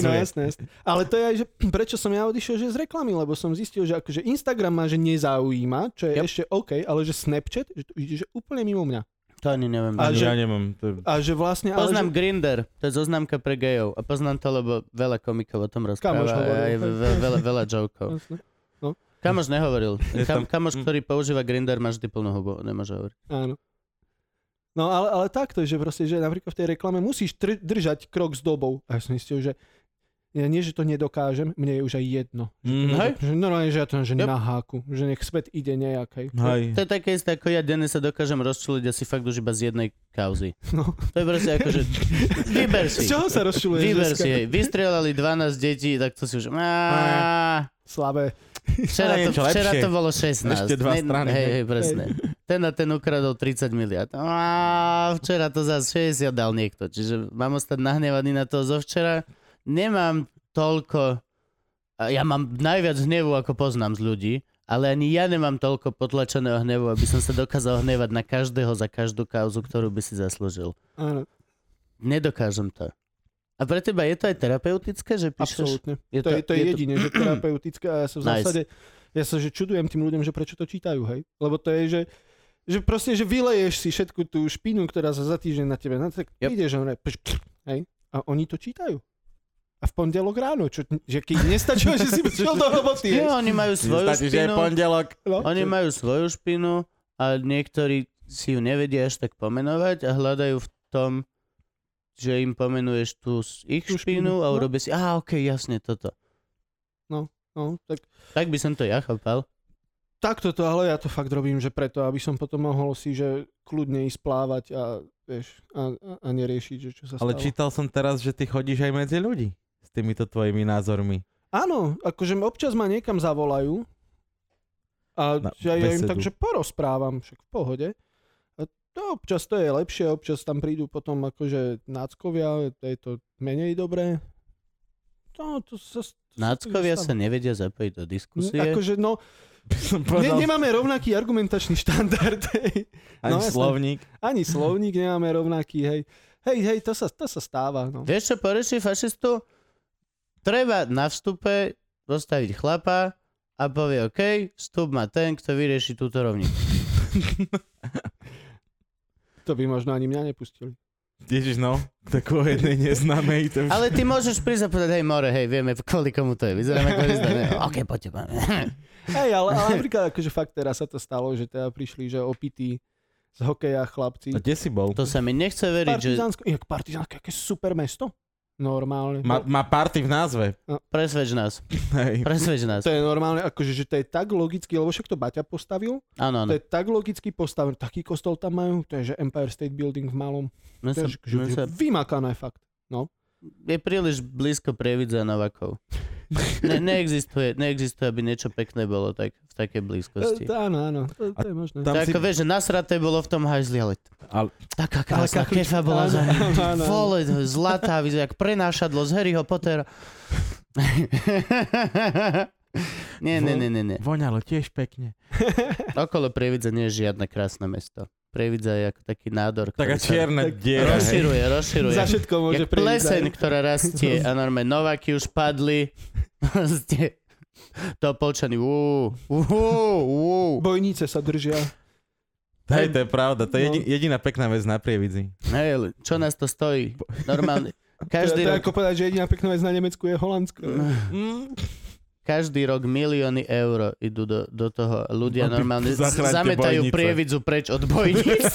[SPEAKER 1] Hej, no jasné, jasné. Ale to je aj, že prečo som ja odišiel že z reklamy, lebo som zistil, že akože Instagram ma že nezaujíma, čo je
[SPEAKER 2] Yep.
[SPEAKER 1] yep. ešte OK, ale že Snapchat, že to ide že úplne mimo mňa.
[SPEAKER 2] To ani neviem.
[SPEAKER 1] A
[SPEAKER 3] Ani
[SPEAKER 1] že-
[SPEAKER 3] Ja nemám. To... je-
[SPEAKER 1] A že vlastne... ale
[SPEAKER 2] Poznám
[SPEAKER 1] že...
[SPEAKER 2] Grinder, to je zoznamka pre gejov. A poznám to, lebo veľa komikov o tom rozpráva.
[SPEAKER 1] Kamoš hovoril.
[SPEAKER 2] Aj ve- ve- veľa, veľa jokov.
[SPEAKER 1] Jasné.
[SPEAKER 2] Kamoš nehovoril.
[SPEAKER 3] Je
[SPEAKER 2] Kam,
[SPEAKER 3] tam-
[SPEAKER 2] kamoš, ktorý používa Grinder, má vždy plnú hubu. Nemôže hovoriť.
[SPEAKER 1] Áno. No ale, ale takto, že proste, že napríklad v tej reklame musíš tr- držať krok s dobou. A ja som zistil, že ja nie, že to nedokážem, mne je už aj jedno.
[SPEAKER 3] Mm,
[SPEAKER 2] Hej.
[SPEAKER 1] Že normálne, že ja to že
[SPEAKER 2] Yep.
[SPEAKER 1] yep. No, na háku, že nech svet ide nejakej.
[SPEAKER 3] Hej.
[SPEAKER 2] To je také isté, ako ja denne sa dokážem rozčuliť asi fakt už iba z jednej kauzy.
[SPEAKER 1] No.
[SPEAKER 2] To je proste ako, že vyber si.
[SPEAKER 1] Z čoho sa rozčuluješ
[SPEAKER 2] Vyber
[SPEAKER 1] dneska?
[SPEAKER 2] si, hej. Vystrelali 12 detí, tak to si už... Á,
[SPEAKER 1] Slabé.
[SPEAKER 2] včera, to,
[SPEAKER 3] Ale niečo
[SPEAKER 2] včera
[SPEAKER 3] lepšie.
[SPEAKER 2] to bolo 16.
[SPEAKER 3] Ešte dva
[SPEAKER 2] Ne-
[SPEAKER 3] strany,
[SPEAKER 2] Hej,
[SPEAKER 3] hej.
[SPEAKER 2] hej, presne. Ten a ten ukradol 30 miliard. Á, včera to za 60 dal niekto. Čiže mám ostať nahnevaný na to zo včera. Nemám toľko... a Ja mám najviac hnevu, ako poznám z ľudí, ale ani ja nemám toľko potlačeného hnevu, aby som sa dokázal hnevať na každého za každú kauzu, ktorú by si zaslúžil.
[SPEAKER 1] Áno,
[SPEAKER 2] Nedokážem to. A pre teba je to aj terapeutické, že píšeš?
[SPEAKER 1] absolútne. To je, to je jedine, že terapeutické a ja sa v
[SPEAKER 2] Nice.
[SPEAKER 1] zásade, ja sa že čudujem tým ľuďom, že prečo to čítajú, hej. Lebo to je, že, že proste, že vyleješ si všetku tú špinu, ktorá sa za týždeň na tebe, no tak yep.
[SPEAKER 2] Yep.
[SPEAKER 1] ideš, hej, hej, a oni to čítajú. A v pondelok ráno, čo, že keď nestačilo, že si šiel do roboty, hej.
[SPEAKER 2] Nie, oni majú svoju
[SPEAKER 3] Stačí, že je
[SPEAKER 2] špinu,
[SPEAKER 3] pondelok.
[SPEAKER 1] No.
[SPEAKER 2] oni majú svoju špinu a niektorí si ju nevedia až tak pomenovať a hľadajú v tom, že im pomenuješ tú s- ich
[SPEAKER 1] Tú
[SPEAKER 2] špinu
[SPEAKER 1] špinu,
[SPEAKER 2] a
[SPEAKER 1] no.
[SPEAKER 2] urobia si, a ok, jasne, toto.
[SPEAKER 1] No, tak
[SPEAKER 2] Tak by som to ja chápal.
[SPEAKER 1] Takto to, ale ja to fakt robím, že preto, aby som potom mohol si, že kľudne ísť plávať a, vieš, a, a, a neriešiť, že čo sa
[SPEAKER 3] Ale
[SPEAKER 1] stalo.
[SPEAKER 3] čítal som teraz, že ty chodíš aj medzi ľudí s týmito tvojimi názormi.
[SPEAKER 1] Áno, akože občas ma niekam zavolajú a
[SPEAKER 3] Na
[SPEAKER 1] ja, ja im
[SPEAKER 3] besedu.
[SPEAKER 1] tak, že porozprávam, však v pohode. A to občas to je lepšie, občas tam prídu potom akože náckovia, to je to menej dobré. No, to sa... to sa-
[SPEAKER 2] Náckovia sa
[SPEAKER 1] stáva.
[SPEAKER 2] nevedia zapojiť do diskusie.
[SPEAKER 1] Akože, no, ne,
[SPEAKER 3] Som povedal,
[SPEAKER 1] nemáme rovnaký argumentačný štandard. hej.
[SPEAKER 3] ani
[SPEAKER 1] no, jasné.
[SPEAKER 3] slovník.
[SPEAKER 1] Ani slovník nemáme rovnaký, hej. Hej, hej, to sa, to sa stáva, no.
[SPEAKER 2] Vieš čo, poreši fašistu? Treba na vstupe postaviť chlapa a povie, OK, vstup má ten, kto vyrieši túto rovnicu.
[SPEAKER 1] To by možno ani mňa nepustili.
[SPEAKER 3] Ježiš, no, takú jednej neznámej. To už...
[SPEAKER 2] Ale ty môžeš prísť a povedať, hej, more, hej, vieme, kvôli komu to je. Vyzeráme ako nezdané. OK, poďte, máme.
[SPEAKER 1] Hej, ale, ale napríklad, akože fakt teraz sa to stalo, že teda prišli, že opití z hokeja chlapci.
[SPEAKER 3] A kde si bol?
[SPEAKER 2] To sa mi nechce veriť, že
[SPEAKER 1] Partizánsko, inak Partizánsko, aké super mesto. Normálne.
[SPEAKER 3] Má, má party v názve.
[SPEAKER 2] presvedč nás.
[SPEAKER 3] Hej.
[SPEAKER 2] Presvedč nás.
[SPEAKER 1] To je normálne, akože, že to je tak logicky, lebo však to Baťa postavil,
[SPEAKER 2] Áno, áno.
[SPEAKER 1] to je tak logicky postavené, taký kostol tam majú, to je, že Empire State Building v malom,
[SPEAKER 2] My
[SPEAKER 1] to
[SPEAKER 2] sa,
[SPEAKER 1] je, že, že,
[SPEAKER 2] my sa,
[SPEAKER 1] vymakané fakt.
[SPEAKER 2] je príliš blízko Prievidza a Novakov. Ne, neexistuje, neexistuje, aby niečo pekné bolo tak, v takej blízkosti.
[SPEAKER 1] E, to áno, áno, to, to je možné.
[SPEAKER 3] tam
[SPEAKER 2] To
[SPEAKER 3] si-
[SPEAKER 2] ako vieš, že nasraté bolo v tom hajzli, ale
[SPEAKER 3] Ale,
[SPEAKER 2] Taká
[SPEAKER 1] Ale
[SPEAKER 2] krásna
[SPEAKER 1] kachlička,
[SPEAKER 2] kefa bola
[SPEAKER 1] áno,
[SPEAKER 2] za
[SPEAKER 1] áno, áno.
[SPEAKER 2] Vole, to je zlatá, vyzerá jak prenášadlo z Harryho Pottera. nie, nie, nie, nie, nie.
[SPEAKER 3] voňalo tiež pekne.
[SPEAKER 2] Okolo Prievidza nie je žiadne krásne mesto. Prievidza je ako taký nádor, ktorý
[SPEAKER 3] Taká čierna
[SPEAKER 1] tak-
[SPEAKER 2] sa
[SPEAKER 3] diera. hej.
[SPEAKER 2] rozširuje, rozširuje.
[SPEAKER 1] Za všetko môže
[SPEAKER 2] Jak
[SPEAKER 1] prísť.
[SPEAKER 2] pleseň,
[SPEAKER 1] aj-
[SPEAKER 2] ktorá rastie a normálne Nováky už padli. Proste Topolčany, uú, uú, uú.
[SPEAKER 1] Bojnice sa držia.
[SPEAKER 3] Hej, to je pravda. To je
[SPEAKER 1] No.
[SPEAKER 3] jedin, jediná pekná vec na prievidzi.
[SPEAKER 2] Hej, ale čo nás to stojí? Normálne.
[SPEAKER 1] to,
[SPEAKER 2] Každý
[SPEAKER 1] je
[SPEAKER 2] rok No,
[SPEAKER 1] ako povedať, že jediná pekná vec na Nemecku je Holandsko.
[SPEAKER 2] každý rok milióny eur idú do, do toho. Ľudia
[SPEAKER 3] Aby
[SPEAKER 2] normálne z-
[SPEAKER 3] zachránte
[SPEAKER 2] zametajú
[SPEAKER 3] bojnice.
[SPEAKER 2] prievidzu preč od bojníc.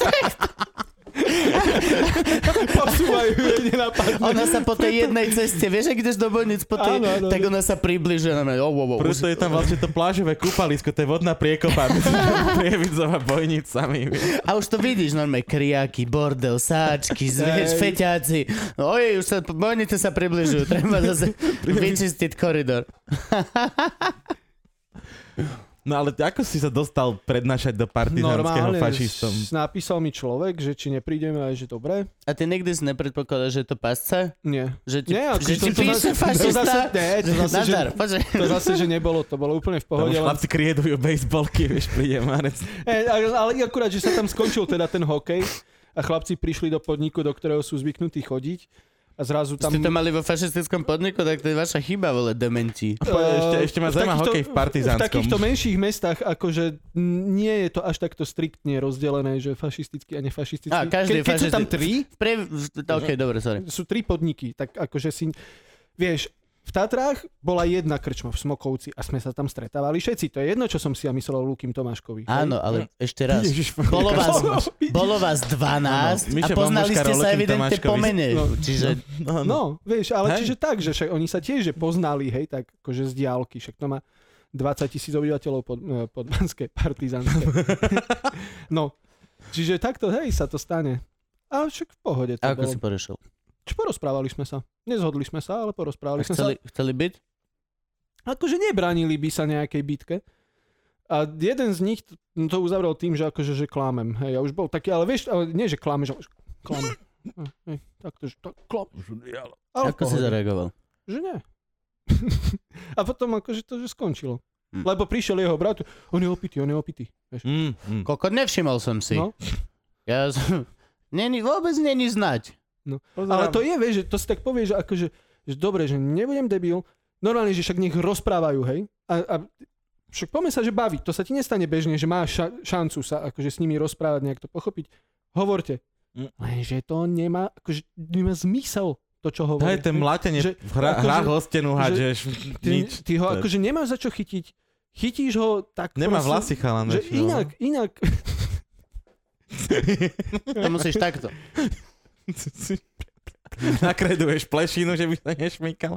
[SPEAKER 1] Posúvajú ju nenapadne.
[SPEAKER 2] ona sa po tej jednej ceste, vieš, ak ideš do bojníc po tej,
[SPEAKER 1] Áno, áno.
[SPEAKER 2] tak ona sa približuje. Ona, oh, oh, oh,
[SPEAKER 3] Preto je tam vlastne to plážové kúpalisko, to je vodná priekopa medzi prievidzom a bojnicami.
[SPEAKER 2] A už to vidíš, normálne kriaky, bordel, sáčky, zvieš,
[SPEAKER 1] Hej.
[SPEAKER 2] feťáci. Ojej, už sa, bojnice sa približujú, treba zase vyčistiť koridor.
[SPEAKER 3] No ale ty- ako si sa dostal prednášať do partizánskeho
[SPEAKER 1] Normálne
[SPEAKER 3] fašistom?
[SPEAKER 1] s- napísal mi človek, že či neprídeme, aj že dobre.
[SPEAKER 2] A ty nikdy si nepredpokladal, že je to pasca?
[SPEAKER 1] Nie.
[SPEAKER 2] Že ti,
[SPEAKER 1] Nie, ako
[SPEAKER 2] že
[SPEAKER 1] to-
[SPEAKER 2] ti
[SPEAKER 1] to
[SPEAKER 2] píše
[SPEAKER 1] zase- to
[SPEAKER 2] fašista?
[SPEAKER 1] zase- nie, to zase, že-
[SPEAKER 2] Nazar, počkaj.
[SPEAKER 1] To zase, že nebolo, to bolo úplne v
[SPEAKER 3] Tam
[SPEAKER 1] pohode. Len,
[SPEAKER 3] už chlapci kriedujú bejsbolky, vieš, príde Marec.
[SPEAKER 1] e, ale- ale akurát, že sa tam skončil teda ten hokej a chlapci prišli do podniku, do ktorého sú zvyknutí chodiť a zrazu tam...
[SPEAKER 2] Ste to mali vo fašistickom podniku, tak to je vaša chyba, vole, dementi.
[SPEAKER 1] Eh,
[SPEAKER 3] Ešte, ešte ma
[SPEAKER 1] v
[SPEAKER 3] zaujíma
[SPEAKER 1] takýchto-
[SPEAKER 3] hokej v
[SPEAKER 1] V
[SPEAKER 3] partizánskom.
[SPEAKER 1] takýchto menších mestách akože nie je to až takto striktne rozdelené, že fašistický a nefašistický.
[SPEAKER 2] Á, každý
[SPEAKER 1] Ke,
[SPEAKER 2] je
[SPEAKER 1] keď sú
[SPEAKER 2] fašisti-
[SPEAKER 1] tam tri,
[SPEAKER 2] V Pre... v- t- OK, dobre, sorry.
[SPEAKER 1] sú tri podniky, tak akože si... Vieš, V Tatrách bola jedna krčma v Smokovci a sme sa tam stretávali všetci. To je jedno, čo som si ja myslel o Lúkim Tomáškovi.
[SPEAKER 2] Áno, ale ešte raz.
[SPEAKER 1] Ježiš,
[SPEAKER 2] Bolo vás,
[SPEAKER 1] Ježiš.
[SPEAKER 2] bolo vás 12 a
[SPEAKER 3] Áno, Mišo
[SPEAKER 2] poznali
[SPEAKER 3] Bambuška,
[SPEAKER 2] ste sa
[SPEAKER 3] Rolekin
[SPEAKER 2] evidentne
[SPEAKER 3] Tomáško,
[SPEAKER 2] po
[SPEAKER 3] vy-
[SPEAKER 2] mene.
[SPEAKER 1] no,
[SPEAKER 2] Čiže
[SPEAKER 1] No, vieš, ale hej.
[SPEAKER 3] Hej.
[SPEAKER 1] čiže tak, že však oni sa tiež že poznali, hej, tak akože z diálky, však to má 20 tisíc obyvateľov pod, eh, podbanské, partizánske. no, čiže takto, hej, sa to stane. A však v pohode to bolo.
[SPEAKER 2] ako si porešil?
[SPEAKER 1] Čo porozprávali sme sa. Nezhodli sme sa, ale porozprávali sme
[SPEAKER 2] Chceli,
[SPEAKER 1] sa.
[SPEAKER 2] chceli byť?
[SPEAKER 1] Akože nebránili by sa nejakej bitke. A jeden z nich t- no to uzavrel tým, že akože, že klamem. Hej, ja už bol taký, ale vieš, ale nie, že klame, že klame. Hej, takto, že tak, klam. Ale v
[SPEAKER 2] Ako si
[SPEAKER 1] pohode.
[SPEAKER 2] zareagoval?
[SPEAKER 1] Že nie. a potom akože to, že skončilo.
[SPEAKER 2] Hm.
[SPEAKER 1] Lebo prišiel jeho brat, on je opitý, on je opitý. Vieš.
[SPEAKER 3] Mm, mm.
[SPEAKER 2] Koko, nevšimol som si.
[SPEAKER 1] No.
[SPEAKER 2] Ja som... Neni, vôbec není znať.
[SPEAKER 1] No. Ale to je, vieš, že to si tak povie, že akože, že dobre, že nebudem debil, normálne, že však nech rozprávajú, hej. A, a však poďme sa, že baviť, to sa ti nestane bežne, že máš ša- šancu sa akože s nimi rozprávať, nejak to pochopiť. Hovorte.
[SPEAKER 3] Hm.
[SPEAKER 1] Lenže to nemá, akože nemá zmysel to, čo hovorí.
[SPEAKER 3] Hej, ten mlátenie,
[SPEAKER 1] Že-
[SPEAKER 3] v hra,
[SPEAKER 1] akože-
[SPEAKER 3] hrách o stenu hádžeš,
[SPEAKER 1] ty,
[SPEAKER 3] nič.
[SPEAKER 1] ty ho
[SPEAKER 3] To je-
[SPEAKER 1] akože nemáš za čo chytiť. Chytíš ho tak
[SPEAKER 3] Nemá
[SPEAKER 1] proste,
[SPEAKER 3] vlasy no. chalan.
[SPEAKER 1] Že
[SPEAKER 3] väčšinou.
[SPEAKER 1] inak, inak,
[SPEAKER 2] To musíš takto.
[SPEAKER 3] Nakreduješ plešinu, že by sa nešmykala.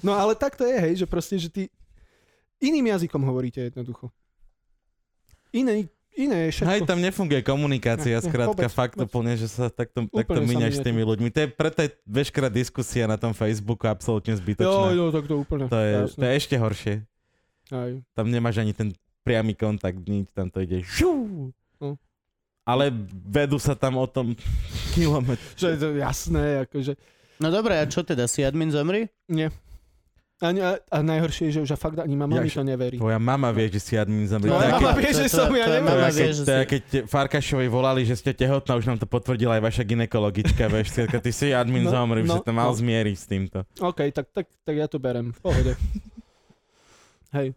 [SPEAKER 1] No ale tak to je, hej, že proste, že ty iným jazykom hovoríte jednoducho. Iné, iné je všetko.
[SPEAKER 3] Hej, tam nefunguje komunikácia,
[SPEAKER 1] Ne, ne,
[SPEAKER 3] skrátka
[SPEAKER 1] vôbec,
[SPEAKER 3] fakt
[SPEAKER 1] vôbec.
[SPEAKER 3] úplne, že sa takto, takto
[SPEAKER 1] Úplne sa
[SPEAKER 3] míňaš s
[SPEAKER 1] míňate.
[SPEAKER 3] tými ľuďmi. To je preto je veškerá diskusia na tom Facebooku absolútne
[SPEAKER 1] jo,
[SPEAKER 3] zbytočná.
[SPEAKER 1] jo, tak to úplne.
[SPEAKER 3] To je,
[SPEAKER 1] jasné.
[SPEAKER 3] to je ešte horšie.
[SPEAKER 1] Aj.
[SPEAKER 3] Tam nemáš ani ten priamy kontakt, nič, tam to ide. šú.
[SPEAKER 1] No.
[SPEAKER 3] Ale vedú sa tam o tom kilometr.
[SPEAKER 1] Že je to jasné, akože.
[SPEAKER 2] No dobré, a čo teda, si admin zomri?
[SPEAKER 1] Nie. A, ne- a, a najhoršie je, že už a fakt ani mama mi
[SPEAKER 3] Jakže-
[SPEAKER 1] to neverí.
[SPEAKER 3] Tvoja mama vie, že si admin zamrie.
[SPEAKER 1] Tvoja
[SPEAKER 3] To je
[SPEAKER 1] No, mama
[SPEAKER 3] aké-
[SPEAKER 1] vie, že som ja
[SPEAKER 3] To
[SPEAKER 1] neviem.
[SPEAKER 2] Mama
[SPEAKER 3] je
[SPEAKER 2] vie,
[SPEAKER 3] aké-
[SPEAKER 2] že
[SPEAKER 3] to je,
[SPEAKER 2] si...
[SPEAKER 3] keď te- Farkašovi volali, že ste tehotná, už nám to potvrdila aj vaša ginekologička, vieš, skrátka, ty si admin
[SPEAKER 1] No,
[SPEAKER 3] zomri, už
[SPEAKER 1] no,
[SPEAKER 3] sa to mal
[SPEAKER 1] no.
[SPEAKER 3] zmieriť s týmto.
[SPEAKER 1] OK, tak, tak, tak ja to berem, v pohode. Hej.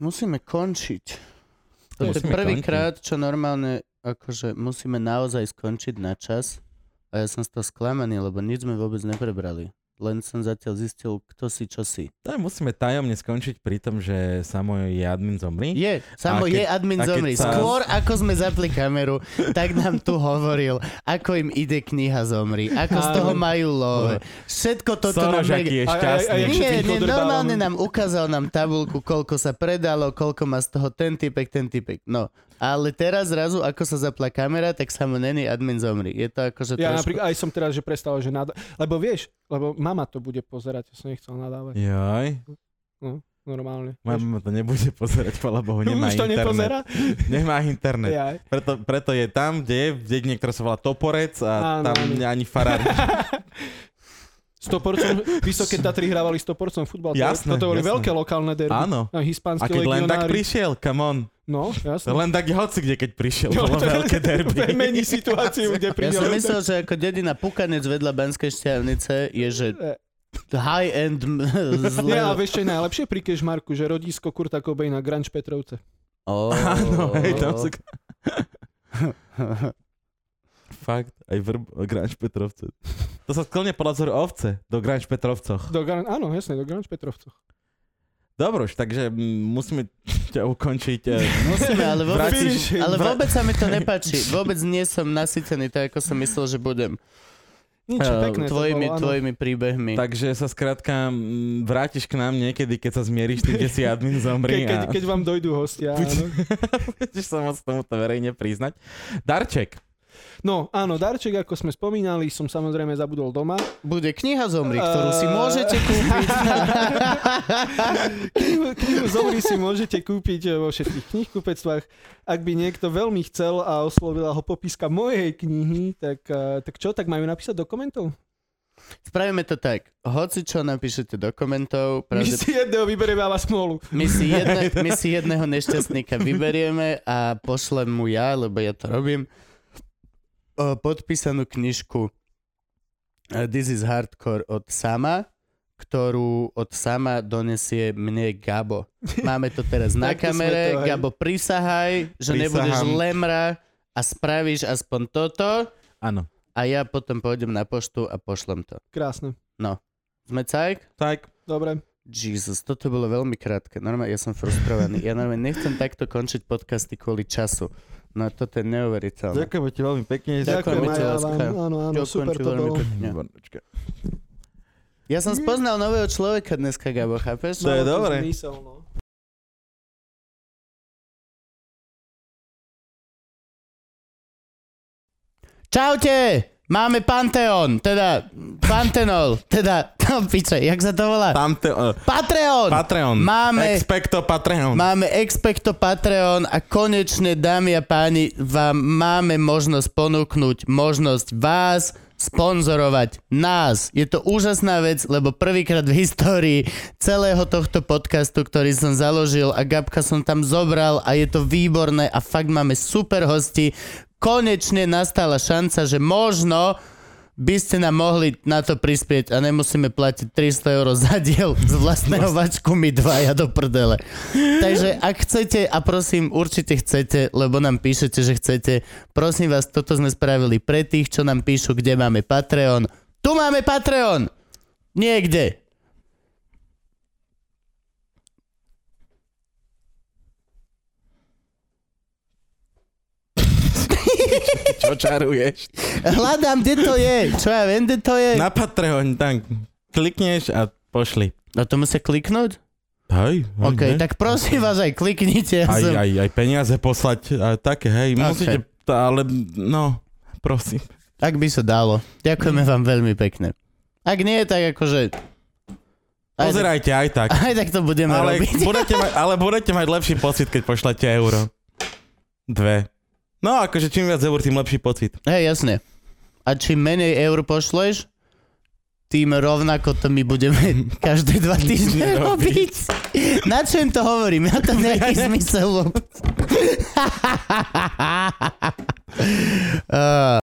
[SPEAKER 2] Musíme končiť. To je
[SPEAKER 3] Musíme
[SPEAKER 2] prvýkrát, čo normálne, akože musíme naozaj skončiť na čas. A ja som z toho sklamaný, lebo nič sme vôbec neprebrali. Len som zatiaľ zistil, kto si, čo si.
[SPEAKER 3] Tak musíme tajomne skončiť pri tom, že samo je admin zomri.
[SPEAKER 2] Je, samo
[SPEAKER 3] A keď-
[SPEAKER 2] je admin
[SPEAKER 3] a keď
[SPEAKER 2] zomri.
[SPEAKER 3] sa-
[SPEAKER 2] Skôr ako sme zapli kameru, tak nám tu hovoril, ako im ide kniha zomri, ako z
[SPEAKER 1] Áno.
[SPEAKER 2] toho majú love. Všetko toto nám...
[SPEAKER 1] teda
[SPEAKER 3] Soroš, aký je
[SPEAKER 1] Aj, aj,
[SPEAKER 3] šťastný.
[SPEAKER 1] aj, aj,
[SPEAKER 2] Nie,
[SPEAKER 1] všetkých
[SPEAKER 2] nie,
[SPEAKER 1] odrbávam.
[SPEAKER 2] normálne nám ukázal nám tabulku, koľko sa predalo, koľko má z toho ten typek, ten typek. No, ale teraz zrazu, ako sa zapla kamera, tak samo není admin zomri. Je to akože
[SPEAKER 1] Ja
[SPEAKER 2] trošku...
[SPEAKER 1] napríklad aj som teraz, že prestal, že nada... Lebo vieš, lebo mama to bude pozerať, ja som nechcel nadávať.
[SPEAKER 3] Joj,
[SPEAKER 1] Normálne.
[SPEAKER 3] moja
[SPEAKER 1] Vieš.
[SPEAKER 3] mama to nebude pozerať, podľa bohu, nemá
[SPEAKER 1] Už to
[SPEAKER 3] internet.
[SPEAKER 1] nepozerá?
[SPEAKER 3] Nemá internet.
[SPEAKER 1] Ja.
[SPEAKER 3] Preto, preto je tam, kde je dedine, ktorá sa volá Toporec a
[SPEAKER 1] Áno,
[SPEAKER 3] tam
[SPEAKER 1] áno.
[SPEAKER 3] ani farár.
[SPEAKER 1] Stoporcom, Vysoké Tatry hrávali stoporcom futbal. To-
[SPEAKER 3] Jasné,
[SPEAKER 1] Toto boli
[SPEAKER 3] jasné.
[SPEAKER 1] veľké lokálne derby.
[SPEAKER 3] Áno.
[SPEAKER 1] A
[SPEAKER 3] A
[SPEAKER 1] hispánsky
[SPEAKER 3] keď len tak
[SPEAKER 1] legionári.
[SPEAKER 3] prišiel, come on.
[SPEAKER 1] No, jasné.
[SPEAKER 3] Len tak hoci kde, keď prišiel,
[SPEAKER 1] Jo,
[SPEAKER 3] bolo
[SPEAKER 1] to-
[SPEAKER 3] veľké derby.
[SPEAKER 1] úplne Mení situáciu, kde
[SPEAKER 2] Ja
[SPEAKER 1] príde.
[SPEAKER 2] som myslel, že ako dedina Pukanec vedľa Banskej šťavnice je, že
[SPEAKER 1] E,
[SPEAKER 2] high-end m- zle...
[SPEAKER 1] Nie, ale vieš, čo je najlepšie pri Kešmarku, že rodisko Kurta Cobaina, Granč Petrovce.
[SPEAKER 2] Oh.
[SPEAKER 3] Áno, No, hej, tam sa... Fakt, aj vrb, Granč Petrovce. To sa sklne podľa vzoru ovce do Granč Petrovcoch.
[SPEAKER 1] Do Gran... Áno, jasne, do Granč Petrovcoch.
[SPEAKER 3] Dobro, už, takže mm, musíme ťa ukončiť. e,
[SPEAKER 2] Musíme, ale vôbec,
[SPEAKER 3] Vrátiš-
[SPEAKER 2] ale
[SPEAKER 3] vrá-
[SPEAKER 2] vôbec sa mi to nepáči. Vôbec nie som nasytený tak, ako som myslel, že budem.
[SPEAKER 1] Nič,
[SPEAKER 3] Eh,
[SPEAKER 1] Hm, pekné
[SPEAKER 2] Tvojimi,
[SPEAKER 1] to bolo, áno.
[SPEAKER 2] tvojimi príbehmi.
[SPEAKER 3] Takže sa skrátka mm, vrátiš k nám niekedy, keď sa zmieríš, ty, kde si admin
[SPEAKER 1] Ke,
[SPEAKER 3] zomri.
[SPEAKER 1] keď,
[SPEAKER 3] a-
[SPEAKER 1] keď vám dojdú hostia.
[SPEAKER 3] Buď-
[SPEAKER 1] Áno.
[SPEAKER 3] Budeš sa môcť tomuto verejne priznať. Darček.
[SPEAKER 1] No, áno, darček, ako sme spomínali, som samozrejme zabudol doma. Ehm.
[SPEAKER 2] Bude kniha Zomri, ktorú
[SPEAKER 1] Eh.
[SPEAKER 2] si môžete kúpiť.
[SPEAKER 1] knihu, knihu Zomri si môžete kúpiť eh, vo všetkých knihkupectvách. Ak by niekto veľmi chcel a oslovila ho popiska mojej knihy, tak, eh, tak čo, tak majú napísať do komentov?
[SPEAKER 2] Spravíme to tak. Hoci čo napíšete do komentov,
[SPEAKER 1] My
[SPEAKER 2] pravde,
[SPEAKER 1] si jedného vyberieme a vás smolu.
[SPEAKER 2] my, si jedne, my si jedného nešťastníka vyberieme a pošlem mu ja, lebo ja to robím, o, podpísanú knižku eh, This is Hardcore od Sama, ktorú od Sama donesie mne Gabo. Máme to teraz na
[SPEAKER 1] Takto sme
[SPEAKER 2] kamere.
[SPEAKER 1] to, hej.
[SPEAKER 2] Gabo, prisahaj, že
[SPEAKER 3] Prisahám.
[SPEAKER 2] nebudeš lemra a spravíš aspoň toto
[SPEAKER 3] Áno.
[SPEAKER 2] a ja potom pôjdem na poštu a pošlem to.
[SPEAKER 1] Krásne.
[SPEAKER 2] Sme cajk?
[SPEAKER 3] Tak.
[SPEAKER 1] Dobre.
[SPEAKER 2] Jesus, toto bolo veľmi krátke. Normálne, ja som frustrovaný. Ja normálne nechcem takto končiť podcasty kvôli času. No toto je neuveriteľné.
[SPEAKER 3] Ďakujem ti veľmi pekne.
[SPEAKER 2] Ďakujem
[SPEAKER 1] Ďakujem aj
[SPEAKER 2] ti,
[SPEAKER 1] ja
[SPEAKER 2] láska.
[SPEAKER 1] vám. Áno, áno,
[SPEAKER 2] Ďakujem
[SPEAKER 1] super
[SPEAKER 2] ti
[SPEAKER 1] to
[SPEAKER 2] veľmi
[SPEAKER 1] bolo.
[SPEAKER 2] pekne.
[SPEAKER 3] Výbornočka.
[SPEAKER 2] Ja som spoznal nového človeka dneska, Gabo, chápeš?
[SPEAKER 3] To je
[SPEAKER 1] Malo
[SPEAKER 3] dobre.
[SPEAKER 1] Zmysel, no.
[SPEAKER 2] Čaute! Máme Panteon, teda Pantenol, teda, no piče, jak sa to volá?
[SPEAKER 3] Pante, uh,
[SPEAKER 2] Patreon!
[SPEAKER 3] Patreon.
[SPEAKER 2] Máme-
[SPEAKER 3] Expecto Patreon.
[SPEAKER 2] Máme Expecto Patreon a konečne, dámy a páni, vám máme možnosť ponúknuť možnosť vás sponzorovať nás. Je to úžasná vec, lebo prvýkrát v histórii celého tohto podcastu, ktorý som založil a Gabka som tam zobral a je to výborné a fakt máme super hosti. Konečne nastala šanca, že možno by ste nám mohli na to prispieť a nemusíme platiť 300 eur za diel z vlastného vačku my dvaja do prdele. Takže ak chcete, a prosím, určite chcete, lebo nám píšete, že chcete, prosím vás, toto sme spravili pre tých, čo nám píšu, kde máme Patreon. Tu máme Patreon! Niekde.
[SPEAKER 3] Čo čaruješ?
[SPEAKER 2] Hľadám, kde to je. Čo ja viem, kde to je.
[SPEAKER 3] Na Patreon, tak klikneš a pošli.
[SPEAKER 2] No to musia kliknúť?
[SPEAKER 3] Hej, hej,
[SPEAKER 2] OK,
[SPEAKER 3] hej.
[SPEAKER 2] tak prosím vás aj kliknite. Ja
[SPEAKER 3] Aj,
[SPEAKER 2] som-
[SPEAKER 3] aj, aj peniaze poslať, a také, hej,
[SPEAKER 2] Také.
[SPEAKER 3] musíte, tá, ale no, prosím.
[SPEAKER 2] Ak by sa dalo. Ďakujeme
[SPEAKER 3] Mm.
[SPEAKER 2] vám veľmi pekne. Ak nie, tak akože... Aj tak,
[SPEAKER 3] Pozerajte aj tak.
[SPEAKER 2] aj tak to budeme
[SPEAKER 3] Ale
[SPEAKER 2] robiť.
[SPEAKER 3] budete, mať, ale budete mať lepší pocit, keď pošlete euro. Dve. No, akože čím viac eur, tým lepší pocit.
[SPEAKER 2] Hej, jasne. A čím menej eur pošleš, tým rovnako to my budeme každé dva týždne robiť. Na čo im to hovorím? Ja to nejaký zmysel. vôbec. Á.